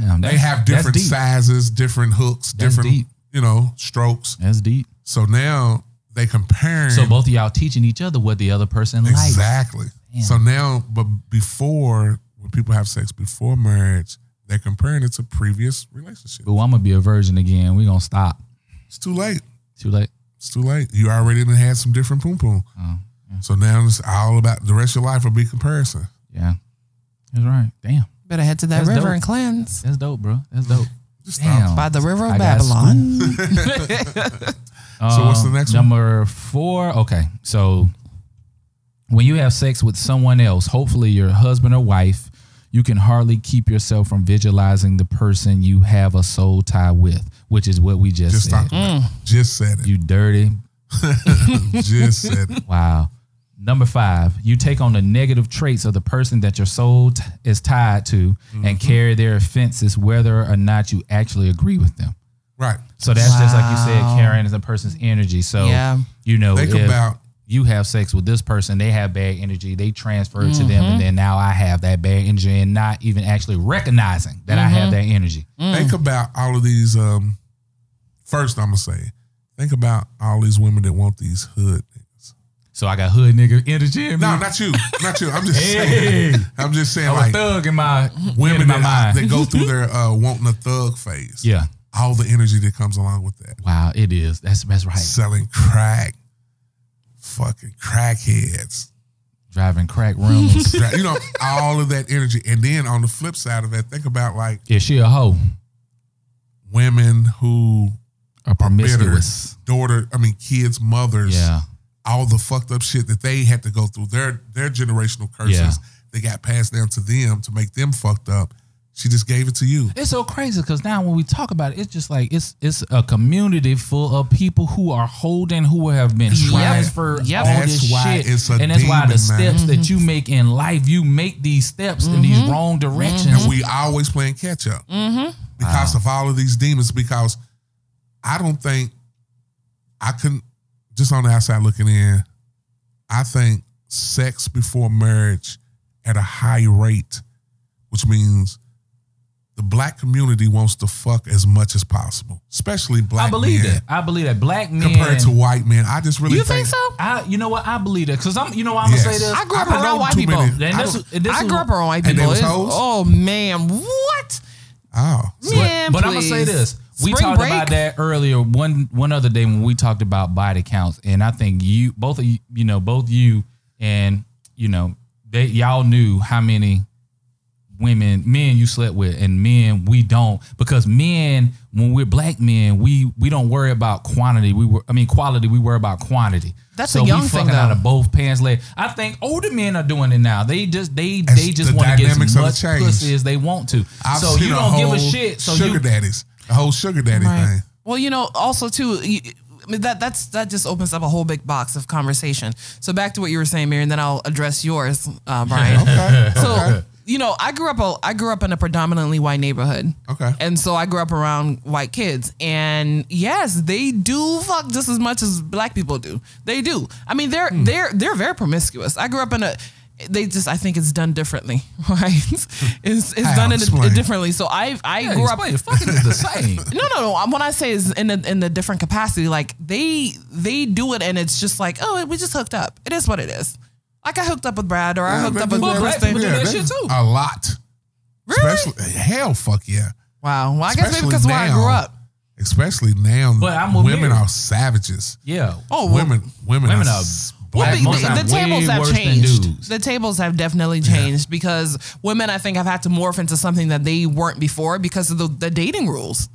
Speaker 3: Damn,
Speaker 2: they
Speaker 3: that's-
Speaker 2: have
Speaker 3: that's
Speaker 2: different
Speaker 3: deep.
Speaker 2: sizes, different hooks,
Speaker 3: That's
Speaker 2: different
Speaker 3: deep.
Speaker 2: you know strokes.
Speaker 3: That's deep.
Speaker 2: So now they comparing.
Speaker 3: So both of y'all teaching each other what the other person likes.
Speaker 2: exactly.
Speaker 3: Damn.
Speaker 2: So now, but before when people have sex before marriage, they're comparing it to previous relationships.
Speaker 3: But I'm gonna be a virgin again. We're gonna stop.
Speaker 2: It's too late.
Speaker 3: She was like,
Speaker 2: It's too late. You already done had some different poom poom.
Speaker 3: oh,
Speaker 2: So now it's all about the rest of your life will be comparison.
Speaker 3: yeah. That's right. Damn.
Speaker 1: Better head to that
Speaker 3: That's
Speaker 1: river
Speaker 3: dope.
Speaker 1: and cleanse.
Speaker 3: That's dope, bro. That's dope.
Speaker 2: Just stop.
Speaker 3: Damn.
Speaker 1: By the river of
Speaker 3: I got
Speaker 1: Babylon.
Speaker 3: Um,
Speaker 2: what's the next one?
Speaker 3: Number four. Okay. So when you have sex with someone else, hopefully your husband or wife, you can hardly keep yourself from visualizing the person you have a soul tie with, which is what we just,
Speaker 2: Just
Speaker 3: said.
Speaker 2: stop. Just said it.
Speaker 3: You dirty. Mm.
Speaker 2: Just said
Speaker 3: (laughs)
Speaker 2: it.
Speaker 3: Wow. Number five, you take on the negative traits of the person that your soul t- is tied to
Speaker 2: Mm-hmm.
Speaker 3: and carry their offenses, whether or not you actually agree with them.
Speaker 2: Right.
Speaker 3: So that's just like you said,
Speaker 1: Wow.
Speaker 3: carrying is a person's energy.
Speaker 1: (laughs)
Speaker 3: So
Speaker 1: Yeah.
Speaker 3: you know,
Speaker 2: Think
Speaker 3: if
Speaker 2: about
Speaker 3: you have sex with this person, they have bad energy, they transfer it to them, and then now I have that bad energy, and not even actually recognizing that I have that energy.
Speaker 2: think about all of these um first I'm gonna say, think about all these women that want these hood niggas.
Speaker 3: So I got hood nigga energy. In me.
Speaker 2: No, not you. Not you. I'm just
Speaker 3: (laughs) Hey.
Speaker 2: saying I'm just saying
Speaker 3: I'm a
Speaker 2: like
Speaker 3: thug in my
Speaker 2: women
Speaker 3: in my
Speaker 2: that, I-
Speaker 3: mind.
Speaker 2: that
Speaker 3: (laughs)
Speaker 2: go through their uh wanting a thug phase.
Speaker 3: yeah.
Speaker 2: All the energy that comes along with that.
Speaker 3: Wow, it is. That's that's right.
Speaker 2: Selling crack, fucking crackheads.
Speaker 3: Driving crack rooms.
Speaker 2: (laughs) Dra- you know, all of that energy. And then on the flip side of that, think about like
Speaker 3: is she a hoe?
Speaker 2: women who
Speaker 3: A promiscuous?
Speaker 2: daughter, I mean kids, mothers,
Speaker 3: Yeah.
Speaker 2: all the fucked up shit that they had to go through, their their generational curses
Speaker 3: Yeah.
Speaker 2: they got passed down to them to make them fucked up. She just gave it to you.
Speaker 3: It's so crazy because now when we talk about it, it's just like it's it's a community full of people who are holding who have been
Speaker 1: Yep.
Speaker 3: transferred
Speaker 1: Yep. Mm-hmm.
Speaker 3: all
Speaker 2: That's
Speaker 3: this
Speaker 2: why
Speaker 3: shit,
Speaker 2: it's a
Speaker 3: and that's why the
Speaker 2: demon, man.
Speaker 3: steps that you make in life, you make these steps in these wrong
Speaker 1: Mm-hmm.
Speaker 3: directions.
Speaker 2: And we always playing catch up
Speaker 3: Mm-hmm.
Speaker 2: because of all of these demons. Because I don't think I couldn't just on the outside looking in. I think sex before marriage at a high rate, which means the black community wants to fuck as much as possible, especially black.
Speaker 3: I believe
Speaker 2: men
Speaker 3: that. I believe that black men.
Speaker 2: compared to white men. I just really
Speaker 1: You think so?
Speaker 3: I, you know what? I believe that because I'm. You know what I'm gonna
Speaker 2: Yes.
Speaker 3: say this.
Speaker 1: I grew up
Speaker 2: I don't
Speaker 1: around
Speaker 2: know
Speaker 1: white
Speaker 2: too
Speaker 1: people.
Speaker 2: many.
Speaker 3: And
Speaker 2: I
Speaker 3: this,
Speaker 2: don't-
Speaker 3: and this
Speaker 1: I
Speaker 3: is-
Speaker 1: grew up around white
Speaker 2: And they
Speaker 1: people.
Speaker 2: was
Speaker 1: It's-
Speaker 2: hoes?
Speaker 1: Oh man, what?
Speaker 2: Oh, so
Speaker 1: Man,
Speaker 3: But I'm gonna say
Speaker 1: please.
Speaker 3: this. We
Speaker 1: Spring
Speaker 3: talked about
Speaker 1: break?
Speaker 3: that earlier one one other day when we talked about body counts, and I think you both of you, you know, both you and you know, they y'all knew how many women, men you slept with, and men we don't because men when we're black men we we don't worry about quantity. We were I mean quality. We worry about quantity.
Speaker 1: That's
Speaker 3: so
Speaker 1: a young
Speaker 3: we
Speaker 1: thing,
Speaker 3: fucking out
Speaker 1: though.
Speaker 3: of both pants leg. I think older men are doing it now. They just they
Speaker 2: As
Speaker 3: they just
Speaker 2: the
Speaker 3: want to get
Speaker 2: dynamics
Speaker 3: as
Speaker 2: have
Speaker 3: much
Speaker 2: changed.
Speaker 3: pussy as they want to.
Speaker 2: I've
Speaker 3: so
Speaker 2: seen
Speaker 3: you
Speaker 2: a
Speaker 3: don't give a
Speaker 2: whole
Speaker 3: shit. So
Speaker 2: sugar
Speaker 3: you
Speaker 2: daddies, the whole sugar daddy
Speaker 3: (laughs)
Speaker 2: thing.
Speaker 1: Well, you know, also too, y- I mean, that that's that just opens up a whole big box of conversation. So back to what you were saying, Mary, and then I'll address yours, uh, Brian.
Speaker 2: Okay,
Speaker 3: (laughs)
Speaker 1: So
Speaker 2: okay,
Speaker 1: you know, I grew up a, I grew up in a predominantly white neighborhood.
Speaker 2: okay.
Speaker 1: And so I grew up around white kids. And yes, they do fuck just as much as black people do. They do. I mean, they're
Speaker 3: Hmm.
Speaker 1: they're they're very promiscuous. I grew up in a they just I think it's done differently, (laughs) right? it's it's
Speaker 2: How?
Speaker 1: done in a,
Speaker 2: Explain.
Speaker 1: differently. So I I
Speaker 3: Yeah,
Speaker 1: grew up
Speaker 3: explain. Fucking is the same.
Speaker 1: (laughs) no, no, no. When I say is in a, in a different capacity, like they they do it, and it's just like, oh, we just hooked up. It is what it is. Like I hooked up with Brad or I
Speaker 2: Yeah,
Speaker 1: hooked
Speaker 2: they
Speaker 1: up
Speaker 2: do
Speaker 1: with
Speaker 2: that.
Speaker 3: Well, black people
Speaker 1: Kristen.
Speaker 3: do that
Speaker 2: they-
Speaker 3: shit too.
Speaker 2: A lot.
Speaker 1: Really?
Speaker 2: Especially, hell, fuck yeah.
Speaker 1: Wow. Well, I guess maybe
Speaker 2: Especially
Speaker 1: because where I grew
Speaker 2: now.
Speaker 1: up.
Speaker 2: Especially now,
Speaker 3: But I'm with
Speaker 2: women
Speaker 3: you.
Speaker 2: are savages.
Speaker 3: Yeah.
Speaker 1: Oh, well,
Speaker 2: women, women,
Speaker 3: women
Speaker 2: are.
Speaker 3: are-
Speaker 2: s-
Speaker 3: Well,
Speaker 2: black
Speaker 1: Well, the, the,
Speaker 3: Black most are
Speaker 1: the
Speaker 3: way
Speaker 1: tables have
Speaker 3: worse than
Speaker 1: changed.
Speaker 3: dudes.
Speaker 1: The tables have definitely changed because women, I think, have had to morph into something that they weren't before because of the, the dating rules.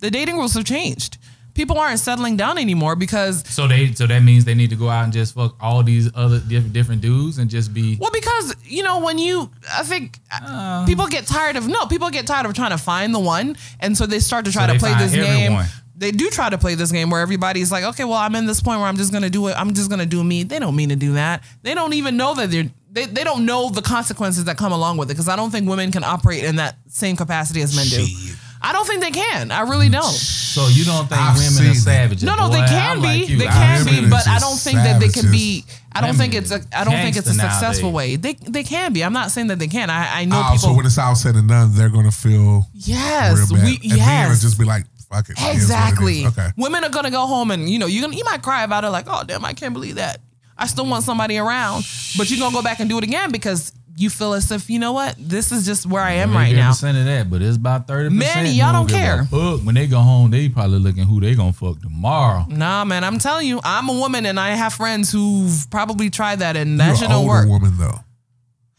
Speaker 1: The dating rules have changed. People aren't settling down anymore because
Speaker 3: So they so that means they need to go out and just fuck all these other diff- different dudes and just be
Speaker 1: well, because you know when you, I think uh, people get tired of no, people get tired of trying to find the one, and so they start to try
Speaker 3: So
Speaker 1: to
Speaker 3: they
Speaker 1: play
Speaker 3: find
Speaker 1: this game.
Speaker 3: everyone.
Speaker 1: They do try to play this game where everybody's like, okay, well, I'm in this point where I'm just gonna do it. I'm just gonna do me. They don't mean to do that. They don't even know that they're. They, they don't know the consequences that come along with it because I don't think women can operate in that same capacity as men do.
Speaker 2: Shit.
Speaker 1: I don't think they can. I really don't.
Speaker 3: so you don't think
Speaker 2: I've
Speaker 3: women are
Speaker 2: seen it.
Speaker 3: savages.
Speaker 1: No, no, they
Speaker 3: Boy,
Speaker 1: can
Speaker 3: I'm
Speaker 1: be.
Speaker 3: like you.
Speaker 1: they
Speaker 3: I've
Speaker 1: can
Speaker 3: seen
Speaker 1: be,
Speaker 2: Women
Speaker 3: it.
Speaker 1: but
Speaker 2: is
Speaker 1: I
Speaker 2: just
Speaker 1: don't think that they can be. I don't
Speaker 3: Women
Speaker 1: think it's a.
Speaker 3: is
Speaker 1: I don't think it's a
Speaker 3: gangsta
Speaker 1: successful
Speaker 3: nowadays.
Speaker 1: way. They they can be. I'm not saying that they can. I I know
Speaker 2: Oh, so
Speaker 1: people.
Speaker 2: when it's all said and done, they're gonna feel
Speaker 1: yes,
Speaker 2: real bad.
Speaker 1: we
Speaker 2: And men will
Speaker 1: yes.
Speaker 2: just be like, "Fuck it." it is what it is.
Speaker 1: Exactly.
Speaker 2: Okay.
Speaker 1: Women are gonna go home and you know you're gonna you might cry about it like oh damn I can't believe that I still want somebody around but you're gonna go back and do it again because you feel as if you know what this is just where I am right now.
Speaker 3: percent of that, but it's about thirty percent.
Speaker 1: Men, y'all don't care.
Speaker 3: Fuck. When they go home, they probably looking who they gonna fuck tomorrow.
Speaker 1: Nah, man, I'm telling you, I'm a woman and I have friends who've probably tried that and that
Speaker 2: You're
Speaker 1: shit
Speaker 2: an
Speaker 1: don't
Speaker 2: older
Speaker 1: work.
Speaker 2: woman though.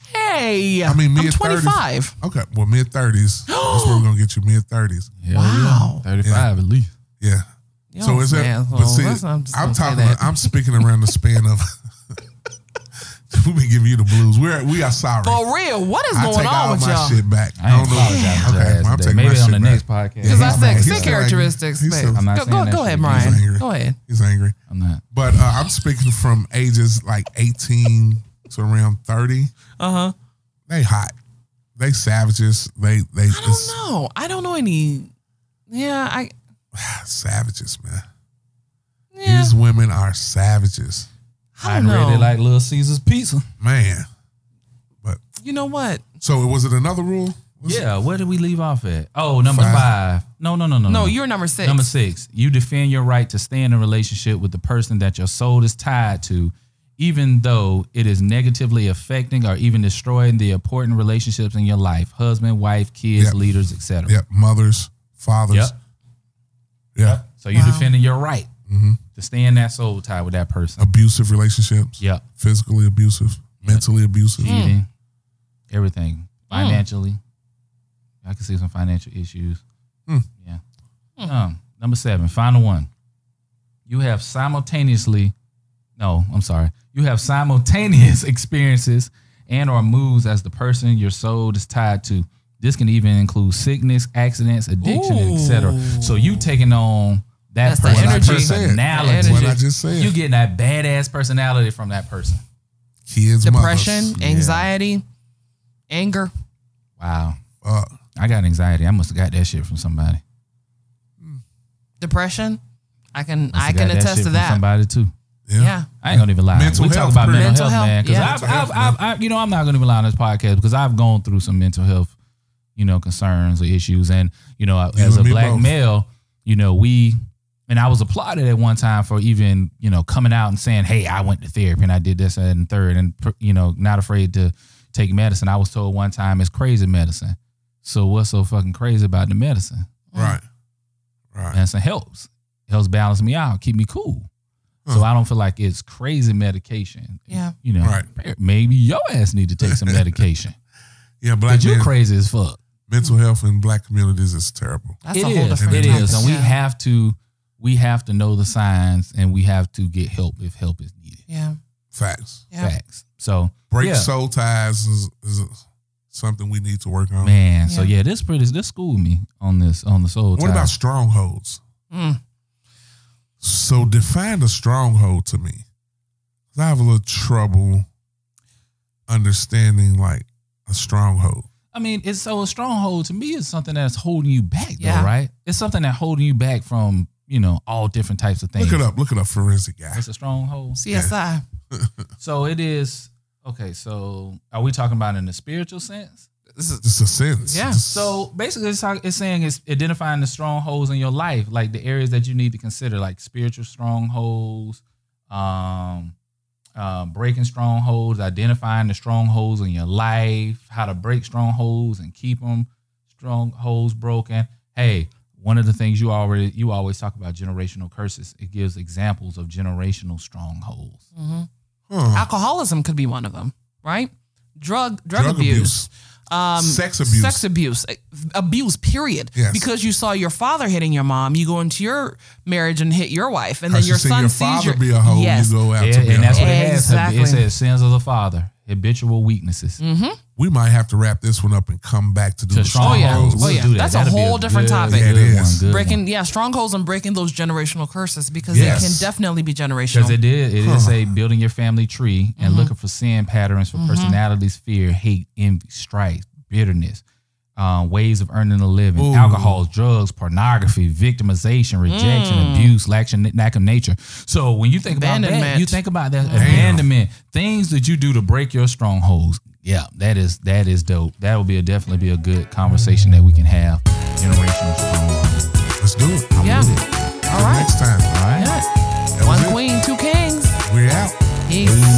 Speaker 1: Hey,
Speaker 2: I mean,
Speaker 1: I'm
Speaker 2: mid
Speaker 1: 25.
Speaker 2: Okay, well,
Speaker 1: (gasps)
Speaker 2: mid thirties. that's where we're gonna get you mid thirties.
Speaker 3: Hell
Speaker 1: Wow.
Speaker 3: yeah, thirty five at least.
Speaker 2: Yeah.
Speaker 1: Yo,
Speaker 2: so is that?
Speaker 1: man,
Speaker 2: but
Speaker 1: well,
Speaker 2: see,
Speaker 1: that's-
Speaker 2: I'm,
Speaker 1: just gonna say
Speaker 2: talking.
Speaker 1: that.
Speaker 2: I'm speaking around the span of. (laughs) We've been giving you the blues. We're we are sorry.
Speaker 1: For real, what is
Speaker 2: I
Speaker 1: going
Speaker 2: take
Speaker 1: on
Speaker 2: all
Speaker 1: with
Speaker 2: my
Speaker 1: y'all?
Speaker 2: shit back.
Speaker 3: I ain't
Speaker 2: don't know-
Speaker 3: apologizing
Speaker 2: Okay,
Speaker 3: to
Speaker 2: well,
Speaker 3: her
Speaker 2: I'm
Speaker 3: ass today.
Speaker 2: taking my
Speaker 3: Maybe on
Speaker 2: shit
Speaker 3: the
Speaker 2: back.
Speaker 3: next podcast.
Speaker 1: Because I
Speaker 2: He's
Speaker 1: said
Speaker 2: angry.
Speaker 1: six
Speaker 2: He's still
Speaker 1: characteristics,
Speaker 2: angry. He's
Speaker 1: babe.
Speaker 2: still-
Speaker 3: I'm not
Speaker 1: Go,
Speaker 3: saying
Speaker 1: go,
Speaker 3: that
Speaker 1: go
Speaker 3: shit.
Speaker 1: ahead,
Speaker 3: He's
Speaker 1: Brian.
Speaker 2: angry.
Speaker 1: Go ahead.
Speaker 2: He's angry.
Speaker 3: I'm not.
Speaker 2: But uh, I'm speaking from ages like 18 to around 30.
Speaker 1: Uh huh.
Speaker 3: Uh-huh.
Speaker 2: They hot. They savages. They they
Speaker 1: I
Speaker 2: just
Speaker 1: don't know. I don't know any. Yeah, I.
Speaker 2: savages, man.
Speaker 1: Yeah,
Speaker 2: These women are savages,
Speaker 1: I
Speaker 3: I
Speaker 1: don't know.
Speaker 3: really like Little Caesar's pizza.
Speaker 2: man. But
Speaker 1: you know what?
Speaker 3: uh-huh.
Speaker 2: so was it another rule? Was-
Speaker 3: Yeah, where did we leave off at? Oh, number
Speaker 2: Five.
Speaker 3: five. No, no, no, no.
Speaker 1: No, you're number six.
Speaker 3: Number six, you defend your right to stay in a relationship with the person that your soul is tied to, even though it is negatively affecting or even destroying the important relationships in your life husband, wife, kids,
Speaker 2: Yep.
Speaker 3: leaders, etc.
Speaker 2: Yep. Mothers, fathers.
Speaker 3: Yep.
Speaker 2: Yeah.
Speaker 3: So you're defending your right to stay in that soul tie with that person.
Speaker 2: Abusive relationships.
Speaker 3: Yep.
Speaker 2: Physically abusive. Mentally abusive.
Speaker 1: Mm.
Speaker 3: Cheating, everything, financially. I can see some financial issues. Yeah. Um, number seven, final one. You have simultaneously, no, I'm sorry. You have simultaneous (laughs) experiences and or moves as the person your soul is tied to. This can even include sickness, accidents, addiction, etc. So you taking on that
Speaker 1: That's the
Speaker 3: person's
Speaker 1: energy.
Speaker 3: personality.
Speaker 1: The
Speaker 2: What I just said.
Speaker 3: You getting that badass personality from that person.
Speaker 2: Kids,
Speaker 1: Depression,
Speaker 2: mothers.
Speaker 1: anxiety, anger.
Speaker 3: Wow.
Speaker 2: Uh,
Speaker 3: I got anxiety. I must have got that shit from somebody.
Speaker 1: Depression. I can.
Speaker 3: Must
Speaker 1: I
Speaker 3: have
Speaker 1: can
Speaker 3: got
Speaker 1: attest
Speaker 3: shit
Speaker 1: to
Speaker 3: from
Speaker 1: that.
Speaker 3: Somebody too.
Speaker 2: yeah.
Speaker 1: Yeah.
Speaker 3: I ain't gonna even lie.
Speaker 2: Mental
Speaker 3: we talk
Speaker 2: health,
Speaker 3: about
Speaker 2: pretty-
Speaker 3: mental,
Speaker 1: Mental
Speaker 3: health,
Speaker 1: health,
Speaker 3: man. Because
Speaker 1: yeah.
Speaker 2: Mental
Speaker 3: I've,
Speaker 2: health,
Speaker 3: I've, I've, you know, I'm not gonna even lie on this podcast because I've gone through some mental health, you know, concerns or issues, and you know,
Speaker 2: You
Speaker 3: as
Speaker 2: and
Speaker 3: a
Speaker 2: me
Speaker 3: black
Speaker 2: both.
Speaker 3: male, you know, we and I was applauded at one time for even you know coming out and saying, "Hey, I went to therapy and I did this that, and third, and pr- you know, not afraid to take medicine." I was told one time it's crazy medicine. So what's so fucking crazy about the medicine?
Speaker 1: Mm.
Speaker 2: Right. Right.
Speaker 3: medicine helps. It helps balance me out, keep me cool. So
Speaker 2: Huh.
Speaker 3: I don't feel like it's crazy medication.
Speaker 1: Yeah.
Speaker 3: You know, eh,
Speaker 2: Right.
Speaker 3: maybe your ass need to take some medication.
Speaker 2: Yeah. (laughs) Black
Speaker 3: but you
Speaker 2: men,
Speaker 3: crazy as fuck.
Speaker 2: mental health in black communities is terrible.
Speaker 1: That's
Speaker 3: It
Speaker 1: a whole
Speaker 3: is.
Speaker 1: different.
Speaker 3: It
Speaker 1: topic.
Speaker 3: is. And we
Speaker 1: Yeah.
Speaker 3: have to we have to know the signs and we have to get help if help is needed.
Speaker 1: Yeah.
Speaker 2: Facts.
Speaker 1: Yeah.
Speaker 3: Facts. So
Speaker 2: Break
Speaker 3: Yeah.
Speaker 2: soul ties is, is something we need to work on.
Speaker 3: man, so
Speaker 1: Yeah.
Speaker 3: yeah, this pretty this schooled me on this on the soul.
Speaker 2: What about strongholds?
Speaker 1: Mm.
Speaker 2: So define a stronghold to me. 'Cause I have a little trouble understanding like a stronghold.
Speaker 3: I mean, it's so a stronghold to me is something that's holding you back, though,
Speaker 1: Yeah.
Speaker 3: right? It's something that holding you back from, you know, all different types of things.
Speaker 2: Look it up. Look it up. Forensic guy.
Speaker 3: It's a stronghold.
Speaker 1: CSI.
Speaker 3: So it is okay. So are we talking about in the spiritual sense?
Speaker 1: This is-
Speaker 2: Just a sense.
Speaker 1: Yeah.
Speaker 2: Just-
Speaker 3: So basically, it's, how- it's saying it's identifying the strongholds in your life, like the areas that you need to consider, like spiritual strongholds, um, um, breaking strongholds, identifying the strongholds in your life, how to break strongholds and keep them strongholds broken. Hey, one of the things you already you always talk about generational curses. It gives examples of generational strongholds.
Speaker 2: Huh.
Speaker 1: Alcoholism could be one of them, right? Drug drug,
Speaker 2: Drug
Speaker 1: abuse.
Speaker 2: abuse.
Speaker 1: Um,
Speaker 2: Sex abuse.
Speaker 1: Sex abuse. uh, Abuse, period.
Speaker 2: Yes.
Speaker 1: Because you saw your father hitting your mom, you go into your marriage and hit your wife, and then
Speaker 2: Because
Speaker 1: your
Speaker 2: you see
Speaker 1: son
Speaker 2: your
Speaker 1: sees
Speaker 2: father
Speaker 1: your
Speaker 2: be a hoe,
Speaker 1: Yes.
Speaker 2: you go out
Speaker 3: Yeah,
Speaker 2: to be a
Speaker 3: and that's
Speaker 2: hoe.
Speaker 3: what it has.
Speaker 1: Exactly. Mm-hmm.
Speaker 3: It says sins of the father, habitual weaknesses.
Speaker 2: We might have to wrap this one up and come back to do the
Speaker 1: Oh, yeah.
Speaker 2: strongholds.
Speaker 1: Oh, yeah.
Speaker 3: We'll do that.
Speaker 1: That's a
Speaker 3: That'll be
Speaker 1: whole different
Speaker 3: good-
Speaker 1: topic.
Speaker 2: Yeah, it
Speaker 3: good
Speaker 2: is.
Speaker 3: one, good
Speaker 1: breaking yeah strongholds and breaking those generational curses because
Speaker 2: Yes.
Speaker 1: it can definitely be
Speaker 3: Because
Speaker 1: generational.
Speaker 3: it did. It is
Speaker 2: Huh. Mm-hmm.
Speaker 3: a building your family tree and looking for sin patterns for personalities, fear, hate, envy, strife, bitterness, uh, ways of earning a living,
Speaker 2: Ooh.
Speaker 3: alcohol, drugs, pornography, victimization, rejection,
Speaker 2: Mm.
Speaker 3: abuse, lack, lack of nature. So when you think about that,
Speaker 1: Abandonment.
Speaker 3: you think about that abandonment, things that you do to break your strongholds. Yeah, that is that is dope. That will be a, definitely be a good conversation that we can have. Generational strongholds.
Speaker 2: Let's do it.
Speaker 1: yeah.
Speaker 2: Till
Speaker 1: All right.
Speaker 2: Next time.
Speaker 3: All right.
Speaker 1: Yeah.
Speaker 2: That was
Speaker 1: One
Speaker 2: it.
Speaker 1: queen, two kings.
Speaker 2: We're out.
Speaker 1: Peace.